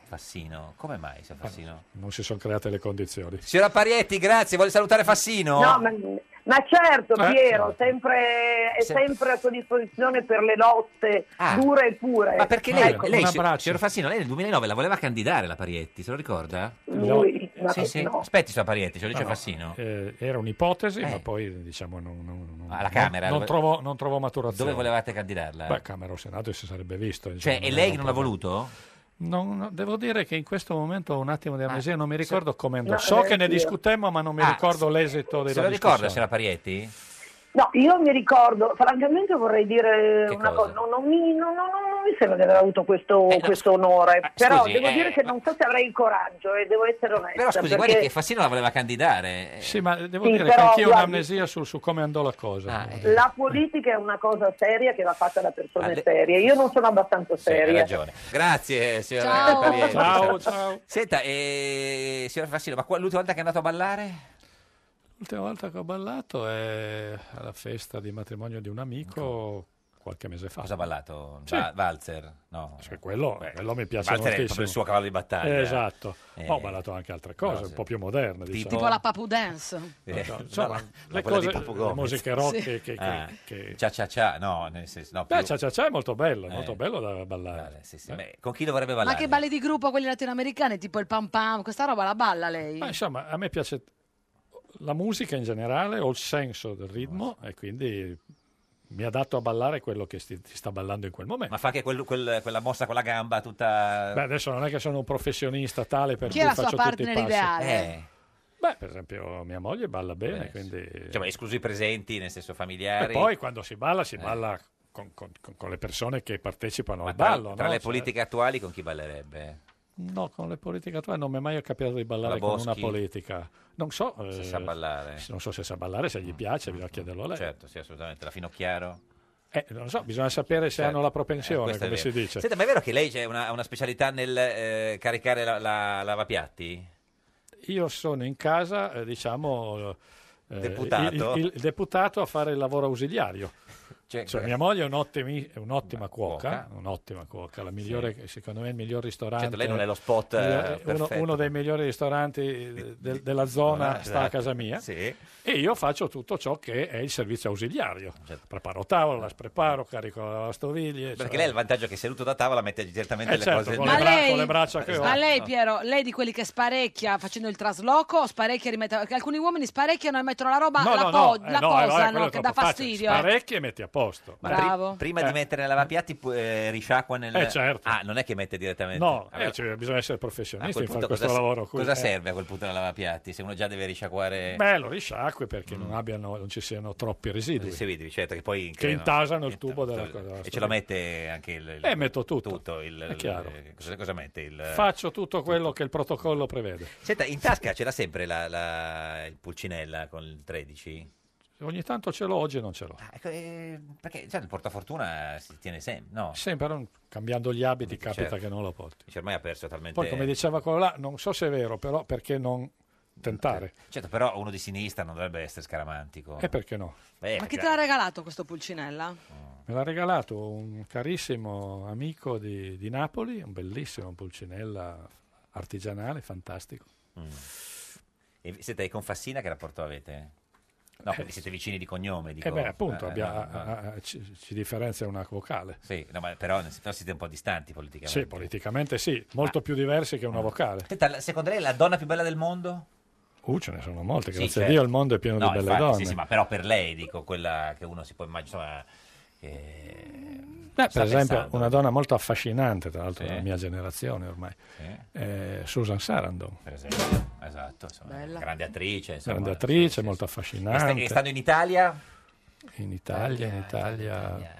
[SPEAKER 2] Fassino. Come mai, signor
[SPEAKER 15] Eh,
[SPEAKER 2] Fassino?
[SPEAKER 15] Non si sono create le condizioni.
[SPEAKER 2] Signora Parietti, grazie, vuole salutare Fassino?
[SPEAKER 17] No, ma, ma certo,
[SPEAKER 15] Eh,
[SPEAKER 17] Piero, sempre, è
[SPEAKER 2] Sempre. Ah.
[SPEAKER 17] sempre a tua disposizione per le lotte dure e pure.
[SPEAKER 2] Ma perché lei,
[SPEAKER 17] Ecco,
[SPEAKER 2] lei si- signor Fassino, lei nel 2009 la voleva candidare la Parietti, se lo ricorda?
[SPEAKER 17] Lui, ma
[SPEAKER 2] Sì, sì.
[SPEAKER 17] no.
[SPEAKER 2] Aspetti, signora Parietti, ce lo dice
[SPEAKER 15] No, no,
[SPEAKER 2] Fassino.
[SPEAKER 15] eh, era un'ipotesi,
[SPEAKER 2] Eh.
[SPEAKER 15] ma poi diciamo non, non- non-
[SPEAKER 2] Alla Camera,
[SPEAKER 15] non,
[SPEAKER 2] dove-
[SPEAKER 15] trovo, non trovo maturazione.
[SPEAKER 2] Dove volevate candidarla?
[SPEAKER 15] Beh, Camera o Senato si sarebbe visto.
[SPEAKER 2] Cioè,
[SPEAKER 15] insomma,
[SPEAKER 2] e lei
[SPEAKER 15] era un
[SPEAKER 2] non l'ha
[SPEAKER 15] problema.
[SPEAKER 2] voluto?
[SPEAKER 15] Non- no, devo dire che in questo momento ho un attimo di amnesia, non mi ricordo come andò.
[SPEAKER 17] No,
[SPEAKER 15] so che ne
[SPEAKER 17] neanch'io.
[SPEAKER 15] discutemmo, ma non mi
[SPEAKER 2] eh, Ah,
[SPEAKER 15] ricordo
[SPEAKER 2] se-
[SPEAKER 15] l'esito della
[SPEAKER 2] Se lo ricorda,
[SPEAKER 15] discussione.
[SPEAKER 2] signora Parietti?
[SPEAKER 17] No, io mi ricordo, francamente vorrei dire
[SPEAKER 2] Che
[SPEAKER 17] una
[SPEAKER 2] cosa? Eh,
[SPEAKER 17] cosa, non, non mi, non- non- non- non mi sembra di aver avuto questo, questo onore, però
[SPEAKER 2] scusi,
[SPEAKER 17] devo
[SPEAKER 2] eh,
[SPEAKER 17] dire che non so se avrei il coraggio e devo essere onesta.
[SPEAKER 2] Però scusi, guardi
[SPEAKER 17] perché-
[SPEAKER 2] che Fassino la voleva candidare.
[SPEAKER 15] Sì, ma devo
[SPEAKER 17] Sì,
[SPEAKER 15] dire che
[SPEAKER 17] però,
[SPEAKER 15] anch'io ho
[SPEAKER 17] guardi-
[SPEAKER 15] un'amnesia su, su come andò la cosa.
[SPEAKER 2] Ah, eh,
[SPEAKER 15] devo dire.
[SPEAKER 17] La politica è una cosa seria che va fatta da persone
[SPEAKER 2] Ah, le-
[SPEAKER 17] serie. Io non sono abbastanza
[SPEAKER 2] Sì, hai
[SPEAKER 17] seria.
[SPEAKER 2] ragione. Grazie, signora
[SPEAKER 17] Ciao.
[SPEAKER 2] Parietti.
[SPEAKER 15] Ciao,
[SPEAKER 2] Senta, eh, signora Fassino, ma qua- l'ultima volta che è andato a ballare?
[SPEAKER 15] L'ultima volta che ho ballato è alla festa di matrimonio di un amico qualche mese fa.
[SPEAKER 2] Cosa ha ballato?
[SPEAKER 15] Sì.
[SPEAKER 2] Va- Walzer? No.
[SPEAKER 15] quello, eh, quello mi piace
[SPEAKER 2] Walzer è
[SPEAKER 15] moltissimo.
[SPEAKER 2] proprio il suo cavallo di battaglia.
[SPEAKER 15] Eh, esatto.
[SPEAKER 2] Eh.
[SPEAKER 15] Ho ballato anche altre cose,
[SPEAKER 2] Cose.
[SPEAKER 15] un po' più moderne.
[SPEAKER 2] Tipo?
[SPEAKER 15] diciamo.
[SPEAKER 1] Tipo la Papu Dance.
[SPEAKER 2] Eh,
[SPEAKER 15] No, insomma,
[SPEAKER 2] la-
[SPEAKER 15] le
[SPEAKER 2] la quella
[SPEAKER 15] cose-
[SPEAKER 2] di Papu
[SPEAKER 15] le
[SPEAKER 2] Gomez.
[SPEAKER 15] musiche rock Sì. che- che-
[SPEAKER 2] Ah,
[SPEAKER 15] che-
[SPEAKER 2] Cia cia cia, no, nel senso, no,
[SPEAKER 15] Beh,
[SPEAKER 2] più-
[SPEAKER 15] Cia Cia Cia è molto bello, è
[SPEAKER 2] Eh.
[SPEAKER 15] molto bello da ballare. Eh.
[SPEAKER 2] sì, sì, beh, con chi dovrebbe
[SPEAKER 1] Ma
[SPEAKER 2] ballare?
[SPEAKER 1] che balli di gruppo quelli latinoamericani, tipo il pam pam, questa roba la balla lei?
[SPEAKER 15] Ma insomma, a me piace la musica in generale, ho il senso del ritmo e quindi mi ha dato a ballare quello che si si sta ballando in quel momento.
[SPEAKER 2] Ma fa anche quel- quel- quella mossa con la gamba tutta...
[SPEAKER 15] Beh, adesso non è che sono un professionista tale per
[SPEAKER 1] Chi
[SPEAKER 15] cui
[SPEAKER 1] è la sua
[SPEAKER 15] faccio tutti i
[SPEAKER 1] partner
[SPEAKER 15] passi.
[SPEAKER 1] ideale?
[SPEAKER 2] Eh.
[SPEAKER 15] Beh, per esempio, mia moglie balla
[SPEAKER 2] Beh,
[SPEAKER 15] bene, quindi...
[SPEAKER 2] Cioè, ma esclusi i presenti, nel senso
[SPEAKER 15] E
[SPEAKER 2] familiari. Eh.
[SPEAKER 15] poi quando si balla, si balla con, con- con- con le persone che partecipano al
[SPEAKER 2] tra,
[SPEAKER 15] ballo.
[SPEAKER 2] tra
[SPEAKER 15] no?
[SPEAKER 2] le
[SPEAKER 15] Cioè,
[SPEAKER 2] politiche attuali con chi ballerebbe?
[SPEAKER 15] No, con le politiche attuali non mi è mai capitato di ballare
[SPEAKER 2] La
[SPEAKER 15] con
[SPEAKER 2] Boschi?
[SPEAKER 15] una politica. Non so
[SPEAKER 2] Se
[SPEAKER 15] eh,
[SPEAKER 2] sa ballare. Mm.
[SPEAKER 15] Non so se sa ballare, se gli piace, bisogna chiederlo a lei.
[SPEAKER 2] Certo, sì, assolutamente. La Finocchiaro.
[SPEAKER 15] Eh, non so, bisogna sapere se hanno la
[SPEAKER 2] Eh,
[SPEAKER 15] propensione,
[SPEAKER 2] questo è
[SPEAKER 15] come si
[SPEAKER 2] vero.
[SPEAKER 15] dice.
[SPEAKER 2] Senta, ma è vero che lei c'è una, una specialità nel eh, caricare la, la lavapiatti?
[SPEAKER 15] Eh, Io sono in casa, eh, diciamo, eh,
[SPEAKER 2] Deputato.
[SPEAKER 15] Il, il- il deputato a fare il lavoro ausiliario.
[SPEAKER 2] Cioè,
[SPEAKER 15] Cioè, mia moglie è, un'ottimi- è un'ottima cuoca, un'ottima cuoca, la migliore, secondo me il miglior ristorante.
[SPEAKER 2] Certo, lei non è lo spot, eh,
[SPEAKER 15] Uno- uno,
[SPEAKER 2] perfetto.
[SPEAKER 15] dei migliori ristoranti eh, del- della zona
[SPEAKER 2] Zona,
[SPEAKER 15] sta a
[SPEAKER 2] esatto.
[SPEAKER 15] casa mia.
[SPEAKER 2] Sì.
[SPEAKER 15] E io faccio tutto ciò che è il servizio ausiliario. Preparo tavola, la spreparo, carico la lavastoviglie.
[SPEAKER 2] Certo. Eh. Perché
[SPEAKER 15] cioè-
[SPEAKER 2] lei ha il vantaggio che seduto da tavola mette direttamente
[SPEAKER 15] Eh,
[SPEAKER 2] le
[SPEAKER 15] certo,
[SPEAKER 2] cose...
[SPEAKER 15] con
[SPEAKER 1] Ma
[SPEAKER 15] le bra-
[SPEAKER 1] lei-
[SPEAKER 15] con le braccia che ho.
[SPEAKER 1] Ma lei, Piero, lei di quelli che sparecchia facendo il trasloco, o sparecchia e rimette. Perché alcuni uomini sparecchiano e mettono la roba, la, po-
[SPEAKER 15] eh,
[SPEAKER 1] la
[SPEAKER 15] no, eh, vabbè,
[SPEAKER 1] posano,
[SPEAKER 15] quello è
[SPEAKER 1] che dà
[SPEAKER 15] troppo facile.
[SPEAKER 1] fastidio. eh.
[SPEAKER 15] Sparecchi e metti a posto.
[SPEAKER 2] Ma pri- prima di mettere la lavapiatti pu- eh, risciacqua nel...
[SPEAKER 15] Eh, certo.
[SPEAKER 2] Ah, non è che mette direttamente...
[SPEAKER 15] No,
[SPEAKER 2] Allora,
[SPEAKER 15] eh, cioè, bisogna essere
[SPEAKER 2] a
[SPEAKER 15] professionisti
[SPEAKER 2] quel
[SPEAKER 15] in fare
[SPEAKER 2] punto
[SPEAKER 15] questo
[SPEAKER 2] cosa,
[SPEAKER 15] lavoro. qui,
[SPEAKER 2] cosa
[SPEAKER 15] eh.
[SPEAKER 2] serve a quel punto la lavapiatti? Se uno già deve risciacquare...
[SPEAKER 15] Beh, lo risciacqui
[SPEAKER 2] Mm.
[SPEAKER 15] perché non, abbiano, non ci siano troppi residui.
[SPEAKER 2] Se vedi, certo, che poi
[SPEAKER 15] Che
[SPEAKER 2] creano-
[SPEAKER 15] intasano il tubo della cosa.
[SPEAKER 2] e ce lo mette anche il, il-
[SPEAKER 15] Eh, metto tutto.
[SPEAKER 2] il,
[SPEAKER 15] È chiaro.
[SPEAKER 2] il- eh, cosa, cosa mette il
[SPEAKER 15] Faccio tutto quello che il protocollo prevede.
[SPEAKER 2] Senta, in tasca c'era sempre la, la- il pulcinella con il 13?
[SPEAKER 15] Ogni tanto ce l'ho, oggi non ce l'ho.
[SPEAKER 2] Ecco, eh, perché già il portafortuna si tiene sempre, no?
[SPEAKER 15] Sempre non- cambiando gli abiti capita
[SPEAKER 2] Certo.
[SPEAKER 15] che non lo porti.
[SPEAKER 2] Cioè, ormai ha perso talmente...
[SPEAKER 15] Poi, come diceva quello là, non so se è vero, però perché non tentare?
[SPEAKER 2] Certo, però uno di sinistra non dovrebbe essere scaramantico.
[SPEAKER 15] E perché no?
[SPEAKER 2] Eh,
[SPEAKER 1] Ma chi
[SPEAKER 2] perché-
[SPEAKER 1] te l'ha regalato questo pulcinella?
[SPEAKER 15] Me l'ha regalato un carissimo amico di, di Napoli, un bellissimo pulcinella
[SPEAKER 2] Mm.
[SPEAKER 15] artigianale, fantastico.
[SPEAKER 2] E, senta, e con Fassina che rapporto avete? No, quindi siete vicini di cognome. Dico.
[SPEAKER 15] Eh beh, appunto,
[SPEAKER 2] Eh,
[SPEAKER 15] abbia- ah,
[SPEAKER 2] no, no.
[SPEAKER 15] a- a- ci, ci differenzia una vocale.
[SPEAKER 2] Sì, no, ma però, però siete un po' distanti politicamente.
[SPEAKER 15] Sì, politicamente sì, molto più diversi
[SPEAKER 2] Mm.
[SPEAKER 15] che una vocale.
[SPEAKER 2] Senta, la- secondo lei la donna più bella del mondo?
[SPEAKER 15] Uh, ce ne sono molte,
[SPEAKER 2] Sì,
[SPEAKER 15] grazie a
[SPEAKER 2] certo.
[SPEAKER 15] Dio il mondo è pieno
[SPEAKER 2] No,
[SPEAKER 15] di belle
[SPEAKER 2] infatti,
[SPEAKER 15] donne.
[SPEAKER 2] Sì, sì, ma però per lei, dico, quella che uno si può immaginare. Che...
[SPEAKER 15] Beh,
[SPEAKER 2] sta
[SPEAKER 15] per esempio,
[SPEAKER 2] pensando.
[SPEAKER 15] una donna molto affascinante, tra l'altro
[SPEAKER 2] Sì.
[SPEAKER 15] della mia generazione ormai,
[SPEAKER 2] Sì.
[SPEAKER 15] è Susan Sarandon.
[SPEAKER 2] Per esempio, esatto, insomma, grande attrice. Insomma.
[SPEAKER 15] grande attrice, molto
[SPEAKER 2] E sta-
[SPEAKER 15] affascinante.
[SPEAKER 2] e stando in Italia?
[SPEAKER 15] in Italia, in Italia,
[SPEAKER 2] non eh. è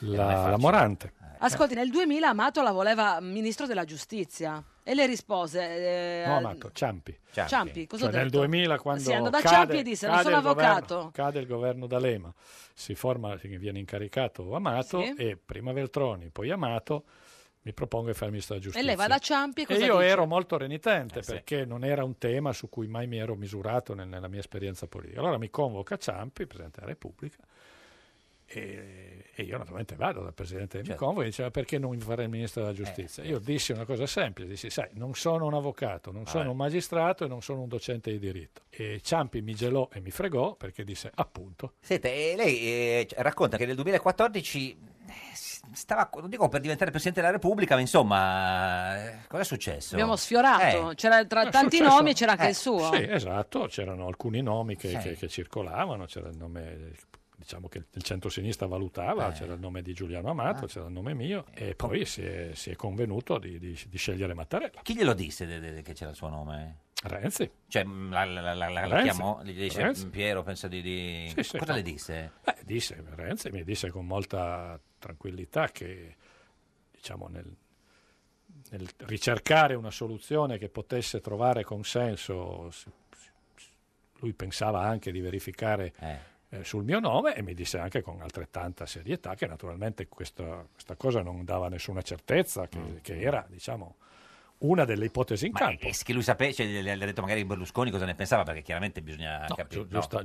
[SPEAKER 15] la,
[SPEAKER 2] facile.
[SPEAKER 15] la Morante.
[SPEAKER 1] Ascolti, nel 2000 Amato la voleva ministro della giustizia e le rispose... eh,
[SPEAKER 15] No, Marco, Ciampi.
[SPEAKER 1] Ciampi. Ciampi, cosa ho
[SPEAKER 15] Cioè, nel
[SPEAKER 1] detto?
[SPEAKER 15] 2000 quando
[SPEAKER 1] Sì, andò da
[SPEAKER 15] cade-
[SPEAKER 1] Ciampi e disse, non
[SPEAKER 15] cade
[SPEAKER 1] sono
[SPEAKER 15] il governo-
[SPEAKER 1] avvocato.
[SPEAKER 15] cade il governo D'Alema, si forma, viene incaricato Amato
[SPEAKER 1] Sì.
[SPEAKER 15] e prima Veltroni, poi Amato, mi propongo di fare ministro della
[SPEAKER 1] E
[SPEAKER 15] giustizia.
[SPEAKER 1] lei va da Ciampi e
[SPEAKER 15] E
[SPEAKER 1] cosa
[SPEAKER 15] io
[SPEAKER 1] dice?
[SPEAKER 15] ero molto renitente
[SPEAKER 1] Eh, sì.
[SPEAKER 15] perché non era un tema su cui mai mi ero misurato nel- nella mia esperienza politica. Allora mi convoca Ciampi, Presidente della Repubblica, e, e io naturalmente vado dal Presidente mi
[SPEAKER 2] Certo. Eh,
[SPEAKER 15] convoca e diceva perché non fare il Ministro della Giustizia? Io dissi una cosa semplice, dissi sai, non sono un avvocato, non
[SPEAKER 2] Ah,
[SPEAKER 15] sono
[SPEAKER 2] eh.
[SPEAKER 15] un magistrato e non sono un docente di diritto. E Ciampi mi gelò e mi fregò perché disse appunto.
[SPEAKER 2] Senta, e lei eh, c- racconta che nel 2014 eh, s- stava, non dico per diventare Presidente della Repubblica, ma insomma, eh, cosa è successo?
[SPEAKER 1] Abbiamo sfiorato,
[SPEAKER 2] Eh,
[SPEAKER 1] c'era tra
[SPEAKER 15] È
[SPEAKER 1] tanti
[SPEAKER 15] successo-
[SPEAKER 1] nomi c'era anche
[SPEAKER 15] eh,
[SPEAKER 1] il suo.
[SPEAKER 15] Sì, esatto, c'erano alcuni nomi che,
[SPEAKER 1] Sì.
[SPEAKER 15] che- che circolavano, c'era il nome diciamo che il centro-sinistra valutava,
[SPEAKER 2] Eh.
[SPEAKER 15] c'era il nome di Giuliano
[SPEAKER 2] Ah.
[SPEAKER 15] Amato, c'era il nome mio e poi si è, si è convenuto di, di- di scegliere Mattarella.
[SPEAKER 2] Chi glielo disse de- de- che c'era il suo nome?
[SPEAKER 15] Renzi.
[SPEAKER 2] Cioè, mm, la, la- la- la- la
[SPEAKER 15] Renzi.
[SPEAKER 2] chiamò, gli dice
[SPEAKER 15] Renzi.
[SPEAKER 2] "Mm, Piero, penso di... di-"
[SPEAKER 15] Sì, sì,
[SPEAKER 2] cosa
[SPEAKER 15] no.
[SPEAKER 2] le disse?
[SPEAKER 15] Beh, disse, Renzi mi disse con molta tranquillità che diciamo, nel, nel ricercare una soluzione che potesse trovare consenso, s- s- lui pensava anche di verificare eh, sul mio nome e mi disse anche con altrettanta serietà che naturalmente questa, questa cosa non dava nessuna certezza, che,
[SPEAKER 2] Mm.
[SPEAKER 15] che era diciamo, una delle ipotesi in
[SPEAKER 2] Ma
[SPEAKER 15] campo.
[SPEAKER 2] è- è che lui sapeva, cioè, le, le- le ha detto magari Berlusconi cosa ne pensava, perché chiaramente bisogna
[SPEAKER 15] No,
[SPEAKER 2] capire.
[SPEAKER 15] giu- giusta-
[SPEAKER 2] no.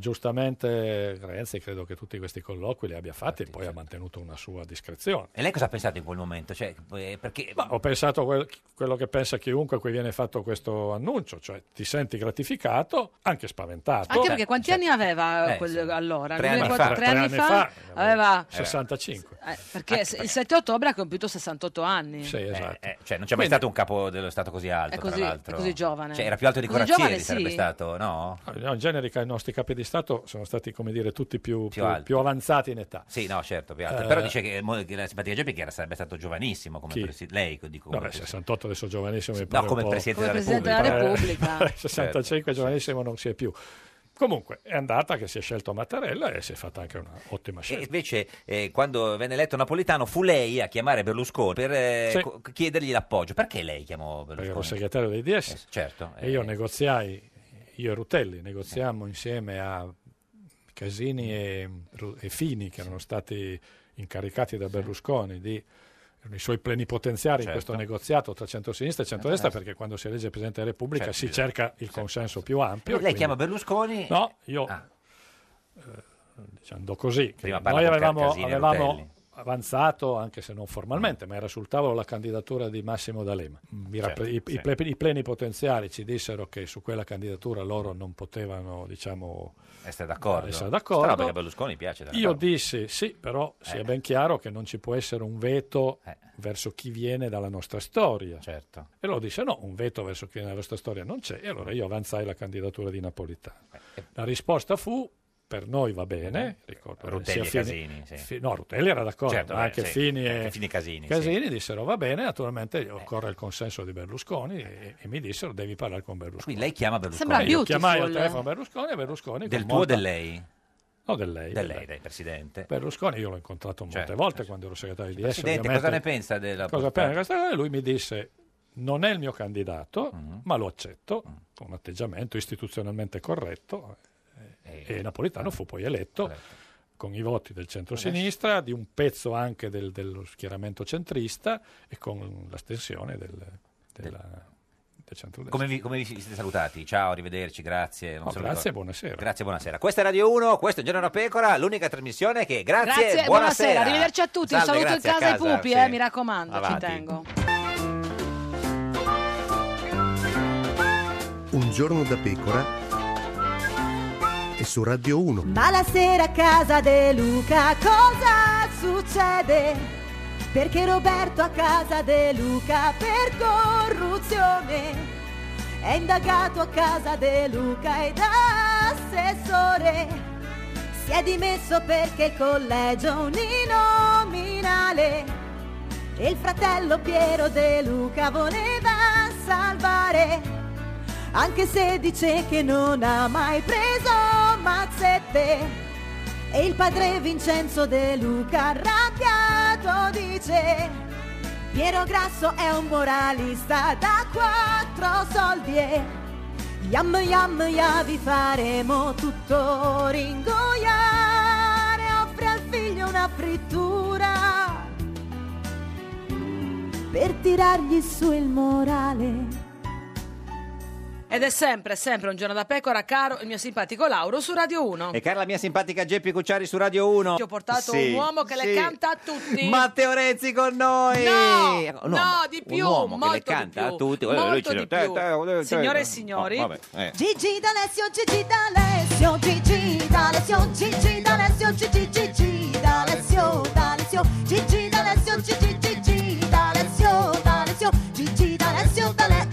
[SPEAKER 15] Giustamente Renzi credo che tutti questi colloqui li abbia fatti e poi ha mantenuto una sua discrezione.
[SPEAKER 2] E lei cosa ha pensato in quel momento? Cioè, eh, perché...
[SPEAKER 15] Ma ho pensato quel- quello che pensa chiunque a cui viene fatto questo annuncio, cioè ti senti gratificato, anche spaventato.
[SPEAKER 1] Anche perché quanti anni aveva
[SPEAKER 15] Eh,
[SPEAKER 1] quel-
[SPEAKER 15] sì.
[SPEAKER 1] allora?
[SPEAKER 15] Tre
[SPEAKER 1] Nel
[SPEAKER 15] anni
[SPEAKER 1] 2004,
[SPEAKER 15] fa.
[SPEAKER 1] tre
[SPEAKER 15] Tre
[SPEAKER 1] anni
[SPEAKER 15] anni
[SPEAKER 1] fa
[SPEAKER 15] fa,
[SPEAKER 1] aveva...
[SPEAKER 15] 65.
[SPEAKER 1] eh, perché se- il 7 ottobre ha compiuto 68 anni.
[SPEAKER 2] Eh,
[SPEAKER 15] esatto.
[SPEAKER 2] eh, cioè, non c'è mai
[SPEAKER 15] Quindi-
[SPEAKER 2] stato un capo dello Stato così alto,
[SPEAKER 1] È così-
[SPEAKER 2] tra l'altro.
[SPEAKER 1] è così giovane.
[SPEAKER 2] Cioè, era più alto di
[SPEAKER 1] Così
[SPEAKER 2] Corazzieri,
[SPEAKER 1] giovane, sì.
[SPEAKER 2] sarebbe stato, no?
[SPEAKER 15] No, in genere i nostri capi di Stato sono stati, come dire, tutti più, più-
[SPEAKER 2] alti.
[SPEAKER 15] più avanzati in età.
[SPEAKER 2] Sì, no, certo, più alto.
[SPEAKER 15] Eh,
[SPEAKER 2] Però dice che, mo- che la simpatica Geppi che era, sarebbe stato giovanissimo come
[SPEAKER 15] Chi?
[SPEAKER 2] presidente. Lei, dico, come
[SPEAKER 15] Vabbè,
[SPEAKER 2] presi-
[SPEAKER 15] 68 adesso giovanissimo mi
[SPEAKER 2] No,
[SPEAKER 15] pare
[SPEAKER 2] come
[SPEAKER 15] un po'-
[SPEAKER 2] Presidente Come della Certo,
[SPEAKER 1] Presidente della Repubblica. Repubblica.
[SPEAKER 15] Eh, 65 giovanissimo non si è più. Comunque è andata che si è scelto Mattarella e si è fatta anche un'ottima
[SPEAKER 2] E
[SPEAKER 15] scelta.
[SPEAKER 2] invece, eh, quando venne eletto Napolitano, fu lei a chiamare Berlusconi per eh,
[SPEAKER 15] Sì.
[SPEAKER 2] co- chiedergli l'appoggio. Perché lei chiamò
[SPEAKER 15] Perché ero
[SPEAKER 2] Berlusconi?
[SPEAKER 15] segretario dei DS.
[SPEAKER 2] Eh, Eh. certo.
[SPEAKER 15] E io negoziai, io e Rutelli negoziammo insieme a Casini e, Ru- e Fini, che erano stati incaricati da Berlusconi di erano i suoi plenipotenziari in
[SPEAKER 2] Certo.
[SPEAKER 15] questo negoziato tra centrosinistra e centrodestra,
[SPEAKER 2] Centrodestra.
[SPEAKER 15] perché quando si elegge Presidente della Repubblica
[SPEAKER 2] Certo,
[SPEAKER 15] si
[SPEAKER 2] bisogna-
[SPEAKER 15] cerca il consenso più ampio.
[SPEAKER 2] Lei
[SPEAKER 15] quindi-
[SPEAKER 2] chiama Berlusconi.
[SPEAKER 15] No, io eh, diciamo, andò così. che
[SPEAKER 2] Prima parla
[SPEAKER 15] Noi
[SPEAKER 2] con
[SPEAKER 15] avevamo,
[SPEAKER 2] Casini e
[SPEAKER 15] avevamo
[SPEAKER 2] Rutelli.
[SPEAKER 15] avanzato, anche se non formalmente, ma era sul tavolo la candidatura di Massimo D'Alema. Mi
[SPEAKER 2] Certo,
[SPEAKER 15] rappre- i,
[SPEAKER 2] sì.
[SPEAKER 15] i ple- i plenipotenziari ci dissero che su quella candidatura loro non potevano, diciamo,
[SPEAKER 2] Essere Eh, d'accordo.
[SPEAKER 15] essere d'accordo.
[SPEAKER 2] Strano, perché a Berlusconi piace. dare
[SPEAKER 15] Io
[SPEAKER 2] d'accordo.
[SPEAKER 15] dissi sì, però
[SPEAKER 2] Eh.
[SPEAKER 15] sia ben chiaro che non ci può essere un veto verso chi viene dalla nostra storia.
[SPEAKER 2] Certo.
[SPEAKER 15] E loro disse no, un veto verso chi viene dalla nostra storia non c'è. E allora io avanzai la candidatura di Napolitano.
[SPEAKER 2] Eh,
[SPEAKER 15] La risposta fu per noi va bene, ricordo
[SPEAKER 2] Rutelli
[SPEAKER 15] sia
[SPEAKER 2] e
[SPEAKER 15] Fini-
[SPEAKER 2] Casini, sì.
[SPEAKER 15] Fi- no, Rutelli era d'accordo,
[SPEAKER 2] Certo,
[SPEAKER 15] ma
[SPEAKER 2] beh,
[SPEAKER 15] anche
[SPEAKER 2] sì.
[SPEAKER 15] Fini
[SPEAKER 2] Anche
[SPEAKER 15] e
[SPEAKER 2] Fini Eh. e Casini,
[SPEAKER 15] dissero va bene, naturalmente occorre il consenso di Berlusconi e, e mi dissero devi parlare con Berlusconi.
[SPEAKER 2] Quindi lei chiama Berlusconi.
[SPEAKER 15] Sembra eh. Io chiamai al telefono Berlusconi e Berlusconi
[SPEAKER 2] Del
[SPEAKER 15] con
[SPEAKER 2] tuo o
[SPEAKER 15] molta-
[SPEAKER 2] del lei?
[SPEAKER 15] No, del lei.
[SPEAKER 2] Del lei, del presidente. Certo.
[SPEAKER 15] Berlusconi io l'ho incontrato molte volte quando ero segretario di DS.
[SPEAKER 2] Presidente,
[SPEAKER 15] ovviamente.
[SPEAKER 2] cosa ne pensa della
[SPEAKER 15] Cosa pensa di questa cosa? E Lui mi disse non è il mio candidato, ma lo accetto con un atteggiamento istituzionalmente corretto eh, e Napolitano fu poi eletto con i voti del centrosinistra, di un pezzo anche del- dello schieramento centrista e con l'astensione del, della, del centrodestra.
[SPEAKER 2] Come vi, come vi siete salutati? Ciao, arrivederci, grazie. non
[SPEAKER 15] No,
[SPEAKER 2] so
[SPEAKER 15] grazie e
[SPEAKER 2] ricordo.
[SPEAKER 15] buonasera.
[SPEAKER 2] Grazie, buonasera. Questa è Radio 1, questo è Giorno da Pecora, l'unica trasmissione che... Grazie,
[SPEAKER 1] Grazie, buonasera.
[SPEAKER 2] buonasera.
[SPEAKER 1] Arrivederci a tutti.
[SPEAKER 2] Salve,
[SPEAKER 1] Un saluto in
[SPEAKER 2] grazie, a
[SPEAKER 1] casa, ai pupi,
[SPEAKER 2] sì.
[SPEAKER 1] eh, mi raccomando,
[SPEAKER 2] Avanti.
[SPEAKER 1] ci tengo.
[SPEAKER 13] Un giorno da pecora e su Radio 1.
[SPEAKER 9] Ma la sera a casa De Luca cosa succede? Perché Roberto a casa De Luca per corruzione è indagato a casa De Luca ed assessore. Si è dimesso perché il collegio è uninominale e il fratello Piero De Luca voleva salvare. Anche se dice che non ha mai preso mazzette. E il padre Vincenzo De Luca arrabbiato dice Piero Grasso è un moralista da quattro soldi e Yam yam ya vi faremo tutto ringoiare Offre al figlio una frittura Per tirargli su il morale
[SPEAKER 1] Ed è sempre, sempre un giorno da pecora, caro il mio simpatico Lauro su Radio 1.
[SPEAKER 2] E cara la mia simpatica Geppi Cucciari su Radio 1.
[SPEAKER 1] Ti ho portato un uomo che le canta a tutti.
[SPEAKER 2] Matteo Renzi con noi.
[SPEAKER 1] No,
[SPEAKER 2] Un
[SPEAKER 1] no,
[SPEAKER 2] uomo-
[SPEAKER 1] di più,
[SPEAKER 2] Un uomo che le
[SPEAKER 1] molto di
[SPEAKER 2] canta a
[SPEAKER 1] più,
[SPEAKER 2] tutti. Eh,
[SPEAKER 1] molto
[SPEAKER 2] lui ce
[SPEAKER 1] di
[SPEAKER 2] l'ha.
[SPEAKER 1] più.
[SPEAKER 2] Eh, eh, eh, eh,
[SPEAKER 1] Signore e
[SPEAKER 2] eh,
[SPEAKER 1] signori.
[SPEAKER 2] vabbè, eh.
[SPEAKER 9] Gigi D'Alessio, Gigi D'Alessio, Gigi D'Alessio, Gigi D'Alessio, Gigi Gigi D'Alessio, D'Alessio, Gigi D'Alessio, Gigi Gigi D'Alessio, D'Alessio, Gigi D'Alessio, D'Alessio.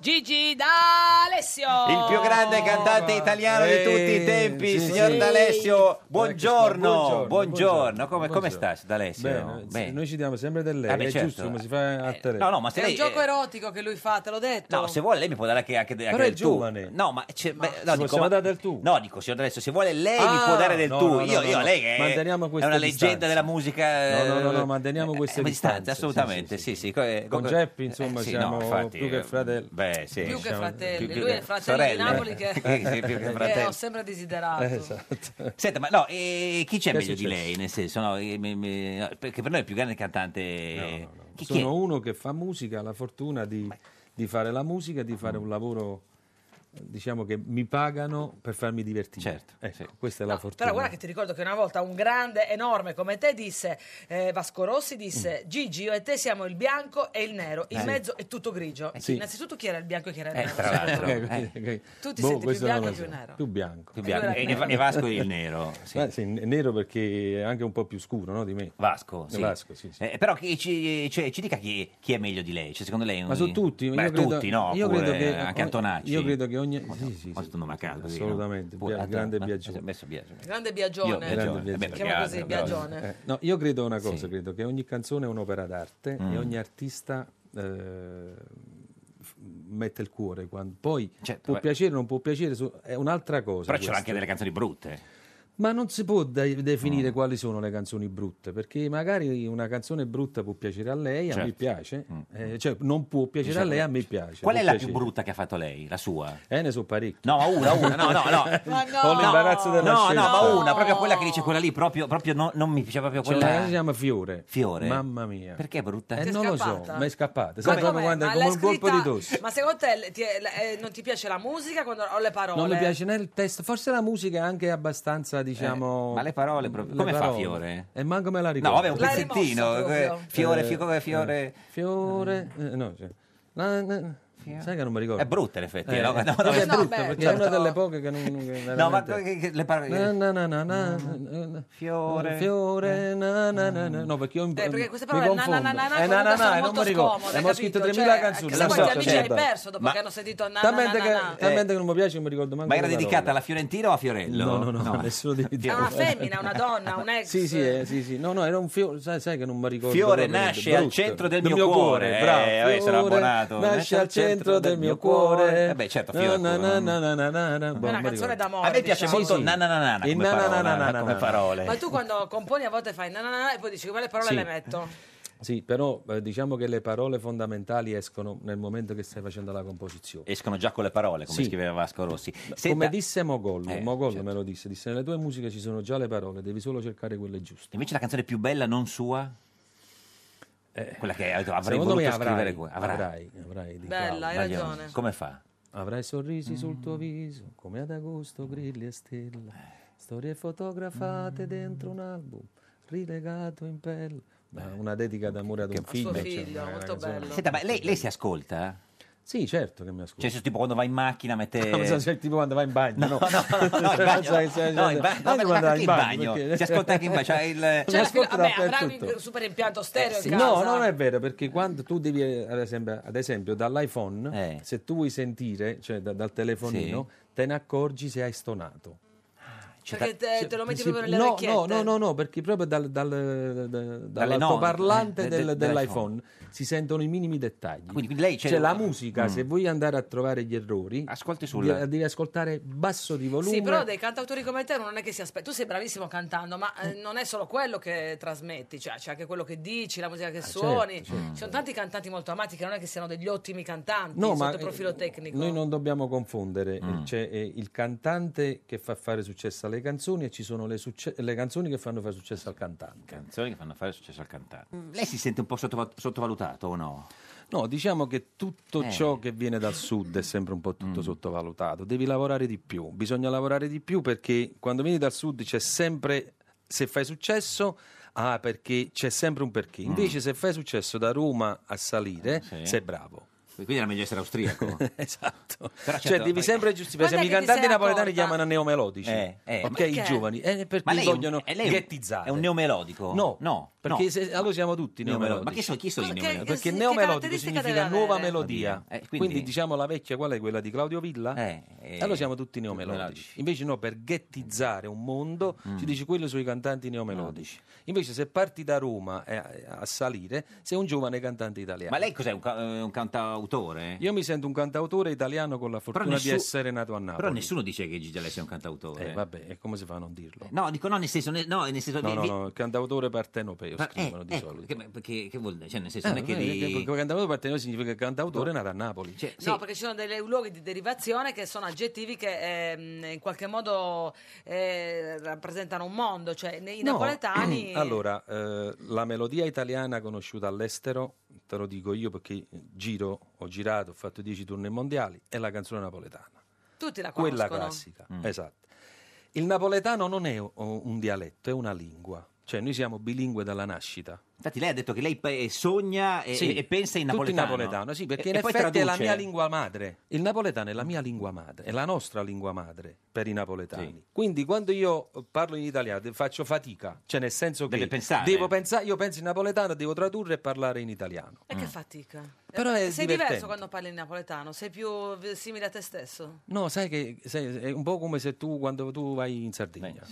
[SPEAKER 1] Gigi D'Alessio.
[SPEAKER 2] Il più grande
[SPEAKER 19] Ah,
[SPEAKER 2] cantante italiano di tutti i tempi,
[SPEAKER 16] sì,
[SPEAKER 2] signor
[SPEAKER 16] sì.
[SPEAKER 2] D'Alessio.
[SPEAKER 19] Ecco,
[SPEAKER 2] Buongiorno.
[SPEAKER 19] Buongiorno,
[SPEAKER 2] Buongiorno.
[SPEAKER 19] buongiorno.
[SPEAKER 2] Come, come
[SPEAKER 19] Buongiorno.
[SPEAKER 2] stai, D'Alessio?
[SPEAKER 19] Bene, sì, noi ci diamo sempre del lei,
[SPEAKER 2] Ah, beh,
[SPEAKER 19] è
[SPEAKER 2] certo.
[SPEAKER 19] giusto come si fa a Teresa.
[SPEAKER 2] no, no, ma se
[SPEAKER 1] È un
[SPEAKER 2] lei...
[SPEAKER 1] gioco erotico che lui fa, te l'ho detto.
[SPEAKER 2] No, se vuole lei mi può dare anche, anche, anche
[SPEAKER 19] Però è
[SPEAKER 2] del tu.
[SPEAKER 19] giovane.
[SPEAKER 2] No, ma, c'è- beh, no,
[SPEAKER 19] possiamo dare
[SPEAKER 2] del tu. No, dico, signor D'Alessio, se vuole lei mi
[SPEAKER 19] Ah,
[SPEAKER 2] può dare del
[SPEAKER 19] no,
[SPEAKER 2] tu.
[SPEAKER 19] no, no,
[SPEAKER 2] io,
[SPEAKER 19] no,
[SPEAKER 2] io
[SPEAKER 19] no.
[SPEAKER 2] lei che è, è
[SPEAKER 19] Manteniamo
[SPEAKER 2] una
[SPEAKER 19] queste distanze.
[SPEAKER 2] leggenda della musica.
[SPEAKER 19] No, no, no, no,
[SPEAKER 2] eh,
[SPEAKER 19] manteniamo queste
[SPEAKER 2] come distanze,
[SPEAKER 19] distanze, sì,
[SPEAKER 2] assolutamente. Sì, sì, co-
[SPEAKER 19] Con
[SPEAKER 2] co-
[SPEAKER 19] Geppi, insomma,
[SPEAKER 2] eh, sì,
[SPEAKER 19] siamo
[SPEAKER 2] no, infatti,
[SPEAKER 19] più che
[SPEAKER 2] eh,
[SPEAKER 19] fratelli.
[SPEAKER 2] Beh, sì.
[SPEAKER 1] Più che
[SPEAKER 2] diciamo-
[SPEAKER 1] fratelli,
[SPEAKER 2] più che-
[SPEAKER 1] lui è il fratello
[SPEAKER 2] sorelle.
[SPEAKER 1] di Napoli che,
[SPEAKER 2] Sì, più che
[SPEAKER 1] che
[SPEAKER 2] fratello.
[SPEAKER 1] ho sempre desiderato.
[SPEAKER 2] Senta, ma no, e chi c'è
[SPEAKER 19] Esatto. Che è
[SPEAKER 2] meglio di
[SPEAKER 19] successo?
[SPEAKER 2] lei? Nel senso, no, e- mi- mi- no, perché per noi è il più grande cantante. Chi, chi è?
[SPEAKER 19] Sono uno che fa musica, ha la fortuna di, di fare la musica, di fare un lavoro diciamo che mi pagano per farmi divertire. Certo, questa è la fortuna.
[SPEAKER 1] Però guarda che ti ricordo che una volta un grande enorme come te disse, eh, Vasco Rossi disse, Gigi io e te siamo il bianco e il nero, in
[SPEAKER 19] Mm. Eh.
[SPEAKER 1] mezzo è tutto grigio.
[SPEAKER 19] Sì.
[SPEAKER 1] Innanzitutto chi era il bianco e chi era il
[SPEAKER 19] Eh,
[SPEAKER 1] nero?
[SPEAKER 19] tra l'altro.
[SPEAKER 1] Sì.
[SPEAKER 19] Eh, eh.
[SPEAKER 1] Tu ti
[SPEAKER 19] Boh,
[SPEAKER 1] senti più
[SPEAKER 19] questo non
[SPEAKER 1] bianco e
[SPEAKER 19] lo
[SPEAKER 1] più
[SPEAKER 19] so.
[SPEAKER 1] nero.
[SPEAKER 19] Più bianco.
[SPEAKER 1] Più bianco. E
[SPEAKER 2] e Vasco il nero, sì.
[SPEAKER 19] Ma sì, nero perché è anche un po' più scuro no, di me.
[SPEAKER 2] Vasco, sì.
[SPEAKER 19] Vasco, sì.
[SPEAKER 2] Eh, però chi- ci, cioè, ci dica chi, chi è meglio di lei. Cioè, secondo lei,
[SPEAKER 19] Ma sono tutti, io
[SPEAKER 2] Beh,
[SPEAKER 19] credo-
[SPEAKER 2] tutti, no?
[SPEAKER 19] io
[SPEAKER 2] pure,
[SPEAKER 19] credo che-
[SPEAKER 2] anche Antonacci.
[SPEAKER 19] io credo che ogni-
[SPEAKER 2] Ho detto un nome a caso, così, no?
[SPEAKER 19] Assolutamente,
[SPEAKER 2] Pure-
[SPEAKER 19] Bia-
[SPEAKER 2] Anton-
[SPEAKER 19] grande
[SPEAKER 2] ma-
[SPEAKER 19] Biagione.
[SPEAKER 2] messo Biagione.
[SPEAKER 1] Grande Biagione.
[SPEAKER 2] Io, Biagione.
[SPEAKER 19] Grande
[SPEAKER 2] Eh, beh,
[SPEAKER 19] Biagione.
[SPEAKER 2] perché
[SPEAKER 1] Chiama così,
[SPEAKER 2] altro, però-
[SPEAKER 1] Biagione.
[SPEAKER 19] Eh, no, io credo una cosa,
[SPEAKER 2] Sì.
[SPEAKER 19] credo che ogni canzone è un'opera d'arte
[SPEAKER 2] Mm.
[SPEAKER 19] e ogni artista eh, f- mette il cuore. quando- poi può
[SPEAKER 2] beh.
[SPEAKER 19] piacere o non può piacere, su- è un'altra cosa.
[SPEAKER 2] Certo, Però ci
[SPEAKER 19] questa.
[SPEAKER 2] sono anche delle canzoni brutte.
[SPEAKER 19] Ma non si può de- definire quali sono le canzoni brutte, perché magari una canzone brutta può piacere a lei, a
[SPEAKER 2] Certo.
[SPEAKER 19] me piace, eh, cioè non può piacere a
[SPEAKER 2] Diciamo-
[SPEAKER 19] lei, a me piace.
[SPEAKER 2] Qual
[SPEAKER 19] può
[SPEAKER 2] è la
[SPEAKER 19] piacere.
[SPEAKER 2] più brutta che ha fatto lei? La sua?
[SPEAKER 19] Eh, ne so parecchie.
[SPEAKER 2] No, ma una, una, no, no, no.
[SPEAKER 19] Ma no. Ho l'imbarazzo della
[SPEAKER 2] No,
[SPEAKER 19] scelta.
[SPEAKER 2] no, ma una, proprio quella che dice quella lì, proprio, proprio no- non mi piace proprio
[SPEAKER 19] C'è
[SPEAKER 2] quella.
[SPEAKER 19] una che Cioè, si chiama Fiore.
[SPEAKER 2] Fiore.
[SPEAKER 19] Mamma mia.
[SPEAKER 2] Perché è brutta?
[SPEAKER 19] Eh, non lo so,
[SPEAKER 1] scappata?
[SPEAKER 19] ma è scappata.
[SPEAKER 1] Ma
[SPEAKER 19] Sai come
[SPEAKER 1] com'è?
[SPEAKER 19] quando
[SPEAKER 1] Ma
[SPEAKER 19] come
[SPEAKER 1] l'hai
[SPEAKER 19] un colpo di
[SPEAKER 1] scritta-
[SPEAKER 19] tosse.
[SPEAKER 1] Ma secondo te ti- eh, non ti piace la musica quando, o le parole?
[SPEAKER 19] Non mi piace né il testo, forse la musica è anche abbastanza, diciamo.
[SPEAKER 2] Eh, ma le parole proprio- come fa Fiore?
[SPEAKER 19] E manco me la ricordo.
[SPEAKER 2] No, vabbè, un L'hai pezzettino, rimossa proprio. eh, Fiore, Fio- come Fiore?
[SPEAKER 19] eh, fiore. eh, no, cioè, na- na- Sai che non mi ricordo.
[SPEAKER 2] È brutta, in effetti,
[SPEAKER 19] Eh,
[SPEAKER 2] no? No,
[SPEAKER 19] eh,
[SPEAKER 2] no,
[SPEAKER 19] perché
[SPEAKER 2] no,
[SPEAKER 19] è
[SPEAKER 2] no,
[SPEAKER 19] brutta,
[SPEAKER 2] beh,
[SPEAKER 19] perché
[SPEAKER 2] certo.
[SPEAKER 19] è una delle poche che non. che
[SPEAKER 2] No, ma
[SPEAKER 19] veramente-
[SPEAKER 2] che- che- le parole.
[SPEAKER 19] Na- na- na- na- na- na- na-
[SPEAKER 2] Fiore. Eh.
[SPEAKER 19] Fiore, na- na- na- na- No, perché io mi
[SPEAKER 1] Eh, perché queste
[SPEAKER 19] mi
[SPEAKER 1] parole na- na-
[SPEAKER 19] confondo.
[SPEAKER 1] na- na-
[SPEAKER 19] Eh,
[SPEAKER 1] comunque
[SPEAKER 19] na- na-
[SPEAKER 1] sono
[SPEAKER 19] na, non
[SPEAKER 1] molto
[SPEAKER 19] mi ricordo.
[SPEAKER 1] scomode,
[SPEAKER 19] Abbiamo
[SPEAKER 1] capito?
[SPEAKER 19] scritto
[SPEAKER 1] Cioè,
[SPEAKER 19] 3000
[SPEAKER 1] anche
[SPEAKER 19] canzoni.
[SPEAKER 1] se
[SPEAKER 19] non
[SPEAKER 1] quanti
[SPEAKER 19] so,
[SPEAKER 1] amici
[SPEAKER 19] certo.
[SPEAKER 1] hai perso dopo
[SPEAKER 19] Ma-
[SPEAKER 1] che hanno sentito na, na, na,
[SPEAKER 19] Talmente
[SPEAKER 1] na,
[SPEAKER 19] che,
[SPEAKER 1] na.
[SPEAKER 19] talmente che non mi piace, non mi ricordo manco
[SPEAKER 2] Ma era
[SPEAKER 19] le parole.
[SPEAKER 2] dedicata alla Fiorentina o a Fiorello?
[SPEAKER 19] No, no, no, nessuno di
[SPEAKER 1] È una femmina, una donna, un ex.
[SPEAKER 19] Sì, sì, eh, sì, sì. No, no, era un fiore, sai, sai che non mi ricordo.
[SPEAKER 2] Fiore
[SPEAKER 19] proprio niente.
[SPEAKER 2] nasce al
[SPEAKER 19] Brutto.
[SPEAKER 2] centro del mio cuore, eh,
[SPEAKER 19] bravo.
[SPEAKER 2] eh, sono
[SPEAKER 19] Fiore
[SPEAKER 2] abbonato.
[SPEAKER 19] Nasce al centro del mio cuore.
[SPEAKER 2] Eh beh, certo, Fiore
[SPEAKER 19] Na,
[SPEAKER 2] pure,
[SPEAKER 19] na,
[SPEAKER 2] no?
[SPEAKER 19] na, na, na,
[SPEAKER 1] È
[SPEAKER 19] na, na. Boh,
[SPEAKER 1] una
[SPEAKER 19] non mi
[SPEAKER 1] canzone
[SPEAKER 19] ricordo.
[SPEAKER 1] d'amore.
[SPEAKER 2] A me piace
[SPEAKER 1] diciamo.
[SPEAKER 2] molto na- na- na- na- na
[SPEAKER 19] E
[SPEAKER 2] come
[SPEAKER 19] na- na-
[SPEAKER 2] parola,
[SPEAKER 19] na- na- na-
[SPEAKER 2] come
[SPEAKER 19] na-
[SPEAKER 2] parole.
[SPEAKER 1] Ma tu quando componi a volte fai na, na, na, e poi dici quelle parole
[SPEAKER 19] Sì.
[SPEAKER 1] le metto.
[SPEAKER 19] Sì, però eh, diciamo che le parole fondamentali escono nel momento che stai facendo la composizione.
[SPEAKER 2] Escono già con le parole, come
[SPEAKER 19] Sì.
[SPEAKER 2] scriveva Vasco Rossi.
[SPEAKER 19] Come
[SPEAKER 2] Senta,
[SPEAKER 19] disse Mogollo,
[SPEAKER 2] Eh,
[SPEAKER 19] Mogollo me lo disse, disse nelle tue musiche ci sono già le parole, devi solo cercare quelle giuste.
[SPEAKER 2] invece la canzone più bella non sua? Quella che avrei
[SPEAKER 19] Eh. Secondo
[SPEAKER 2] voluto
[SPEAKER 19] me
[SPEAKER 2] scrivere
[SPEAKER 19] avrai,
[SPEAKER 2] que-
[SPEAKER 19] avrai, avrai di Paolo.
[SPEAKER 1] Bella, hai
[SPEAKER 2] Maglione.
[SPEAKER 1] ragione.
[SPEAKER 2] Come fa? Mm.
[SPEAKER 19] Avrai sorrisi sul tuo viso, come ad agosto grilli e stella, storie fotografate dentro un album, rilegato in pelle. Ma Una dedica d'amore ad un figlio. cioè, una canzone-
[SPEAKER 2] Senta, ma lei, lei si ascolta?
[SPEAKER 19] Sì, certo che mi ascolta.
[SPEAKER 2] Cioè, se tipo quando vai in macchina mette...
[SPEAKER 19] No, so, cioè, tipo quando va in bagno. No, Cioè, no,
[SPEAKER 2] no, no, in bagno, no, in bagno, no, ma anche in bagno, si ascolta anche in bagno, cioè
[SPEAKER 19] Si
[SPEAKER 2] il...
[SPEAKER 1] Cioè, alla fine,
[SPEAKER 19] Eh, ascolta
[SPEAKER 1] vabbè, avranno
[SPEAKER 19] dappertutto.
[SPEAKER 1] il super impianto stereo
[SPEAKER 19] Sì,
[SPEAKER 1] in
[SPEAKER 19] no,
[SPEAKER 1] casa.
[SPEAKER 19] no, non è vero, perché quando tu devi, eh, ad esempio, ad esempio, dall'iPhone,
[SPEAKER 2] Eh.
[SPEAKER 19] se tu vuoi sentire, cioè da- dal telefonino, te ne accorgi se hai stonato.
[SPEAKER 1] Perché Ah, cioè te, te lo metti
[SPEAKER 19] Sì,
[SPEAKER 1] proprio nelle
[SPEAKER 19] no,
[SPEAKER 1] orecchiette.
[SPEAKER 19] No, no, no, no, perché proprio dal, dal, dal- dall'altoparlante
[SPEAKER 2] no,
[SPEAKER 19] del-
[SPEAKER 2] eh, de- de-
[SPEAKER 19] dell'iPhone
[SPEAKER 2] dell'iPhone.
[SPEAKER 19] si sentono i minimi dettagli.
[SPEAKER 2] Quindi- quindi lei c'è-
[SPEAKER 19] cioè, la musica,
[SPEAKER 2] Mm.
[SPEAKER 19] se vuoi andare a trovare gli errori,
[SPEAKER 2] Ascolti sulla-
[SPEAKER 19] devi, devi ascoltare basso di volume.
[SPEAKER 1] Sì, però dei cantautori come te non è che si aspetta. Tu sei bravissimo cantando, ma eh, non è solo quello che trasmetti, cioè c'è anche quello che dici, la musica che suoni.
[SPEAKER 19] certo, certo.
[SPEAKER 1] Ci sono tanti cantanti molto amati che non è che siano degli ottimi cantanti
[SPEAKER 19] No,
[SPEAKER 1] sotto
[SPEAKER 19] ma,
[SPEAKER 1] il profilo
[SPEAKER 19] eh,
[SPEAKER 1] tecnico.
[SPEAKER 19] Noi non dobbiamo confondere,
[SPEAKER 2] Mm.
[SPEAKER 19] eh, c'è eh, il cantante che fa fare successo alle canzoni e ci sono le, succe- le canzoni che fanno fare successo al cantante.
[SPEAKER 2] Canzoni che fanno fare successo al cantante.
[SPEAKER 1] Mm,
[SPEAKER 2] Lei si sente un po' sottoval- sottovalutato o no?
[SPEAKER 19] No, diciamo che tutto
[SPEAKER 2] Eh. Mm.
[SPEAKER 19] ciò che viene dal sud è sempre un po' tutto sottovalutato. Devi lavorare di più, bisogna lavorare di più perché quando vieni dal sud c'è sempre, se fai successo, ah perché c'è sempre un perché.
[SPEAKER 2] Mm.
[SPEAKER 19] Invece se fai successo da Roma a salire, sei bravo.
[SPEAKER 2] Quindi era meglio essere austriaco.
[SPEAKER 19] esatto. Cioè,
[SPEAKER 2] Però certo,
[SPEAKER 19] devi
[SPEAKER 2] poi-
[SPEAKER 19] sempre giustificare.
[SPEAKER 2] Quando
[SPEAKER 19] Sembra
[SPEAKER 2] è
[SPEAKER 19] i
[SPEAKER 2] che ti
[SPEAKER 19] cantanti
[SPEAKER 2] sei
[SPEAKER 19] napoletani
[SPEAKER 2] accorta?
[SPEAKER 19] chiamano neomelodici.
[SPEAKER 2] Eh, eh, ma
[SPEAKER 19] ok,
[SPEAKER 2] perché?
[SPEAKER 19] i giovani. Eh,
[SPEAKER 2] Ma
[SPEAKER 19] perché
[SPEAKER 2] lei è un-
[SPEAKER 19] vogliono
[SPEAKER 2] è lei un-
[SPEAKER 19] ghettizzare.
[SPEAKER 2] è un neomelodico?
[SPEAKER 19] No,
[SPEAKER 2] Oh, No,
[SPEAKER 19] Perché
[SPEAKER 2] no.
[SPEAKER 19] se- allora siamo tutti neomelodici.
[SPEAKER 2] Neomelodico. Ma chi sono- chi sono i Che- neomelodici? che
[SPEAKER 19] Perché
[SPEAKER 2] si- che
[SPEAKER 19] neomelodico
[SPEAKER 2] caratteristiche
[SPEAKER 19] significa
[SPEAKER 2] deve
[SPEAKER 19] nuova
[SPEAKER 2] avere?
[SPEAKER 19] melodia.
[SPEAKER 2] Eh, quindi- Eh,
[SPEAKER 19] quindi... diciamo la vecchia qual è quella di Claudio Villa? allora siamo tutti neomelodici. Invece no, per ghettizzare un mondo
[SPEAKER 2] Mm.
[SPEAKER 19] ci dici quello sui cantanti neomelodici. Invece se parti da Roma eh, a salire, sei un giovane cantante italiano.
[SPEAKER 2] Ma lei cos'è, un, ca- eh, un cantautore?
[SPEAKER 19] Io mi sento un cantautore italiano con la fortuna
[SPEAKER 2] nessu-
[SPEAKER 19] di essere nato a Napoli.
[SPEAKER 2] Però nessuno dice che Gigi D'Alessio è un cantautore.
[SPEAKER 19] Eh, vabbè, e come si fa a non dirlo?
[SPEAKER 2] No, dico no, nel senso... ne- No, nel senso
[SPEAKER 19] No,
[SPEAKER 2] vi-
[SPEAKER 19] no,
[SPEAKER 2] vi-
[SPEAKER 19] no, cantautore partenopeo
[SPEAKER 2] Ma-
[SPEAKER 19] scrivono
[SPEAKER 2] eh,
[SPEAKER 19] di
[SPEAKER 2] ecco,
[SPEAKER 19] solito.
[SPEAKER 2] Che, ma- perché- che vuol dire? Cioè, nel senso, non è
[SPEAKER 19] Eh,
[SPEAKER 2] che
[SPEAKER 19] perché
[SPEAKER 2] lì...
[SPEAKER 19] Cantautore partenopeo significa cantautore nato a Napoli.
[SPEAKER 2] Cioè,
[SPEAKER 1] No, perché ci sono dei luoghi di derivazione che sono aggettivi che ehm, in qualche modo eh, rappresentano un mondo, cioè nei- i
[SPEAKER 19] No,
[SPEAKER 1] napoletani...
[SPEAKER 19] allora, eh, la melodia italiana conosciuta all'estero, te lo dico io perché giro, ho girato, ho fatto 10 tournée mondiali, è la canzone napoletana.
[SPEAKER 1] tutti la
[SPEAKER 19] quella
[SPEAKER 1] conoscono.
[SPEAKER 19] classica,
[SPEAKER 2] Mm.
[SPEAKER 19] esatto. Il napoletano non è o- un dialetto, è una lingua. Cioè, noi siamo bilingue dalla nascita.
[SPEAKER 2] Infatti lei ha detto che lei pe- sogna e,
[SPEAKER 19] Sì,
[SPEAKER 2] e pensa in
[SPEAKER 19] tutto
[SPEAKER 2] napoletano.
[SPEAKER 19] napoletano, sì, perché
[SPEAKER 2] E-
[SPEAKER 19] in
[SPEAKER 2] e poi
[SPEAKER 19] effetti è la
[SPEAKER 2] traduce.
[SPEAKER 19] mia lingua madre. Il napoletano è la mia lingua madre, è la nostra lingua madre per i napoletani. Quindi quando io parlo in italiano faccio fatica, cioè nel senso che
[SPEAKER 2] Deve pensare.
[SPEAKER 19] devo pensare, io penso in napoletano, devo tradurre e parlare in italiano.
[SPEAKER 1] E che fatica. Eh,
[SPEAKER 19] Però è
[SPEAKER 1] sei
[SPEAKER 19] divertente.
[SPEAKER 1] diverso quando parli in napoletano, sei più v- simile a te stesso.
[SPEAKER 19] No, sai che sai, è un po' come se tu quando tu vai in Sardegna.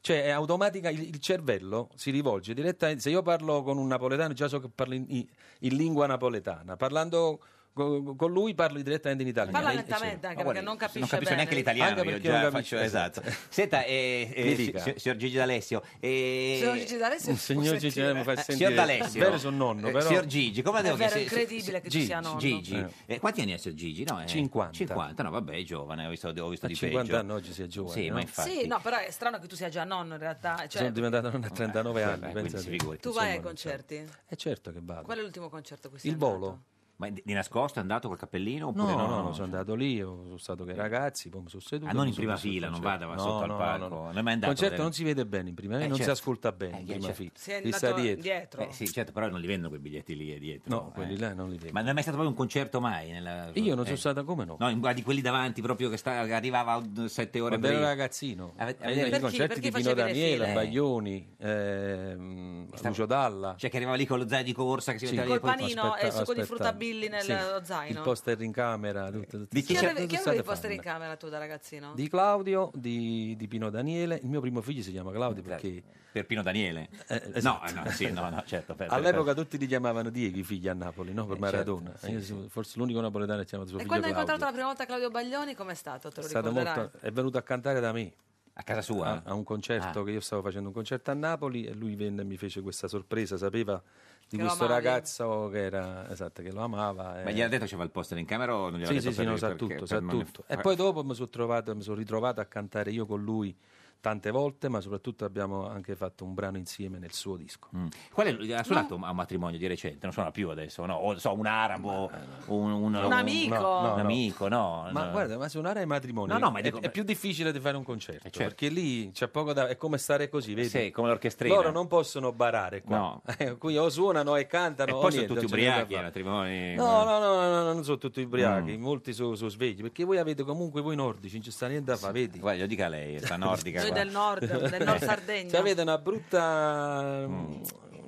[SPEAKER 19] Cioè, è automatica, il, il cervello si rivolge direttamente. Se io parlo con un napoletano, già so che parlo in, in- in lingua napoletana. Parlando co- con lui, parlo direttamente in Eh, certo. italiano.
[SPEAKER 1] Parla
[SPEAKER 19] E- e-
[SPEAKER 1] lentamente
[SPEAKER 19] sì.
[SPEAKER 1] anche perché non capisce
[SPEAKER 2] non capisce
[SPEAKER 1] bene. Certo.
[SPEAKER 2] neanche l'italiano.
[SPEAKER 19] Anche
[SPEAKER 2] io
[SPEAKER 19] perché
[SPEAKER 2] già
[SPEAKER 19] non capisce,
[SPEAKER 2] faccio- esatto. Senta, eh, eh,
[SPEAKER 19] Mi
[SPEAKER 2] si-
[SPEAKER 19] dica.
[SPEAKER 2] si- signor Gigi D'Alessio, eh,
[SPEAKER 1] Signor Gigi D'Alessio, si può
[SPEAKER 19] Signor Gigi
[SPEAKER 1] sentire.
[SPEAKER 19] mi fa
[SPEAKER 2] Eh,
[SPEAKER 19] sentire.
[SPEAKER 2] Signor D'Alessio,
[SPEAKER 19] Bene, sono nonno,
[SPEAKER 2] eh,
[SPEAKER 19] però.
[SPEAKER 2] Signor Gigi, come
[SPEAKER 1] È
[SPEAKER 2] devo
[SPEAKER 1] vero,
[SPEAKER 2] che-
[SPEAKER 1] è incredibile che tu sia nonno.
[SPEAKER 2] Gigi,
[SPEAKER 1] Eh.
[SPEAKER 2] Eh, quanti anni ha signor Gigi? No, eh,
[SPEAKER 19] 50.
[SPEAKER 2] 50, no, vabbè, è giovane, ho visto, ho visto
[SPEAKER 19] A
[SPEAKER 2] di
[SPEAKER 19] 50
[SPEAKER 2] peggio.
[SPEAKER 19] anni oggi si è giovane,
[SPEAKER 2] Sì,
[SPEAKER 19] no?
[SPEAKER 2] ma infatti.
[SPEAKER 1] Sì, no, però è strano che tu sia già nonno in realtà. Cioè,
[SPEAKER 19] Sono diventato nonno a 39 anni.
[SPEAKER 2] quindi
[SPEAKER 19] pensa
[SPEAKER 2] si
[SPEAKER 19] te.
[SPEAKER 2] figuri.
[SPEAKER 1] tu vai ecco. ai
[SPEAKER 19] Insomma,
[SPEAKER 1] concerti?
[SPEAKER 19] Eh, certo che vado.
[SPEAKER 1] Qual è l'ultimo concerto a cui sei
[SPEAKER 19] Il volo.
[SPEAKER 2] Ma di, di nascosto è andato col cappellino
[SPEAKER 19] No,
[SPEAKER 2] oppure
[SPEAKER 19] no,
[SPEAKER 2] no? Eh.
[SPEAKER 19] no, sono andato lì, ho- sono stato con i ragazzi, poi mi sono seduto.
[SPEAKER 2] Ah, non
[SPEAKER 19] mi
[SPEAKER 2] in
[SPEAKER 19] sono
[SPEAKER 2] prima
[SPEAKER 19] messo sul
[SPEAKER 2] fila, non
[SPEAKER 19] concerto.
[SPEAKER 2] vada, va sotto al palco. Non è mai
[SPEAKER 19] Il
[SPEAKER 2] andato a
[SPEAKER 19] concerto
[SPEAKER 2] vedere.
[SPEAKER 19] non si vede bene in prima,
[SPEAKER 2] Eh,
[SPEAKER 19] non
[SPEAKER 2] certo.
[SPEAKER 19] si ascolta bene
[SPEAKER 2] Eh,
[SPEAKER 19] in prima
[SPEAKER 2] certo.
[SPEAKER 19] fila.
[SPEAKER 1] Sei
[SPEAKER 19] Si sta
[SPEAKER 1] andato
[SPEAKER 19] dietro.
[SPEAKER 1] dietro.
[SPEAKER 2] Beh, sì, certo, però non li vendono quei biglietti lì e dietro. Eh.
[SPEAKER 19] No, quelli là non li vedo.
[SPEAKER 2] Ma non è mai stato proprio un concerto mai? Nella...
[SPEAKER 19] Io non sono
[SPEAKER 2] eh.
[SPEAKER 19] stato come no.
[SPEAKER 2] No, in- di quelli davanti proprio che sta- che arrivava uh, sette ore
[SPEAKER 19] Quando
[SPEAKER 2] prima.
[SPEAKER 19] ero ragazzino,
[SPEAKER 2] A- a
[SPEAKER 19] ai-
[SPEAKER 2] vedere-
[SPEAKER 19] ai
[SPEAKER 2] Perché-
[SPEAKER 19] Eh, concerti di
[SPEAKER 2] perché
[SPEAKER 19] Pino
[SPEAKER 2] facevi le
[SPEAKER 19] Daniele,
[SPEAKER 2] file?
[SPEAKER 19] Baglioni, ehm, Lucio Dalla.
[SPEAKER 2] Eh. Cioè che arrivava lì con lo zaino di corsa, che si
[SPEAKER 19] Sì.
[SPEAKER 2] metteva lì
[SPEAKER 1] Col
[SPEAKER 2] e poi-
[SPEAKER 1] panino e il succo di fruttabilli nel zaino.
[SPEAKER 19] Il poster in camera, tutto, tutto,
[SPEAKER 1] Chi
[SPEAKER 19] tutto-
[SPEAKER 1] aveva,
[SPEAKER 19] tutto
[SPEAKER 1] chi aveva i
[SPEAKER 19] state
[SPEAKER 1] poster in
[SPEAKER 19] fanno.
[SPEAKER 1] camera tu da ragazzino?
[SPEAKER 19] Di Claudio, di, di Pino Daniele. Il mio primo figlio si chiama Claudio perché
[SPEAKER 2] Certo. Per Pino Daniele?
[SPEAKER 19] Eh,
[SPEAKER 2] no,
[SPEAKER 19] esatto.
[SPEAKER 2] no, sì, no, no, certo. per-
[SPEAKER 19] all'epoca tutti li chiamavano Diego i figli a Napoli, no? Per
[SPEAKER 2] Eh,
[SPEAKER 19] Maradona.
[SPEAKER 2] certo, sì,
[SPEAKER 19] Io
[SPEAKER 2] sì.
[SPEAKER 19] sono forse l'unico napoletano che chiama suo
[SPEAKER 1] E
[SPEAKER 19] figlio
[SPEAKER 1] quando hai
[SPEAKER 19] Claudio.
[SPEAKER 1] incontrato la prima volta Claudio Baglioni, com'è stato? Te
[SPEAKER 19] È
[SPEAKER 1] lo
[SPEAKER 19] stato
[SPEAKER 1] ricorderai?
[SPEAKER 19] molto- è venuto a cantare da me.
[SPEAKER 2] A casa sua?
[SPEAKER 19] A, un concerto
[SPEAKER 2] Ah.
[SPEAKER 19] che io stavo facendo un concerto a Napoli e lui venne e mi fece questa sorpresa, sapeva di
[SPEAKER 2] Che lo
[SPEAKER 19] questo
[SPEAKER 2] amavi.
[SPEAKER 19] ragazzo che era esatto, che lo amava.
[SPEAKER 2] Ma
[SPEAKER 19] eh.
[SPEAKER 2] gli ha detto che c'era il poster in camera o non gli ha
[SPEAKER 19] Sì,
[SPEAKER 2] detto
[SPEAKER 19] sì, sì,
[SPEAKER 2] per- eh.
[SPEAKER 19] no, sa
[SPEAKER 2] perché-
[SPEAKER 19] tutto,
[SPEAKER 2] per
[SPEAKER 19] sa
[SPEAKER 2] non-
[SPEAKER 19] tutto. E poi dopo mi sono trovato, mi sono ritrovato a cantare io con lui tante volte, ma soprattutto abbiamo anche fatto un brano insieme nel suo disco.
[SPEAKER 2] Mm. Qual è- ha suonato a un matrimonio di recente? Non suona più adesso, no? O so, un arabo, un, un-
[SPEAKER 19] No,
[SPEAKER 2] un-
[SPEAKER 19] amico.
[SPEAKER 2] no,
[SPEAKER 19] no,
[SPEAKER 2] un
[SPEAKER 19] no.
[SPEAKER 2] amico, no.
[SPEAKER 19] Ma
[SPEAKER 2] no.
[SPEAKER 19] guarda, ma suonare ai matrimoni
[SPEAKER 2] No, no, ma
[SPEAKER 19] è,
[SPEAKER 2] dico-
[SPEAKER 19] è più difficile di fare un concerto
[SPEAKER 2] certo.
[SPEAKER 19] perché lì c'è poco da. è come stare così, vedi?
[SPEAKER 2] Sì, come l'orchestrina.
[SPEAKER 19] Loro non possono barare qua.
[SPEAKER 2] No.
[SPEAKER 19] Qui o suonano e cantano.
[SPEAKER 2] Mm. E
[SPEAKER 19] o
[SPEAKER 2] poi sono
[SPEAKER 19] niente,
[SPEAKER 2] tutti
[SPEAKER 19] non c'è niente da
[SPEAKER 2] ubriachi ai
[SPEAKER 19] fare.
[SPEAKER 2] matrimoni.
[SPEAKER 19] No, no, no, no, no, non sono tutti ubriachi,
[SPEAKER 2] Mm.
[SPEAKER 19] molti sono svegli, perché voi avete comunque voi nordici, non ci sta niente da fare, vedi?
[SPEAKER 2] Guarda, lo dica lei, sta nordica Noi qua. Eh. del
[SPEAKER 1] nord, del nord Sardegna.
[SPEAKER 19] Cioè, avete una brutta
[SPEAKER 2] Mm.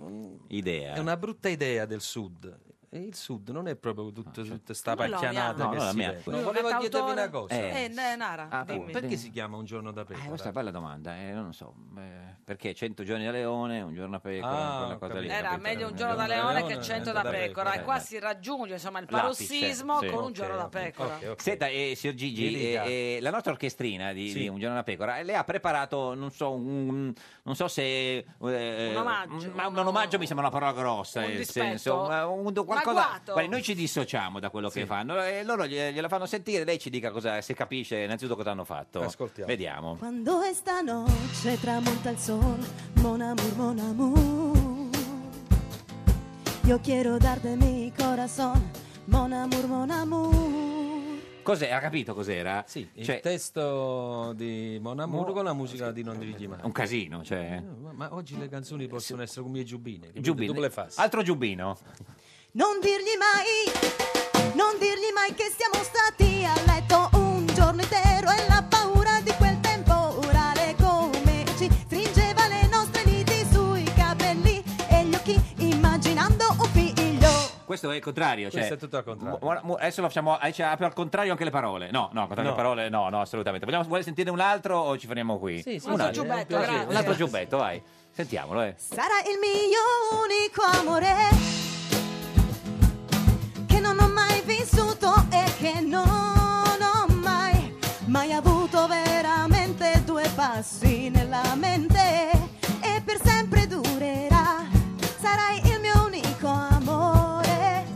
[SPEAKER 19] mm,
[SPEAKER 2] idea.
[SPEAKER 19] È una brutta idea del sud. E il sud non è proprio tutta questa
[SPEAKER 20] Noi lo
[SPEAKER 19] pacchianata
[SPEAKER 2] amiamo.
[SPEAKER 19] che
[SPEAKER 2] cioè, No, noi
[SPEAKER 19] si
[SPEAKER 2] l'amiamo.
[SPEAKER 19] vede.
[SPEAKER 2] Noi
[SPEAKER 19] No,
[SPEAKER 20] lo
[SPEAKER 19] volevo chiedervi
[SPEAKER 20] cantautore-
[SPEAKER 19] una cosa.
[SPEAKER 20] Eh, eh, Nara,
[SPEAKER 19] Ah,
[SPEAKER 20] dimmi.
[SPEAKER 19] appunto. perché si chiama un giorno da pecora?
[SPEAKER 2] Eh, questa è una bella domanda, eh, non lo so. eh, perché 100 giorni da leone, un giorno a pecora,
[SPEAKER 19] Ah,
[SPEAKER 2] quella cosa lì.
[SPEAKER 1] Era
[SPEAKER 2] capito?
[SPEAKER 1] meglio un giorno da leone che cento da pecora. E
[SPEAKER 2] Eh,
[SPEAKER 1] qua
[SPEAKER 2] eh.
[SPEAKER 1] si raggiunge insomma il
[SPEAKER 2] L'apice,
[SPEAKER 1] parossismo
[SPEAKER 2] sì.
[SPEAKER 1] con un giorno da pecora.
[SPEAKER 2] Senta, eh, signor Gigi,
[SPEAKER 1] Mi dica.
[SPEAKER 2] eh, eh, la nostra orchestrina di, di Un giorno da pecora eh, le ha preparato, non so, un- non so se... eh,
[SPEAKER 1] Un omaggio,
[SPEAKER 2] un- ma un omaggio mi sembra una parola grossa, nel
[SPEAKER 1] dispetto?
[SPEAKER 2] senso... ma un- qualcosa,
[SPEAKER 1] Agguato?
[SPEAKER 2] guardi, noi ci dissociamo da quello che fanno e loro glie- gliela fanno sentire, lei ci dica cosa, se capisce innanzitutto cosa hanno fatto. Ascoltiamo. Vediamo.
[SPEAKER 9] Quando esta noche tramonta el sol, mon amor, mon amor. Yo quiero darte mi corazón, mon amor, mon amor.
[SPEAKER 2] Cos'è? Ha capito cos'era? Sì,
[SPEAKER 19] il testo di Mon Amour
[SPEAKER 2] Mo-
[SPEAKER 19] con la musica di Non dirigi mai.
[SPEAKER 2] un casino, cioè...
[SPEAKER 19] Ma, ma oggi le
[SPEAKER 2] eh,
[SPEAKER 19] canzoni possono essere come i giubbini. capito?
[SPEAKER 2] Giubbino.
[SPEAKER 19] Tu le fai.
[SPEAKER 2] Altro giubbino.
[SPEAKER 9] Non dirgli mai, non dirgli mai che siamo stati a letto un giorno intero e la paura di quel tempo orale come ci stringeva le nostre liti sui capelli e gli occhi immaginando un figlio.
[SPEAKER 2] Questo è il contrario. Cioè,
[SPEAKER 19] Questo è tutto al contrario.
[SPEAKER 2] Mo- mo- mo- adesso lo facciamo adesso apro al contrario anche le parole. No, no, al contrario
[SPEAKER 19] No.
[SPEAKER 2] le parole, no, no, assolutamente. Vogliamo, vuole sentire un altro o ci fermiamo qui?
[SPEAKER 9] Sì, sì,
[SPEAKER 2] un
[SPEAKER 9] sì,
[SPEAKER 2] altro
[SPEAKER 9] un giubbetto,
[SPEAKER 2] Sì,
[SPEAKER 9] grazie.
[SPEAKER 2] Un altro giubbetto, vai. Sentiamolo, eh.
[SPEAKER 9] Sarà il mio unico amore che non ho mai vissuto e che non ho mai, mai avuto veramente due passi nella mente e per sempre durerà. Sarai il mio unico amore.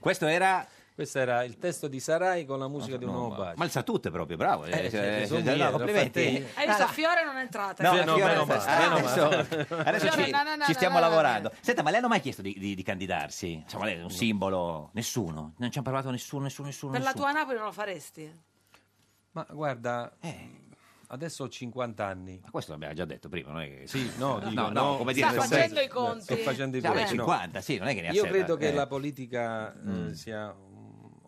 [SPEAKER 2] Questo era.
[SPEAKER 19] Questo era il testo di Sarai con la musica di un uomo bacio.
[SPEAKER 2] Ma il sa tutte proprio, bravo. eh,
[SPEAKER 19] Eh,
[SPEAKER 2] cioè,
[SPEAKER 19] sì,
[SPEAKER 2] eh,
[SPEAKER 19] sono
[SPEAKER 2] no,
[SPEAKER 19] mie, l'ho
[SPEAKER 2] complimenti.
[SPEAKER 19] fatte io.
[SPEAKER 1] Hai visto, Fiore non è entrata.
[SPEAKER 2] No,
[SPEAKER 19] Sì, no,
[SPEAKER 2] Fiore,
[SPEAKER 19] meno male,
[SPEAKER 2] adesso-
[SPEAKER 19] meno male.
[SPEAKER 2] adesso, adesso
[SPEAKER 1] Fiore,
[SPEAKER 2] ci,
[SPEAKER 1] no, no, no,
[SPEAKER 2] ci
[SPEAKER 1] no,
[SPEAKER 2] stiamo
[SPEAKER 1] no, no, no.
[SPEAKER 2] lavorando. Senta, ma lei non ha mai chiesto di, di- di candidarsi? Insomma, lei è un simbolo. Nessuno. Non ci ha parlato nessuno, nessuno, nessuno.
[SPEAKER 1] Per la
[SPEAKER 2] nessuno.
[SPEAKER 1] tua Napoli non lo faresti?
[SPEAKER 19] Ma guarda, adesso ho 50 anni. Ma
[SPEAKER 2] Eh. questo l'abbiamo già detto prima, non è che...
[SPEAKER 19] Sì, no, dico,
[SPEAKER 2] no, come dire,
[SPEAKER 1] Sta
[SPEAKER 2] nel
[SPEAKER 1] facendo
[SPEAKER 2] senso-
[SPEAKER 1] i conti.
[SPEAKER 19] Sto facendo i
[SPEAKER 2] Vabbè,
[SPEAKER 19] conti, no.
[SPEAKER 2] 50, sì, non è che ne ha
[SPEAKER 19] Io
[SPEAKER 2] serra-
[SPEAKER 19] credo che
[SPEAKER 2] eh.
[SPEAKER 19] la politica eh,
[SPEAKER 2] Mm.
[SPEAKER 19] sia un,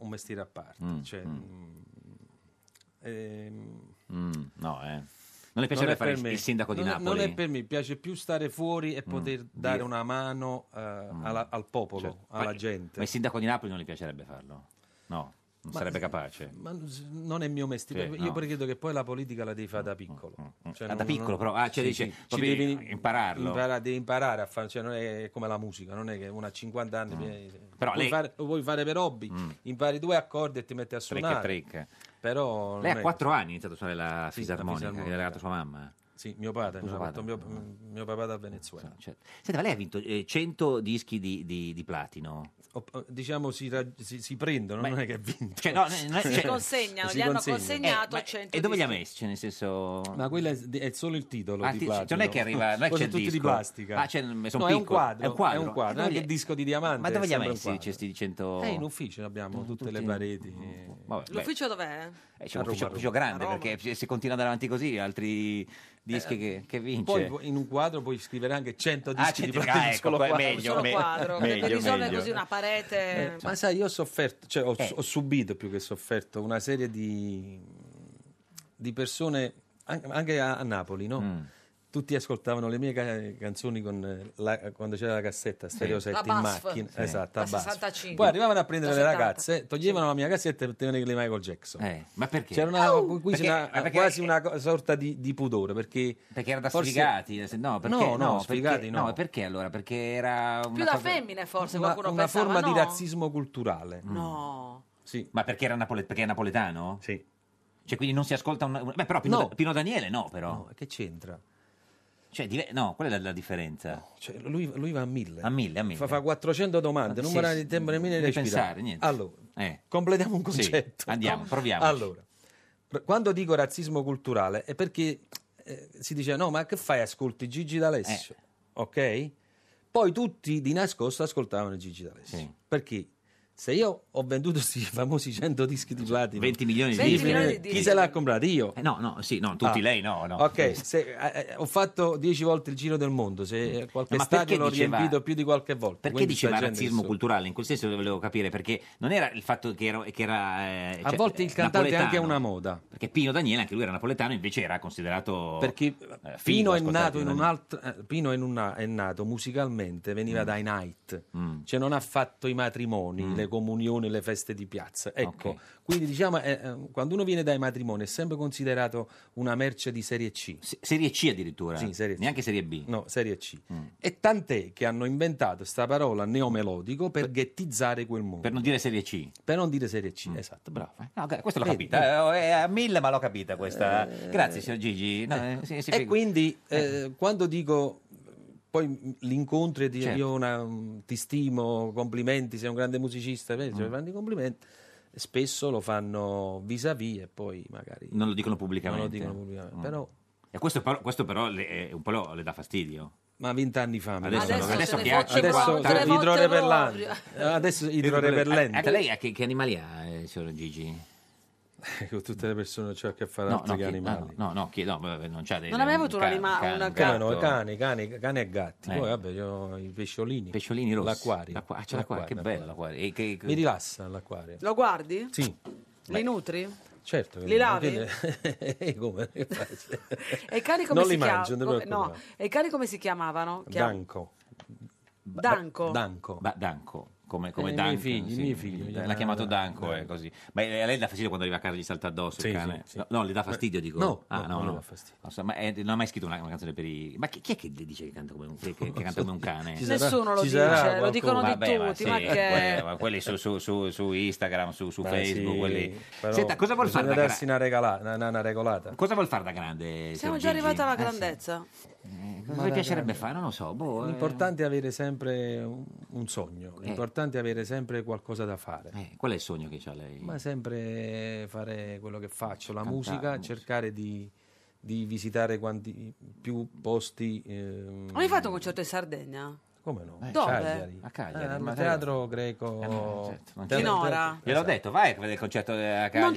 [SPEAKER 19] un mestiere a parte. Cioè, mm, ehm,
[SPEAKER 2] Mm, no, eh. Non le piacerebbe
[SPEAKER 19] è
[SPEAKER 2] fare
[SPEAKER 19] per
[SPEAKER 2] il,
[SPEAKER 19] me.
[SPEAKER 2] il sindaco di
[SPEAKER 19] Non è-
[SPEAKER 2] Napoli? Mm,
[SPEAKER 19] Non è per me, piace più stare fuori e poter dare
[SPEAKER 2] Dire.
[SPEAKER 19] una mano eh,
[SPEAKER 2] Mm.
[SPEAKER 19] alla- al popolo,
[SPEAKER 2] Certo.
[SPEAKER 19] alla
[SPEAKER 2] Ma-
[SPEAKER 19] gente.
[SPEAKER 2] Ma il sindaco di Napoli non le piacerebbe farlo? No, non
[SPEAKER 19] Ma-
[SPEAKER 2] sarebbe capace.
[SPEAKER 19] Ma s- non è il mio mestiere.
[SPEAKER 2] Sì,
[SPEAKER 19] Io
[SPEAKER 2] no. Mm,
[SPEAKER 19] poi credo che poi la politica la devi fare da piccolo. Cioè,
[SPEAKER 2] Ah, da
[SPEAKER 19] non-
[SPEAKER 2] piccolo,
[SPEAKER 19] non-
[SPEAKER 2] però. Ah, cioè,
[SPEAKER 19] sì,
[SPEAKER 2] dice,
[SPEAKER 19] sì.
[SPEAKER 2] proprio
[SPEAKER 19] Ci devi
[SPEAKER 2] impararlo.
[SPEAKER 19] impara- devi imparare a fare, cioè, non è come la musica, non è che una a 50 anni. viene-
[SPEAKER 2] Mm. Però
[SPEAKER 19] lo vuoi
[SPEAKER 2] lei- Mm.
[SPEAKER 19] fare, lo vuoi fare per hobby, impari due accordi e ti metti a
[SPEAKER 2] Trick e
[SPEAKER 19] suonare.
[SPEAKER 2] trick.
[SPEAKER 19] Però non
[SPEAKER 2] Lei
[SPEAKER 19] è
[SPEAKER 2] ha
[SPEAKER 19] che-
[SPEAKER 2] 4 anni ha iniziato a suonare la
[SPEAKER 19] Sì,
[SPEAKER 2] fisarmonica,
[SPEAKER 19] la
[SPEAKER 2] che gli ha regalato sua mamma.
[SPEAKER 19] Sì, mio padre,
[SPEAKER 2] Suo
[SPEAKER 19] me l'ha
[SPEAKER 2] padre. certo.
[SPEAKER 19] fatto mio, mio papà da Venezuela.
[SPEAKER 2] Senta, ma lei ha vinto eh, 100 dischi di, di- di platino.
[SPEAKER 19] O- o- diciamo si, rag- si, si prendono, non è che è vinto.
[SPEAKER 2] Cioè, no, non è-
[SPEAKER 1] Si
[SPEAKER 2] cioè-
[SPEAKER 1] consegnano,
[SPEAKER 19] Si
[SPEAKER 1] gli hanno
[SPEAKER 19] consegna.
[SPEAKER 1] consegnato
[SPEAKER 2] Eh, ma-
[SPEAKER 1] 100
[SPEAKER 2] E dove li ha
[SPEAKER 1] dischi.
[SPEAKER 2] messi? Cioè, nel senso...
[SPEAKER 19] Ma quello è, è solo il titolo
[SPEAKER 2] Ah,
[SPEAKER 19] di
[SPEAKER 2] ti-
[SPEAKER 19] platino.
[SPEAKER 2] non è che arriva- non è
[SPEAKER 19] Poi
[SPEAKER 2] che
[SPEAKER 19] sono
[SPEAKER 2] c'è il
[SPEAKER 19] tutti di
[SPEAKER 2] disco.
[SPEAKER 19] plastica.
[SPEAKER 2] Ah, c'è- sono
[SPEAKER 19] no, è un
[SPEAKER 2] piccoli.
[SPEAKER 19] quadro,
[SPEAKER 2] È
[SPEAKER 19] è
[SPEAKER 2] un
[SPEAKER 19] un
[SPEAKER 2] quadro.
[SPEAKER 19] quadro,
[SPEAKER 2] E dove
[SPEAKER 19] anche
[SPEAKER 2] li-
[SPEAKER 19] il disco di diamante.
[SPEAKER 2] Ma dove li ha
[SPEAKER 19] sembra un
[SPEAKER 2] messi cioè,
[SPEAKER 19] quadro.
[SPEAKER 2] questi di 100?
[SPEAKER 19] Eh, in ufficio abbiamo tutte le pareti. Eh,
[SPEAKER 2] Vabbè, beh.
[SPEAKER 1] L'ufficio dov'è?
[SPEAKER 2] Eh, c'è un ufficio, ufficio grande perché se- se continua ad andare avanti così altri dischi
[SPEAKER 19] Eh,
[SPEAKER 2] che, che vince
[SPEAKER 19] Poi pu- in un quadro puoi scrivere anche 100
[SPEAKER 2] Ah,
[SPEAKER 19] dischi di
[SPEAKER 2] 100,
[SPEAKER 19] platino
[SPEAKER 2] ah, ecco,
[SPEAKER 19] solo
[SPEAKER 2] poi
[SPEAKER 19] quadro.
[SPEAKER 2] meglio, Solo me-
[SPEAKER 1] Quadro,
[SPEAKER 19] meglio,
[SPEAKER 1] per risolvere
[SPEAKER 19] meglio.
[SPEAKER 1] così una
[SPEAKER 19] Eh,
[SPEAKER 1] parete.
[SPEAKER 19] ma sai, io ho sofferto, cioè ho,
[SPEAKER 1] Eh.
[SPEAKER 19] ho subito più che sofferto una serie di, di persone, an- anche a, a Napoli, no?
[SPEAKER 2] Mm.
[SPEAKER 19] Tutti ascoltavano le mie ca- canzoni con eh, la- quando c'era la cassetta stereo 7
[SPEAKER 1] La
[SPEAKER 19] in
[SPEAKER 1] BASF.
[SPEAKER 19] macchina.
[SPEAKER 1] Sì.
[SPEAKER 19] Esatto,
[SPEAKER 1] La
[SPEAKER 19] a BASF.
[SPEAKER 1] 65.
[SPEAKER 19] Poi arrivavano a prendere
[SPEAKER 1] La
[SPEAKER 19] le
[SPEAKER 1] 70.
[SPEAKER 19] ragazze, eh, toglievano la mia cassetta e mettevano le Michael Jackson.
[SPEAKER 2] Eh, ma perché?
[SPEAKER 19] C'era una- qui
[SPEAKER 2] Perché-
[SPEAKER 19] c'era
[SPEAKER 2] ma perché-
[SPEAKER 19] quasi una co- sorta di, di pudore perché,
[SPEAKER 2] perché era da
[SPEAKER 19] forse-
[SPEAKER 2] sfigati eh, se- no, perché,
[SPEAKER 19] no, no,
[SPEAKER 2] perché-
[SPEAKER 19] sfigati no.
[SPEAKER 2] no, perché allora perché era una
[SPEAKER 1] Più da
[SPEAKER 2] cosa-
[SPEAKER 1] femmine forse
[SPEAKER 19] una,
[SPEAKER 1] qualcuno
[SPEAKER 19] una
[SPEAKER 1] pensava,
[SPEAKER 19] forma
[SPEAKER 1] no?
[SPEAKER 19] di Mm. razzismo culturale.
[SPEAKER 2] Mm.
[SPEAKER 1] No.
[SPEAKER 19] Sì.
[SPEAKER 2] ma perché era napole- perché è napoletano?
[SPEAKER 19] sì
[SPEAKER 2] cioè quindi non si ascolta una- una- beh però Pino,
[SPEAKER 19] No.
[SPEAKER 2] Pino Daniele no però
[SPEAKER 19] che c'entra?
[SPEAKER 2] cioè dive- no qual è la, la differenza?
[SPEAKER 19] Cioè, lui, lui va a mille.
[SPEAKER 2] a mille a mille
[SPEAKER 19] Fa, fa 400 domande,
[SPEAKER 2] Ma
[SPEAKER 19] non
[SPEAKER 2] sì,
[SPEAKER 19] mi dà
[SPEAKER 2] sì,
[SPEAKER 19] il tempo nemmeno di
[SPEAKER 2] devi
[SPEAKER 19] respirare.
[SPEAKER 2] pensare, niente.
[SPEAKER 19] Allora,
[SPEAKER 2] Eh.
[SPEAKER 19] completiamo un
[SPEAKER 2] Sì,
[SPEAKER 19] concetto.
[SPEAKER 2] andiamo, proviamoci.
[SPEAKER 19] Allora, r- quando dico razzismo culturale è perché eh, si dice no, ma che fai? Ascolti Gigi D'Alessio,
[SPEAKER 2] Eh.
[SPEAKER 19] ok? Poi tutti di nascosto ascoltavano Gigi D'Alessio. Perché? Se io ho venduto questi famosi 100 dischi di platino
[SPEAKER 2] 20 milioni di
[SPEAKER 19] 20
[SPEAKER 2] dischi.
[SPEAKER 19] milioni
[SPEAKER 2] Sì.
[SPEAKER 19] Chi se l'ha comprato? Io?
[SPEAKER 2] no, no, sì, no, tutti
[SPEAKER 19] Ah.
[SPEAKER 2] lei oh, no, no.
[SPEAKER 19] Ok, se, eh, eh, ho fatto 10 volte il giro del mondo, se eh, qualche
[SPEAKER 2] No, Mm. ma perché
[SPEAKER 19] stadio l'ho
[SPEAKER 2] diceva-
[SPEAKER 19] riempito più di qualche volta.
[SPEAKER 2] Perché
[SPEAKER 19] quindi sta
[SPEAKER 2] diceva
[SPEAKER 19] gente
[SPEAKER 2] razzismo
[SPEAKER 19] su-
[SPEAKER 2] culturale? In quel senso lo volevo capire, perché non era il fatto che era... Che era eh,
[SPEAKER 19] A
[SPEAKER 2] cioè,
[SPEAKER 19] volte il cantante è anche
[SPEAKER 2] napoletano.
[SPEAKER 19] una moda.
[SPEAKER 2] Perché Pino Daniele, anche lui era napoletano, invece era considerato...
[SPEAKER 19] Perché
[SPEAKER 2] eh, figo,
[SPEAKER 19] Pino è
[SPEAKER 2] ascoltato
[SPEAKER 19] nato in
[SPEAKER 2] da-
[SPEAKER 19] un altro eh, Pino è, in una- è nato musicalmente, veniva
[SPEAKER 2] Mm.
[SPEAKER 19] dai night, cioè non ha fatto i matrimoni, le comunioni, le feste di piazza. Ecco, quindi diciamo eh, eh, quando uno viene dai matrimoni è sempre considerato una merce di serie C.
[SPEAKER 2] serie C addirittura?
[SPEAKER 19] Sì, serie C.
[SPEAKER 2] Neanche serie B? Mm.
[SPEAKER 19] No, serie C. E tant'è che hanno inventato questa parola neomelodico per ghettizzare quel mondo. Per
[SPEAKER 2] non dire serie C. Mm.
[SPEAKER 19] Per non dire serie C, esatto, bravo.
[SPEAKER 2] No, ok, questa l'ho
[SPEAKER 19] Vedi,
[SPEAKER 2] capita, eh, è a mille ma l'ho capita questa.
[SPEAKER 19] Eh,
[SPEAKER 2] Grazie signor Gigi. No, eh, sì, sì,
[SPEAKER 19] e
[SPEAKER 2] figo.
[SPEAKER 19] quindi eh, quando dico poi mh, l'incontro e di-
[SPEAKER 2] Certo.
[SPEAKER 19] io una- mh, ti stimo, complimenti, sei un grande musicista, vedi, cioè,
[SPEAKER 2] Mm.
[SPEAKER 19] fanno i complimenti, spesso lo fanno vis-à-vis e poi magari
[SPEAKER 2] Non lo dicono pubblicamente.
[SPEAKER 19] Non lo dicono pubblicamente,
[SPEAKER 2] Mm.
[SPEAKER 19] però-
[SPEAKER 2] E questo, però- questo però le, eh, un po' lo- le dà fastidio.
[SPEAKER 19] ma vent'anni fa. mi
[SPEAKER 2] Adesso-
[SPEAKER 19] pare.
[SPEAKER 2] adesso Adesso se le piace.
[SPEAKER 19] Adesso-
[SPEAKER 2] voci proprio, le voci
[SPEAKER 19] idrorepellente.
[SPEAKER 2] proprio.
[SPEAKER 19] Adesso
[SPEAKER 2] Eh,
[SPEAKER 19] idrorepellente.
[SPEAKER 2] anche lei eh, che, che animali ha, eh, signor Gigi?
[SPEAKER 19] Eh, Con tutte le persone c'è a che fare
[SPEAKER 2] No,
[SPEAKER 19] altri
[SPEAKER 2] no,
[SPEAKER 19] che
[SPEAKER 2] chi-
[SPEAKER 19] animali.
[SPEAKER 2] no, no, no, chi- no, beh, non c'ha dei-
[SPEAKER 1] Non avevo avuto un
[SPEAKER 2] cane,
[SPEAKER 1] anima-
[SPEAKER 2] cane,
[SPEAKER 1] un
[SPEAKER 2] gatto.
[SPEAKER 19] Cano, cani, cani, cani e gatti.
[SPEAKER 2] Eh.
[SPEAKER 19] Poi vabbè, io ho i pesciolini.
[SPEAKER 2] Pesciolini rossi.
[SPEAKER 19] L'acquario.
[SPEAKER 2] L'acqua- ah, c'è l'acquario, che bello l'acquario. E che-
[SPEAKER 19] Mi rilassa l'acquario.
[SPEAKER 1] Lo guardi?
[SPEAKER 19] Sì,
[SPEAKER 1] Li nutri?
[SPEAKER 19] certo. che
[SPEAKER 1] Li lavi?
[SPEAKER 19] perché- Eh, come? Che faccio?
[SPEAKER 1] E i cani come
[SPEAKER 19] Non
[SPEAKER 1] si
[SPEAKER 19] li mangio,
[SPEAKER 1] chiamavano?
[SPEAKER 19] non ti
[SPEAKER 1] No,
[SPEAKER 19] preoccupare.
[SPEAKER 1] e i cani come si chiamavano? Chiam-
[SPEAKER 19] Danco.
[SPEAKER 1] Danco.
[SPEAKER 19] Danco.
[SPEAKER 2] Ba- Danco. Come, come
[SPEAKER 19] Eh, i
[SPEAKER 2] Danco,
[SPEAKER 19] miei figli, i
[SPEAKER 2] sì.
[SPEAKER 19] miei figli. eh,
[SPEAKER 2] l'ha chiamato Danco,
[SPEAKER 19] Danco.
[SPEAKER 2] è così. Ma eh, a lei dà fastidio quando arriva a casa e gli salta addosso il cane? No, no, le dà fastidio, dico.
[SPEAKER 19] Eh, No,
[SPEAKER 2] Ah,
[SPEAKER 19] no, non le dà fastidio.
[SPEAKER 2] Non so, ma eh, non ha mai scritto una, una canzone per i... Ma chi, chi è che dice che canta come un, che- che- che canta come un cane?
[SPEAKER 19] Ci sarà-
[SPEAKER 1] Nessuno lo
[SPEAKER 19] ci
[SPEAKER 1] dice,
[SPEAKER 19] sarà
[SPEAKER 1] lo dicono di
[SPEAKER 2] Vabbè,
[SPEAKER 1] tutti,
[SPEAKER 2] sì, eh,
[SPEAKER 1] ma che-
[SPEAKER 2] quelli- ma quelli su, su- su- su Instagram, su, su
[SPEAKER 19] Ma
[SPEAKER 2] Facebook,
[SPEAKER 19] sì,
[SPEAKER 2] quelli...
[SPEAKER 19] però
[SPEAKER 2] Senta, cosa vuol
[SPEAKER 19] bisogna
[SPEAKER 2] fare da
[SPEAKER 19] darsi una, regala- una, una- una regolata?
[SPEAKER 2] Cosa vuol fare da
[SPEAKER 1] Siamo
[SPEAKER 2] grande? signor
[SPEAKER 1] già
[SPEAKER 2] Gigi?
[SPEAKER 1] arrivati alla
[SPEAKER 2] Eh, sì.
[SPEAKER 1] grandezza.
[SPEAKER 19] Mm,
[SPEAKER 2] Cosa mi piacerebbe fare? Non lo so. boh, eh.
[SPEAKER 19] L'importante è avere sempre un, un sogno,
[SPEAKER 2] Eh.
[SPEAKER 19] l'importante è avere sempre qualcosa da fare.
[SPEAKER 2] Qual è il sogno che ha lei?
[SPEAKER 19] Ma sempre fare quello che faccio, la
[SPEAKER 2] Cantare,
[SPEAKER 19] musica,
[SPEAKER 2] musica.
[SPEAKER 19] cercare di, di visitare quanti più posti. ehm,
[SPEAKER 1] Non hai fatto un concerto in Sardegna?
[SPEAKER 19] Come no?
[SPEAKER 1] Dove?
[SPEAKER 19] Eh, Cagliari.
[SPEAKER 2] A Cagliari,
[SPEAKER 19] Ah, al
[SPEAKER 2] ma-
[SPEAKER 19] teatro greco.
[SPEAKER 2] certo,
[SPEAKER 19] Teatro-
[SPEAKER 2] non c'era.
[SPEAKER 1] Finora.
[SPEAKER 2] Gliel'ho detto, vai a vedere il concerto a Cagliari.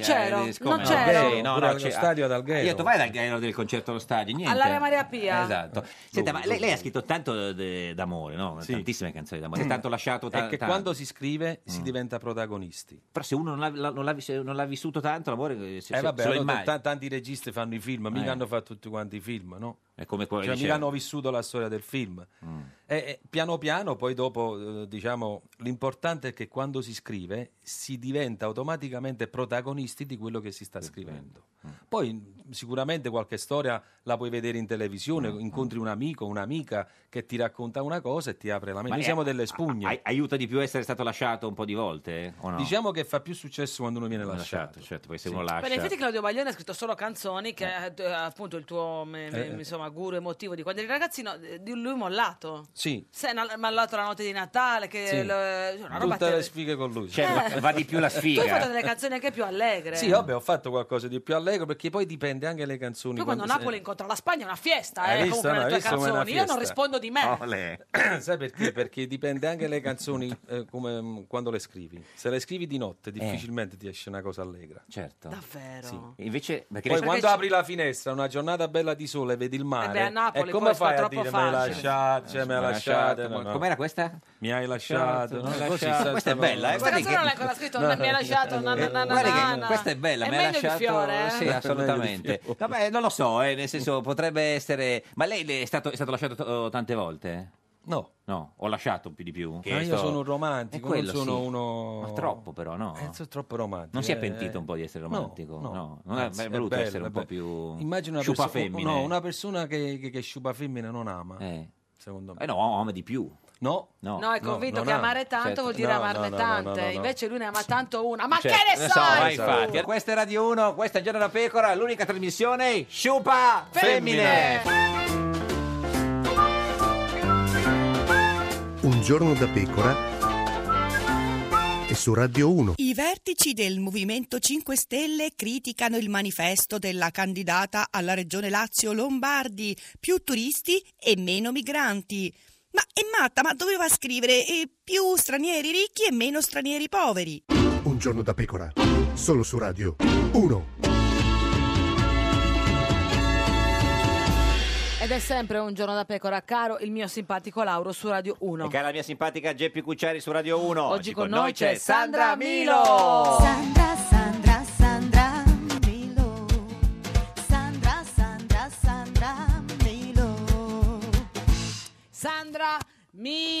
[SPEAKER 1] Esatto. c'ero,
[SPEAKER 2] eh, siccome-
[SPEAKER 1] non c'ero.
[SPEAKER 2] sì, no,
[SPEAKER 19] Pure
[SPEAKER 2] no,
[SPEAKER 19] allo
[SPEAKER 2] c'è-
[SPEAKER 19] stadio ad Alghero.
[SPEAKER 2] Io ho detto, vai al Alghero del concerto allo stadio, niente.
[SPEAKER 1] All'area Maria Pia.
[SPEAKER 2] Esatto. Senta, ma lei, lei ha scritto tanto de- d'amore, no? Tantissime canzoni d'amore, è tanto lasciato... ta-
[SPEAKER 19] Mm. È che
[SPEAKER 2] ta- Mm.
[SPEAKER 19] quando si scrive si diventa protagonisti.
[SPEAKER 2] Però se uno non l'ha, la- non l'ha- se non l'ha vissuto tanto, l'amore eh, se,
[SPEAKER 19] Eh, vabbè,
[SPEAKER 2] se lo
[SPEAKER 19] allora,
[SPEAKER 2] immagina.
[SPEAKER 19] t- tanti registi fanno i film, mica
[SPEAKER 2] Eh.
[SPEAKER 19] hanno fatto tutti quanti i film, no?
[SPEAKER 2] È come quello
[SPEAKER 19] Cioè,
[SPEAKER 2] che
[SPEAKER 19] mica
[SPEAKER 2] diceva. Mm.
[SPEAKER 19] hanno vissuto la storia del film. E, e piano piano, poi dopo, eh, diciamo, l'importante è che quando si scrive si diventa automaticamente protagonisti di quello che si sta scrivendo.
[SPEAKER 2] Mm.
[SPEAKER 19] Poi mh, sicuramente qualche storia la puoi vedere in televisione,
[SPEAKER 2] Mm.
[SPEAKER 19] incontri un amico, un'amica che ti racconta una cosa e ti apre la mente.
[SPEAKER 2] Ma
[SPEAKER 19] Noi
[SPEAKER 2] è-
[SPEAKER 19] siamo delle spugne.
[SPEAKER 2] Ai- aiuta di più essere stato lasciato un po' di volte? eh, O no?
[SPEAKER 19] Diciamo che fa più successo quando uno viene lasciato.
[SPEAKER 2] Lasciato, certo, poi se uno lascia...
[SPEAKER 1] Beh, in effetti Claudio Baglione ha scritto solo canzoni che è eh, appunto il tuo me- me-
[SPEAKER 19] Eh.
[SPEAKER 1] insomma, guru emotivo di quando eri ragazzino, eh, di lui mollato.
[SPEAKER 19] Sì,
[SPEAKER 1] Sei na- mollato la notte di Natale, che
[SPEAKER 19] Sì.
[SPEAKER 1] lo- cioè, una roba
[SPEAKER 19] tutte
[SPEAKER 1] ter-
[SPEAKER 19] le sfighe con lui.
[SPEAKER 2] Cioè, va- va di più la sfiga.
[SPEAKER 1] Eh. Tu hai fatto delle canzoni anche più allegre.
[SPEAKER 19] Sì, vabbè, ho fatto qualcosa di più allegro perché poi dipende anche le canzoni.
[SPEAKER 1] Poi quando
[SPEAKER 19] quando se-
[SPEAKER 1] Napoli incontra la Spagna è una fiesta,
[SPEAKER 19] Hai
[SPEAKER 1] eh,
[SPEAKER 19] visto?
[SPEAKER 1] comunque
[SPEAKER 19] No,
[SPEAKER 1] nelle
[SPEAKER 19] hai
[SPEAKER 1] tue
[SPEAKER 19] visto come è una
[SPEAKER 1] canzoni. Io non
[SPEAKER 19] fiesta?
[SPEAKER 1] rispondo di me.
[SPEAKER 19] Sai perché? Perché dipende anche le canzoni eh, come, mm, quando le scrivi. Se le scrivi di
[SPEAKER 1] Eh.
[SPEAKER 19] notte, difficilmente ti esce una cosa allegra.
[SPEAKER 2] Certo.
[SPEAKER 1] Davvero?
[SPEAKER 2] E Invece, perché
[SPEAKER 19] Poi
[SPEAKER 2] lei-
[SPEAKER 19] quando apri la finestra, una giornata bella di sole, vedi il mare.
[SPEAKER 1] Eh beh, a Napoli
[SPEAKER 19] e
[SPEAKER 1] poi
[SPEAKER 19] come
[SPEAKER 1] sta
[SPEAKER 19] fai a
[SPEAKER 1] troppo
[SPEAKER 19] dire me
[SPEAKER 1] facile."
[SPEAKER 2] Eh,
[SPEAKER 19] lasciate, cioè, me
[SPEAKER 2] Mi hai
[SPEAKER 19] lasciate?
[SPEAKER 2] lasciato,
[SPEAKER 19] No, no.
[SPEAKER 2] Com'era questa?
[SPEAKER 19] Mi hai lasciato. no?
[SPEAKER 2] Mi hai
[SPEAKER 19] Così,
[SPEAKER 2] lasciato.
[SPEAKER 19] sa-
[SPEAKER 2] Questa è
[SPEAKER 19] sta-
[SPEAKER 2] bella,
[SPEAKER 1] Questa
[SPEAKER 2] eh?
[SPEAKER 1] canzone
[SPEAKER 2] Guardi che-
[SPEAKER 1] non è ancora scritta, non mi ha lasciato, na, na, na, na,
[SPEAKER 2] Guarda
[SPEAKER 1] na,
[SPEAKER 2] che
[SPEAKER 1] na.
[SPEAKER 2] questa è bella,
[SPEAKER 1] È
[SPEAKER 2] mi ha
[SPEAKER 1] meglio di
[SPEAKER 2] lasciato.
[SPEAKER 1] Fiore, eh?
[SPEAKER 2] Sì, assolutamente. Vabbè, non lo so, eh, nel senso potrebbe essere. Ma lei le è stato, è stato lasciato to- tante volte?
[SPEAKER 19] No.
[SPEAKER 2] No, ho lasciato più di più.
[SPEAKER 19] Ma Ah, io
[SPEAKER 2] sto-
[SPEAKER 19] sono un
[SPEAKER 2] È
[SPEAKER 19] romantico, non
[SPEAKER 2] Eh, quello,
[SPEAKER 19] sono
[SPEAKER 2] sì.
[SPEAKER 19] uno.
[SPEAKER 2] Ma troppo, però, no?
[SPEAKER 19] Eh, sono troppo romantico.
[SPEAKER 2] Non si è
[SPEAKER 19] eh.
[SPEAKER 2] pentito un po' di essere
[SPEAKER 19] No,
[SPEAKER 2] romantico?
[SPEAKER 19] no.
[SPEAKER 2] non è-
[SPEAKER 19] Anzi,
[SPEAKER 2] è voluto
[SPEAKER 19] bello,
[SPEAKER 2] essere un
[SPEAKER 19] è
[SPEAKER 2] po'
[SPEAKER 19] bello.
[SPEAKER 2] più.
[SPEAKER 19] Immagino una
[SPEAKER 2] sciupa
[SPEAKER 19] perso-
[SPEAKER 2] femmine.
[SPEAKER 19] No, una persona che, che, che sciupa femmine non ama. Secondo me.
[SPEAKER 2] Eh no, ama di più.
[SPEAKER 19] No.
[SPEAKER 1] No, è convinto
[SPEAKER 19] non
[SPEAKER 1] che
[SPEAKER 19] ama.
[SPEAKER 1] amare tanto
[SPEAKER 19] Certo.
[SPEAKER 1] vuol dire
[SPEAKER 19] No,
[SPEAKER 1] amarne
[SPEAKER 19] no, no, no,
[SPEAKER 1] tante.
[SPEAKER 19] no, Certo. Esatto, no, no.
[SPEAKER 1] Invece lui ne ama tanto una. Ma
[SPEAKER 2] Cioè,
[SPEAKER 1] che ne
[SPEAKER 2] non
[SPEAKER 1] sai?
[SPEAKER 2] ma
[SPEAKER 1] tu?
[SPEAKER 2] infatti. Questa è Radio 1, questa è Giorno da Pecora, l'unica trasmissione sciupa
[SPEAKER 1] Femmine.
[SPEAKER 2] femmine.
[SPEAKER 10] Un giorno da pecora e
[SPEAKER 13] su Radio 1.
[SPEAKER 10] I vertici del Movimento 5 Stelle criticano il manifesto della candidata alla Regione Lazio Lombardi, più turisti e meno migranti. Ma è matta, ma doveva scrivere eh, più stranieri ricchi e meno stranieri poveri.
[SPEAKER 13] Un giorno da pecora, solo su Radio 1.
[SPEAKER 1] Ed è sempre un giorno da pecora, caro il mio simpatico Lauro su Radio 1.
[SPEAKER 2] E cara la mia simpatica Geppi Cucciari su Radio 1. Oggi,
[SPEAKER 1] con noi c'è Sandra Milo.
[SPEAKER 9] Sandra, Sandra, Sandra Milo. Sandra, Sandra, Sandra Milo.
[SPEAKER 1] Sandra Milo.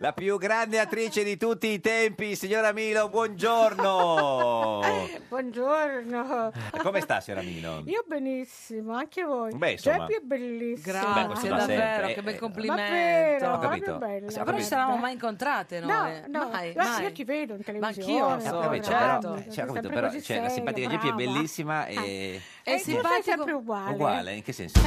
[SPEAKER 2] La più grande attrice di tutti i tempi, signora Milo, buongiorno.
[SPEAKER 21] Buongiorno.
[SPEAKER 2] Come sta, signora Milo?
[SPEAKER 21] Io benissimo, anche voi.
[SPEAKER 2] Beh, insomma.
[SPEAKER 21] Geppi è bellissimo.
[SPEAKER 2] Beh, questo da sempre.
[SPEAKER 1] Ah, che
[SPEAKER 2] Eh,
[SPEAKER 1] bel
[SPEAKER 2] eh,
[SPEAKER 1] complimento.
[SPEAKER 21] Ma vero,
[SPEAKER 2] Ho capito.
[SPEAKER 21] proprio bella.
[SPEAKER 2] Sì, ho
[SPEAKER 1] Però non
[SPEAKER 2] capito.
[SPEAKER 1] ci eravamo mai incontrate noi.
[SPEAKER 21] No, no,
[SPEAKER 1] mai,
[SPEAKER 21] guarda,
[SPEAKER 1] mai.
[SPEAKER 21] io ti vedo in
[SPEAKER 1] Ma
[SPEAKER 21] televisione.
[SPEAKER 1] anch'io
[SPEAKER 2] Eh, ho
[SPEAKER 1] sono,
[SPEAKER 2] capito,
[SPEAKER 1] certo.
[SPEAKER 2] però, cioè, ho capito,
[SPEAKER 21] sempre
[SPEAKER 2] però,
[SPEAKER 21] così
[SPEAKER 2] cioè, la
[SPEAKER 21] serio,
[SPEAKER 2] simpatica Geppi è
[SPEAKER 21] brava.
[SPEAKER 2] bellissima e... Eh,
[SPEAKER 1] È
[SPEAKER 21] E tu sei
[SPEAKER 1] simpatico.
[SPEAKER 21] sempre uguale.
[SPEAKER 2] Uguale, in che senso?
[SPEAKER 1] È un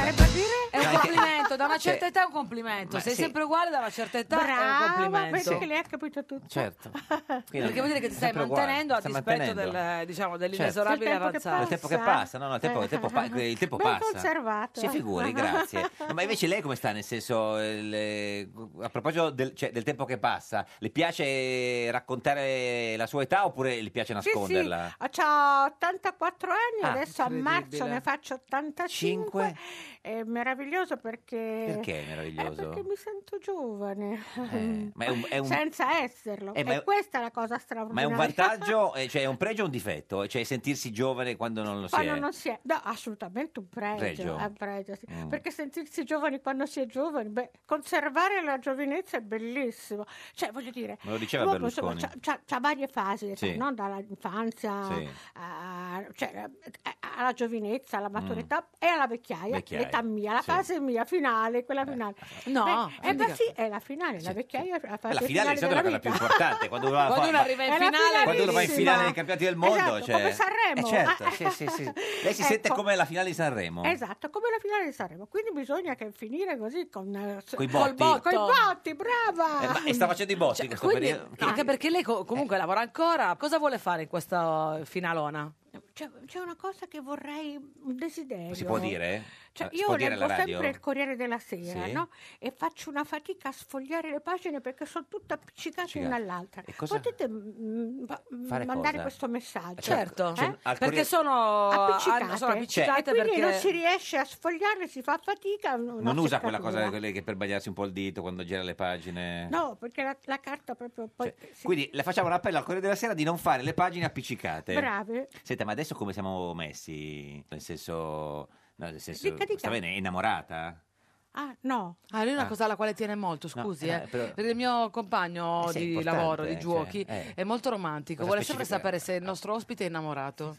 [SPEAKER 2] Anche-
[SPEAKER 1] complimento, da una
[SPEAKER 2] Cioè-
[SPEAKER 1] certa età è un complimento.
[SPEAKER 2] Ma
[SPEAKER 1] Sei
[SPEAKER 2] sì.
[SPEAKER 1] sempre uguale da una certa età è un
[SPEAKER 21] Brava,
[SPEAKER 1] complimento.
[SPEAKER 21] penso che lei ha capito tutto. cioè.
[SPEAKER 2] Certo. Quindi-
[SPEAKER 1] Perché vuol dire che ti stai
[SPEAKER 2] sempre uguale,
[SPEAKER 1] mantenendo a
[SPEAKER 2] stai
[SPEAKER 1] dispetto
[SPEAKER 2] mantenendo.
[SPEAKER 1] del, diciamo,
[SPEAKER 2] Certo.
[SPEAKER 1] dell'inesorabile
[SPEAKER 2] Del tempo che
[SPEAKER 1] avanzare.
[SPEAKER 2] passa. Del tempo che passa, no, no, il tempo, il tempo pa- il tempo
[SPEAKER 21] Ben
[SPEAKER 2] passa.
[SPEAKER 21] conservato.
[SPEAKER 2] Si figuri, grazie. No, ma invece lei come sta? Nel senso, il, eh, a proposito del, cioè, del tempo che passa, le piace raccontare la sua età oppure le piace
[SPEAKER 21] Sì, sì,
[SPEAKER 2] nasconderla?
[SPEAKER 21] ho 84 anni,
[SPEAKER 2] Ah,
[SPEAKER 21] adesso a marzo
[SPEAKER 2] incredibile.
[SPEAKER 21] ne faccio 85. È meraviglioso perché...
[SPEAKER 2] Perché è meraviglioso?
[SPEAKER 21] Perché mi sento giovane,
[SPEAKER 2] Eh, ma è un- è un-
[SPEAKER 21] senza esserlo.
[SPEAKER 2] Eh, ma
[SPEAKER 21] e
[SPEAKER 2] è-
[SPEAKER 21] questa è la cosa
[SPEAKER 2] Ma è
[SPEAKER 21] straordinaria.
[SPEAKER 2] un vantaggio, eh, cioè è un pregio o un difetto? Cioè sentirsi giovane quando non lo si
[SPEAKER 21] Quando
[SPEAKER 2] è?
[SPEAKER 21] non si è, no, assolutamente un pregio,
[SPEAKER 2] Pregio.
[SPEAKER 21] è un pregio, sì.
[SPEAKER 2] Mm.
[SPEAKER 21] perché sentirsi giovani quando si è giovani, beh, conservare la giovinezza è bellissimo. Cioè, voglio dire,
[SPEAKER 2] Me lo diceva
[SPEAKER 21] l'uomo, insomma,
[SPEAKER 2] Berlusconi.
[SPEAKER 21] c'ha, c'ha- c'ha varie fasi, d'età,
[SPEAKER 2] Sì.
[SPEAKER 21] no? dall'infanzia
[SPEAKER 2] Sì.
[SPEAKER 21] a- cioè, eh, alla giovinezza, alla maturità e alla vecchiaia,
[SPEAKER 2] Mm. Vecchiaia,
[SPEAKER 21] l'età mia, la
[SPEAKER 2] sì.
[SPEAKER 21] fase mia finale, quella finale.
[SPEAKER 1] No,
[SPEAKER 21] Beh, eh,
[SPEAKER 1] non
[SPEAKER 21] beh,
[SPEAKER 1] dica-
[SPEAKER 21] sì, è la finale, la vecchiaia è la
[SPEAKER 2] Eh,
[SPEAKER 21] fase
[SPEAKER 2] La finale
[SPEAKER 21] finale
[SPEAKER 2] è sempre la cosa
[SPEAKER 21] della
[SPEAKER 2] più
[SPEAKER 21] vita.
[SPEAKER 2] importante. Quando, uno va-
[SPEAKER 1] Quando uno
[SPEAKER 2] fa-
[SPEAKER 1] arriva in
[SPEAKER 21] È la
[SPEAKER 1] finale,
[SPEAKER 2] quando uno va in
[SPEAKER 21] finalissima.
[SPEAKER 2] finale dei campionati del mondo.
[SPEAKER 21] Esatto,
[SPEAKER 2] cioè-
[SPEAKER 21] come Sanremo.
[SPEAKER 2] Eh, certo,
[SPEAKER 21] Ah,
[SPEAKER 2] sì, sì, sì. Lei si
[SPEAKER 21] ecco.
[SPEAKER 2] sente come la finale di Sanremo.
[SPEAKER 21] Esatto, come la finale di Sanremo. Quindi bisogna che finire così con eh, s-
[SPEAKER 2] Coi
[SPEAKER 21] col
[SPEAKER 2] botti.
[SPEAKER 21] Coi botti, brava!
[SPEAKER 2] Eh, ma- e sta facendo i botti in questo
[SPEAKER 1] Quindi,
[SPEAKER 2] periodo. Che-
[SPEAKER 1] anche perché lei co-
[SPEAKER 2] Eh.
[SPEAKER 1] comunque lavora ancora. Cosa vuole fare in questa finalona?
[SPEAKER 21] C'è, c'è una cosa che vorrei, un desiderio.
[SPEAKER 2] Si può dire? Eh,
[SPEAKER 21] Cioè,
[SPEAKER 2] Si
[SPEAKER 21] io
[SPEAKER 2] può dire
[SPEAKER 21] leggo
[SPEAKER 2] alla radio?
[SPEAKER 21] sempre il Corriere della Sera,
[SPEAKER 2] Sì.
[SPEAKER 21] no? E faccio una fatica a sfogliare le pagine perché sono tutte appiccicate
[SPEAKER 2] Appiccicate.
[SPEAKER 21] una all'altra.
[SPEAKER 2] E cosa-
[SPEAKER 21] Potete mm, fa- mm,
[SPEAKER 2] Fare
[SPEAKER 21] mandare
[SPEAKER 2] cosa?
[SPEAKER 21] questo messaggio?
[SPEAKER 2] Cioè, Certo. cioè,
[SPEAKER 21] Eh? ah,
[SPEAKER 2] al Corriere- Eh,
[SPEAKER 21] appiccicate.
[SPEAKER 1] hanno- Ah, sono appiccicate
[SPEAKER 21] e quindi
[SPEAKER 1] perché-
[SPEAKER 21] non si riesce a sfogliarle, si fa fatica.
[SPEAKER 2] Non usa quella cosa quelle che per bagliarsi un po' il dito quando gira le pagine.
[SPEAKER 21] eh? No, perché la, la carta proprio poi... si-
[SPEAKER 2] Quindi le facciamo un appello al Corriere della Sera di non fare le pagine appiccicate.
[SPEAKER 21] Brave.
[SPEAKER 2] Senta, ma adesso come siamo messi? Nel senso. no, nel senso-
[SPEAKER 1] Dica, dica.
[SPEAKER 2] Sta bene? È innamorata?
[SPEAKER 21] Ah, no.
[SPEAKER 1] Ah, lui è una
[SPEAKER 2] Ah.
[SPEAKER 1] cosa alla quale tiene molto, scusi.
[SPEAKER 2] eh,
[SPEAKER 1] eh,
[SPEAKER 2] no, però-
[SPEAKER 1] Perché il mio compagno
[SPEAKER 2] Eh sì,
[SPEAKER 1] di
[SPEAKER 2] importante,
[SPEAKER 1] lavoro,
[SPEAKER 2] eh,
[SPEAKER 1] di giochi,
[SPEAKER 2] cioè, eh.
[SPEAKER 1] è molto romantico.
[SPEAKER 2] Cosa
[SPEAKER 1] Vuole sempre
[SPEAKER 2] specifica- Ah.
[SPEAKER 1] sapere se il nostro ospite è innamorato.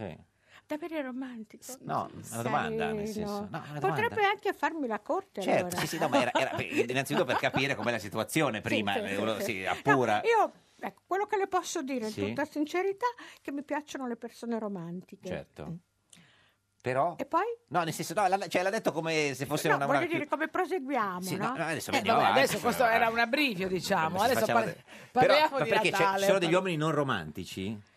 [SPEAKER 21] Davvero romantico.
[SPEAKER 2] No, è una domanda, nel
[SPEAKER 21] Sereno.
[SPEAKER 2] senso. No, è una domanda.
[SPEAKER 21] Potrebbe anche farmi la corte.
[SPEAKER 2] Certo,
[SPEAKER 21] allora.
[SPEAKER 2] sì, sì, no, ma era, era per- innanzitutto per capire com'è la situazione prima, eh, uno si appura.
[SPEAKER 21] No, io, ecco, quello che le posso dire
[SPEAKER 2] Sì.
[SPEAKER 21] in tutta sincerità è che mi piacciono le persone romantiche.
[SPEAKER 2] Certo. Però...
[SPEAKER 21] E poi?
[SPEAKER 2] No, nel senso, no, l'ha, cioè, l'ha detto come se fosse
[SPEAKER 21] No,
[SPEAKER 2] una...
[SPEAKER 21] voglio
[SPEAKER 2] una-
[SPEAKER 21] dire come proseguiamo,
[SPEAKER 2] Sì,
[SPEAKER 21] no?
[SPEAKER 2] no, no, adesso
[SPEAKER 1] Eh,
[SPEAKER 2] andiamo
[SPEAKER 1] vabbè,
[SPEAKER 2] avanti,
[SPEAKER 1] adesso questo
[SPEAKER 2] andiamo
[SPEAKER 1] era
[SPEAKER 2] avanti.
[SPEAKER 1] un abbrivio, diciamo.
[SPEAKER 2] Ci
[SPEAKER 1] Adesso
[SPEAKER 2] facciamo
[SPEAKER 1] par-
[SPEAKER 2] vedere. Però-
[SPEAKER 1] parliamo
[SPEAKER 2] ma
[SPEAKER 1] di
[SPEAKER 2] perché c'è-
[SPEAKER 1] Natale.
[SPEAKER 2] ci sono degli uomini non romantici?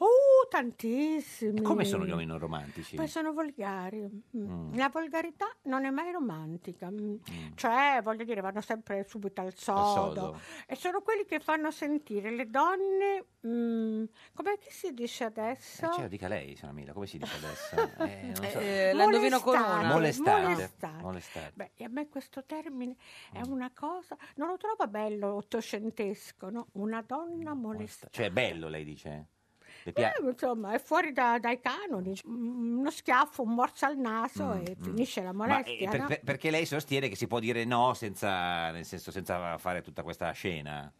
[SPEAKER 21] Uh, tantissimi.
[SPEAKER 2] Come sono gli uomini non romantici?
[SPEAKER 21] Mm. Poi sono volgari. Mm.
[SPEAKER 2] Mm.
[SPEAKER 21] La volgarità non è mai romantica. Mm. Cioè, voglio dire, vanno sempre subito al sodo.
[SPEAKER 2] sodo.
[SPEAKER 21] E sono quelli che fanno sentire le donne... mm, com'è che si dice adesso?
[SPEAKER 2] Cioè, lo dica lei, signora Mila, come si dice adesso? Eh, non so.
[SPEAKER 1] Eh, la indovino con una.
[SPEAKER 2] Molestante.
[SPEAKER 21] molestate.
[SPEAKER 2] Molestate.
[SPEAKER 21] Beh, e a me questo termine è
[SPEAKER 2] Mm.
[SPEAKER 21] una cosa... Non lo trovo bello ottocentesco, no? Una donna molestata.
[SPEAKER 2] Cioè, è bello, lei dice? Le pia-
[SPEAKER 21] Eh, insomma, è fuori da- dai canoni. Mm, Uno schiaffo, un morso al naso e finisce la
[SPEAKER 2] Mm, Ma, eh,
[SPEAKER 21] molestia.
[SPEAKER 2] per-
[SPEAKER 21] no?
[SPEAKER 2] per- perché lei sostiene che si può dire no senza, nel senso, senza fare tutta questa scena?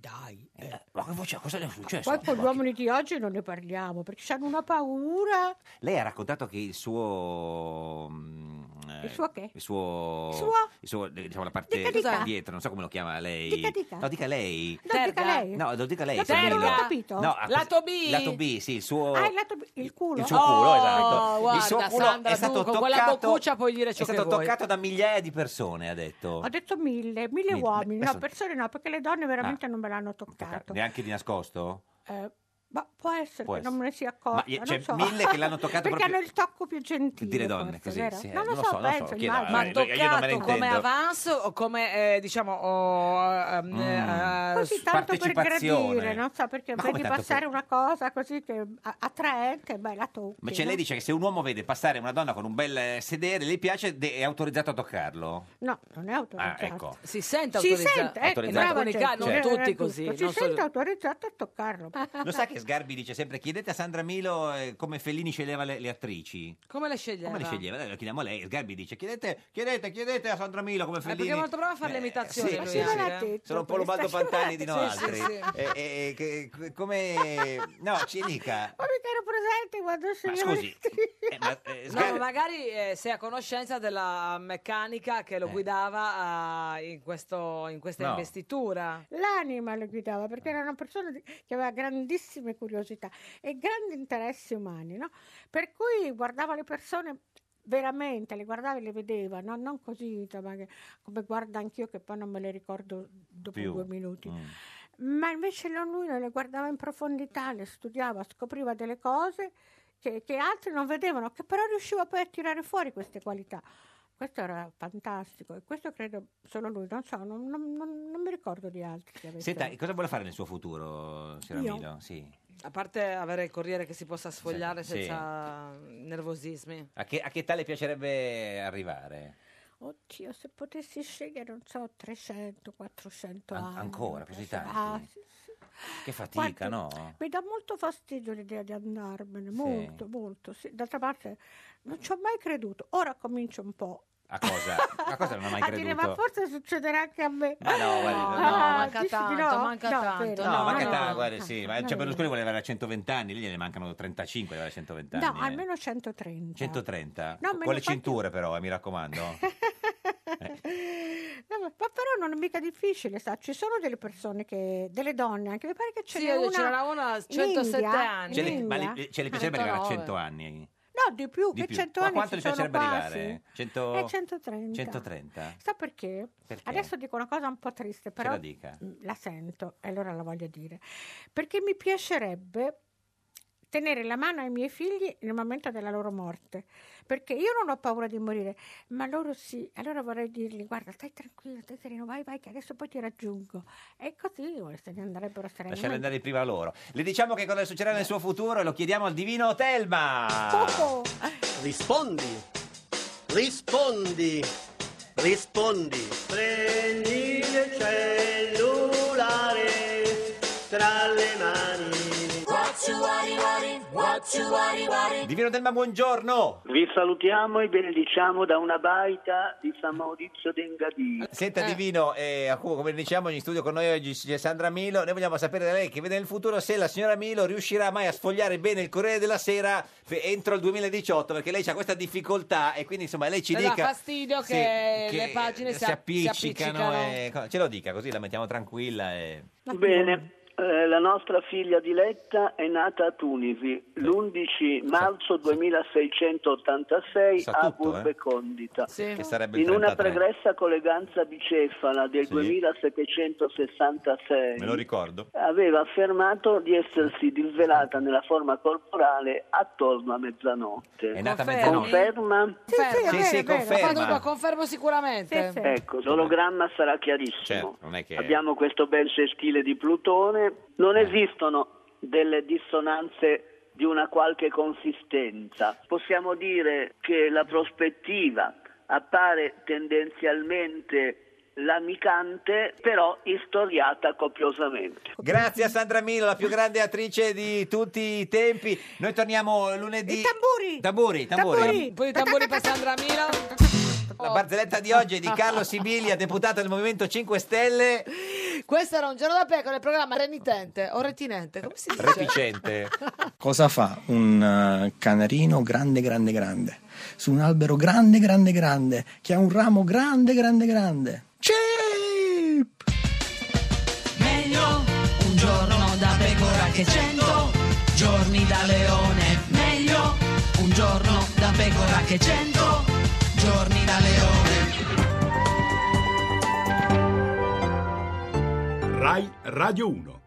[SPEAKER 21] Dai.
[SPEAKER 2] Eh, ma che voce- cosa le è successo?
[SPEAKER 21] Poi con gli
[SPEAKER 2] Ma-
[SPEAKER 21] uomini di oggi non ne parliamo perché hanno una paura.
[SPEAKER 2] Lei ha raccontato che il suo mm, eh,
[SPEAKER 21] Il suo che?
[SPEAKER 2] Il suo,
[SPEAKER 21] Suo?
[SPEAKER 2] il suo, eh, diciamo, la parte
[SPEAKER 21] Dica, dica.
[SPEAKER 2] dietro, non so come lo chiama lei.
[SPEAKER 21] Dica, dica.
[SPEAKER 2] No, dica lei.
[SPEAKER 21] No, dica Terga. lei.
[SPEAKER 2] No, lo dica lei.
[SPEAKER 21] Lato B,
[SPEAKER 2] Sandrillo.
[SPEAKER 21] non ho capito.
[SPEAKER 2] No, ah,
[SPEAKER 21] Lato
[SPEAKER 2] cos-
[SPEAKER 21] B?
[SPEAKER 2] Lato B, sì, il suo...
[SPEAKER 21] Ah, il, lato B- il culo? Oh,
[SPEAKER 2] Il suo culo, esatto. il
[SPEAKER 1] Oh, guarda,
[SPEAKER 2] suo culo
[SPEAKER 1] Sandra,
[SPEAKER 2] è stato
[SPEAKER 1] tu, con quella
[SPEAKER 2] toccato,
[SPEAKER 1] boccuccia puoi dire
[SPEAKER 2] è
[SPEAKER 1] ciò
[SPEAKER 2] stato
[SPEAKER 1] che vuoi.
[SPEAKER 2] toccato da migliaia di persone, ha detto.
[SPEAKER 21] Ho detto mille, mille
[SPEAKER 2] Oh. Mille.
[SPEAKER 21] uomini,
[SPEAKER 2] Beh, Ah. questo-
[SPEAKER 21] no, persone no, perché le donne veramente non me l'hanno toccato.
[SPEAKER 2] Neanche di nascosto?
[SPEAKER 21] Eh, ma può essere
[SPEAKER 2] Può
[SPEAKER 21] che non
[SPEAKER 2] essere.
[SPEAKER 21] me ne sia accorta.
[SPEAKER 2] Ma, eh,
[SPEAKER 21] non
[SPEAKER 2] c'è
[SPEAKER 21] so.
[SPEAKER 2] mille che l'hanno toccato
[SPEAKER 21] perché
[SPEAKER 2] proprio-
[SPEAKER 21] hanno il tocco più gentile.
[SPEAKER 2] Dire donne,
[SPEAKER 21] forse,
[SPEAKER 2] così,
[SPEAKER 21] vero?
[SPEAKER 2] sì,
[SPEAKER 21] non
[SPEAKER 2] non
[SPEAKER 21] lo
[SPEAKER 2] lo
[SPEAKER 21] so,
[SPEAKER 2] so, non lo so,
[SPEAKER 21] penso,
[SPEAKER 2] chiedo,
[SPEAKER 21] immagino.
[SPEAKER 1] Ma
[SPEAKER 2] Eh, io non me ne
[SPEAKER 1] toccato come
[SPEAKER 2] intendo.
[SPEAKER 1] avance o come, eh, diciamo, oh, ehm,
[SPEAKER 2] Mm.
[SPEAKER 1] eh,
[SPEAKER 21] Così tanto per
[SPEAKER 1] partecipazione.
[SPEAKER 21] gradire, non so perché
[SPEAKER 2] Ma come
[SPEAKER 21] vedi
[SPEAKER 2] tanto
[SPEAKER 21] passare una cosa così che a- attraente, beh, la tocchi.
[SPEAKER 2] Ma c'è lei
[SPEAKER 21] no?
[SPEAKER 2] dice che se un uomo vede passare una donna con un bel eh, sedere, le piace, de- è autorizzato a toccarlo.
[SPEAKER 21] No, non è
[SPEAKER 2] Ah,
[SPEAKER 21] autorizzato.
[SPEAKER 2] ecco.
[SPEAKER 1] Si sente
[SPEAKER 21] Si
[SPEAKER 1] autorizzato. Cioè, eh,
[SPEAKER 21] sente, ecco,
[SPEAKER 2] Autorizzato.
[SPEAKER 21] brava
[SPEAKER 2] Alcuni
[SPEAKER 21] gente,
[SPEAKER 2] casi, non
[SPEAKER 21] era
[SPEAKER 1] tutti
[SPEAKER 21] giusto.
[SPEAKER 1] così,
[SPEAKER 21] Si
[SPEAKER 1] non solo-
[SPEAKER 21] sente autorizzato a toccarlo.
[SPEAKER 2] Lo sa che Sgarbi dice sempre: chiedete a Sandra Milo eh, come Fellini sceglieva le, le attrici.
[SPEAKER 1] Come le sceglieva?
[SPEAKER 2] Come le sceglieva? Allora, Lo chiediamo a lei. Sgarbi dice: chiedete, chiedete, chiedete a Sandra Milo come
[SPEAKER 1] Eh,
[SPEAKER 2] Fellini.
[SPEAKER 1] perché è molto brava a fare le imitazioni
[SPEAKER 2] sì,
[SPEAKER 1] lui,
[SPEAKER 2] sì,
[SPEAKER 1] eh.
[SPEAKER 2] sì. Sono un po' Lobaldo Pantani di noi
[SPEAKER 1] Sì, sì,
[SPEAKER 2] altri.
[SPEAKER 1] sì.
[SPEAKER 2] Eh, eh, che- que- come. No, ci dica.
[SPEAKER 21] Ma mica ero presente quando
[SPEAKER 2] Ma
[SPEAKER 21] signori-
[SPEAKER 2] scusi, eh, ma, eh,
[SPEAKER 1] No,
[SPEAKER 2] Sgarbi-
[SPEAKER 1] ma magari eh, sei a conoscenza della meccanica che
[SPEAKER 2] Eh.
[SPEAKER 1] lo guidava ah, in, questo- in questa
[SPEAKER 21] No.
[SPEAKER 1] investitura.
[SPEAKER 21] L'anima lo guidava perché era una persona di- che aveva grandissime curiosità e grandi interessi umani, no? Per cui guardava le persone veramente, le guardava e le vedeva, no? non così insomma, che- come guarda anch'io che poi non me le ricordo dopo
[SPEAKER 2] Più.
[SPEAKER 21] due minuti.
[SPEAKER 2] Mm.
[SPEAKER 21] Ma invece no, lui non le guardava in profondità, le studiava, scopriva delle cose che, che altri non vedevano, che però riusciva poi a tirare fuori queste qualità. Questo era fantastico e questo credo solo lui, non so, non, non- non- non mi ricordo di altri. che avessero-
[SPEAKER 2] Senta, ecco cosa vuole fare nel suo futuro, signora
[SPEAKER 21] Io?
[SPEAKER 2] Milo? Sì.
[SPEAKER 1] A parte avere il corriere che si possa sfogliare
[SPEAKER 2] Sì.
[SPEAKER 1] senza nervosismi.
[SPEAKER 2] A che, a che età le piacerebbe arrivare?
[SPEAKER 21] Oddio, se potessi scegliere, non so, 300, 400
[SPEAKER 2] An-
[SPEAKER 21] anni.
[SPEAKER 2] ancora, così tanti? Eh.
[SPEAKER 21] Ah, sì, sì.
[SPEAKER 2] Che fatica,
[SPEAKER 21] Quanti-
[SPEAKER 2] no?
[SPEAKER 21] Mi dà molto fastidio l'idea di andarmene, molto, molto. Sì. D'altra parte non ci ho mai creduto, ora comincio un po'
[SPEAKER 2] A cosa? A cosa non ha mai
[SPEAKER 21] a dire, ma
[SPEAKER 2] creduto?
[SPEAKER 21] forse succederà anche a me.
[SPEAKER 2] Ma no, guardi, no,
[SPEAKER 21] Ah,
[SPEAKER 1] manca
[SPEAKER 21] dici di
[SPEAKER 1] tanto, manca
[SPEAKER 21] No,
[SPEAKER 1] tanto,
[SPEAKER 21] vero,
[SPEAKER 2] No,
[SPEAKER 21] no,
[SPEAKER 2] manca
[SPEAKER 21] no.
[SPEAKER 2] tanto, guarda, sì, ma
[SPEAKER 21] no,
[SPEAKER 2] cioè,
[SPEAKER 21] no.
[SPEAKER 2] Berlusconi voleva avere 120 anni, lì gliene mancano 35, voleva 120
[SPEAKER 21] No,
[SPEAKER 2] anni. eh.
[SPEAKER 21] almeno 130.
[SPEAKER 2] 130.
[SPEAKER 21] No, me
[SPEAKER 2] Con
[SPEAKER 21] ne
[SPEAKER 2] le
[SPEAKER 21] faccio-
[SPEAKER 2] cinture però, eh, mi raccomando.
[SPEAKER 21] Eh. No, ma ma però non è mica difficile, sa, ci sono delle persone che, delle donne anche, mi pare che ce
[SPEAKER 1] Sì,
[SPEAKER 21] n'è una.
[SPEAKER 1] c'era una a
[SPEAKER 21] in
[SPEAKER 1] 107
[SPEAKER 21] India,
[SPEAKER 1] anni.
[SPEAKER 21] in
[SPEAKER 2] Ce le, ma
[SPEAKER 21] India.
[SPEAKER 2] le, ce le piacerebbe arrivare a 100 anni?
[SPEAKER 21] No, di più,
[SPEAKER 2] Di
[SPEAKER 21] che
[SPEAKER 2] più.
[SPEAKER 21] 100
[SPEAKER 2] Ma
[SPEAKER 21] anni
[SPEAKER 2] quanto
[SPEAKER 21] ci
[SPEAKER 2] le
[SPEAKER 21] sono
[SPEAKER 2] piacerebbe
[SPEAKER 21] quasi.
[SPEAKER 2] arrivare? 100...
[SPEAKER 21] Eh, 130.
[SPEAKER 2] 130?
[SPEAKER 21] Sa perché?
[SPEAKER 2] Perché?
[SPEAKER 21] Adesso dico una cosa un po' triste, però
[SPEAKER 2] la dica.
[SPEAKER 21] mh, la sento e allora la voglio dire. Perché mi piacerebbe tenere la mano ai miei figli nel momento della loro morte, perché io non ho paura di morire, ma loro sì. Allora vorrei dirgli, guarda, stai tranquillo, stai sereno, vai, vai, che adesso poi ti raggiungo. E così se ne andrebbero serenamente.
[SPEAKER 2] Lasciarle andare prima loro. Le diciamo che cosa succederà nel suo futuro e lo chiediamo al divino Telma.
[SPEAKER 21] Oh, oh.
[SPEAKER 22] Rispondi, rispondi, rispondi. Prendi il cellulare tra le mani.
[SPEAKER 2] Divino Telma, buongiorno.
[SPEAKER 22] Vi salutiamo e benediciamo da una baita di San Maurizio d'Engadì.
[SPEAKER 2] Senta Divino, eh, a cui, come diciamo in studio con noi oggi c'è Sandra Milo, noi vogliamo sapere da lei che vede nel futuro se la signora Milo riuscirà mai a sfogliare bene il Corriere della Sera fe- entro il 2018 perché lei ha questa difficoltà e quindi insomma lei ci
[SPEAKER 1] Le dà
[SPEAKER 2] dica...
[SPEAKER 1] fastidio
[SPEAKER 2] sì,
[SPEAKER 1] che le pagine si
[SPEAKER 2] si
[SPEAKER 1] app- si
[SPEAKER 2] appiccicano,
[SPEAKER 1] appiccicano.
[SPEAKER 2] e co- ce lo dica così la mettiamo tranquilla e...
[SPEAKER 22] Bene, eh, la nostra figlia Diletta è nata a
[SPEAKER 2] Eh.
[SPEAKER 22] Tunisi l'11 marzo 2686
[SPEAKER 2] Sa
[SPEAKER 22] a
[SPEAKER 2] tutto,
[SPEAKER 22] Burbe
[SPEAKER 2] eh.
[SPEAKER 22] Condita.
[SPEAKER 2] Che sarebbe il
[SPEAKER 22] In una
[SPEAKER 2] 33.
[SPEAKER 22] pregressa colleganza bicefala del
[SPEAKER 2] Sì.
[SPEAKER 22] 2766
[SPEAKER 2] Me lo ricordo.
[SPEAKER 22] aveva affermato di essersi disvelata nella forma corporale attorno a mezzanotte.
[SPEAKER 2] È nata a
[SPEAKER 22] Confermi?
[SPEAKER 2] mezzanotte.
[SPEAKER 22] Conferma?
[SPEAKER 1] Sì,
[SPEAKER 2] Sì, sì, conferma.
[SPEAKER 1] Confermo, confermo sicuramente.
[SPEAKER 22] Ecco, l'ologramma sarà chiarissimo.
[SPEAKER 2] Certo, Non è che... Eh.
[SPEAKER 22] Abbiamo questo bel sestile di Plutone, non esistono delle dissonanze di una qualche consistenza. Possiamo dire che la prospettiva appare tendenzialmente lamicante, però istoriata copiosamente.
[SPEAKER 2] Grazie a Sandra Milo, la più grande attrice di tutti i tempi. Noi torniamo lunedì. I tamburi! Tamburi, tamburi.
[SPEAKER 1] Un po' di tamburi per Sandra Milo.
[SPEAKER 2] La barzelletta di oggi è di Carlo Sibilia, deputato del Movimento 5 Stelle.
[SPEAKER 23] Questo era un giorno da pecora, il programma renitente o retinente, come si dice?
[SPEAKER 24] Repicente.
[SPEAKER 2] Cosa fa un eh, canarino grande, grande, grande? Su un albero grande, grande, grande, che ha un ramo grande, grande, grande. Cip!
[SPEAKER 1] Meglio un giorno da pecora che cento giorni da leone. Meglio un giorno da pecora che cento giorni da leone.
[SPEAKER 22] Rai Radio 1.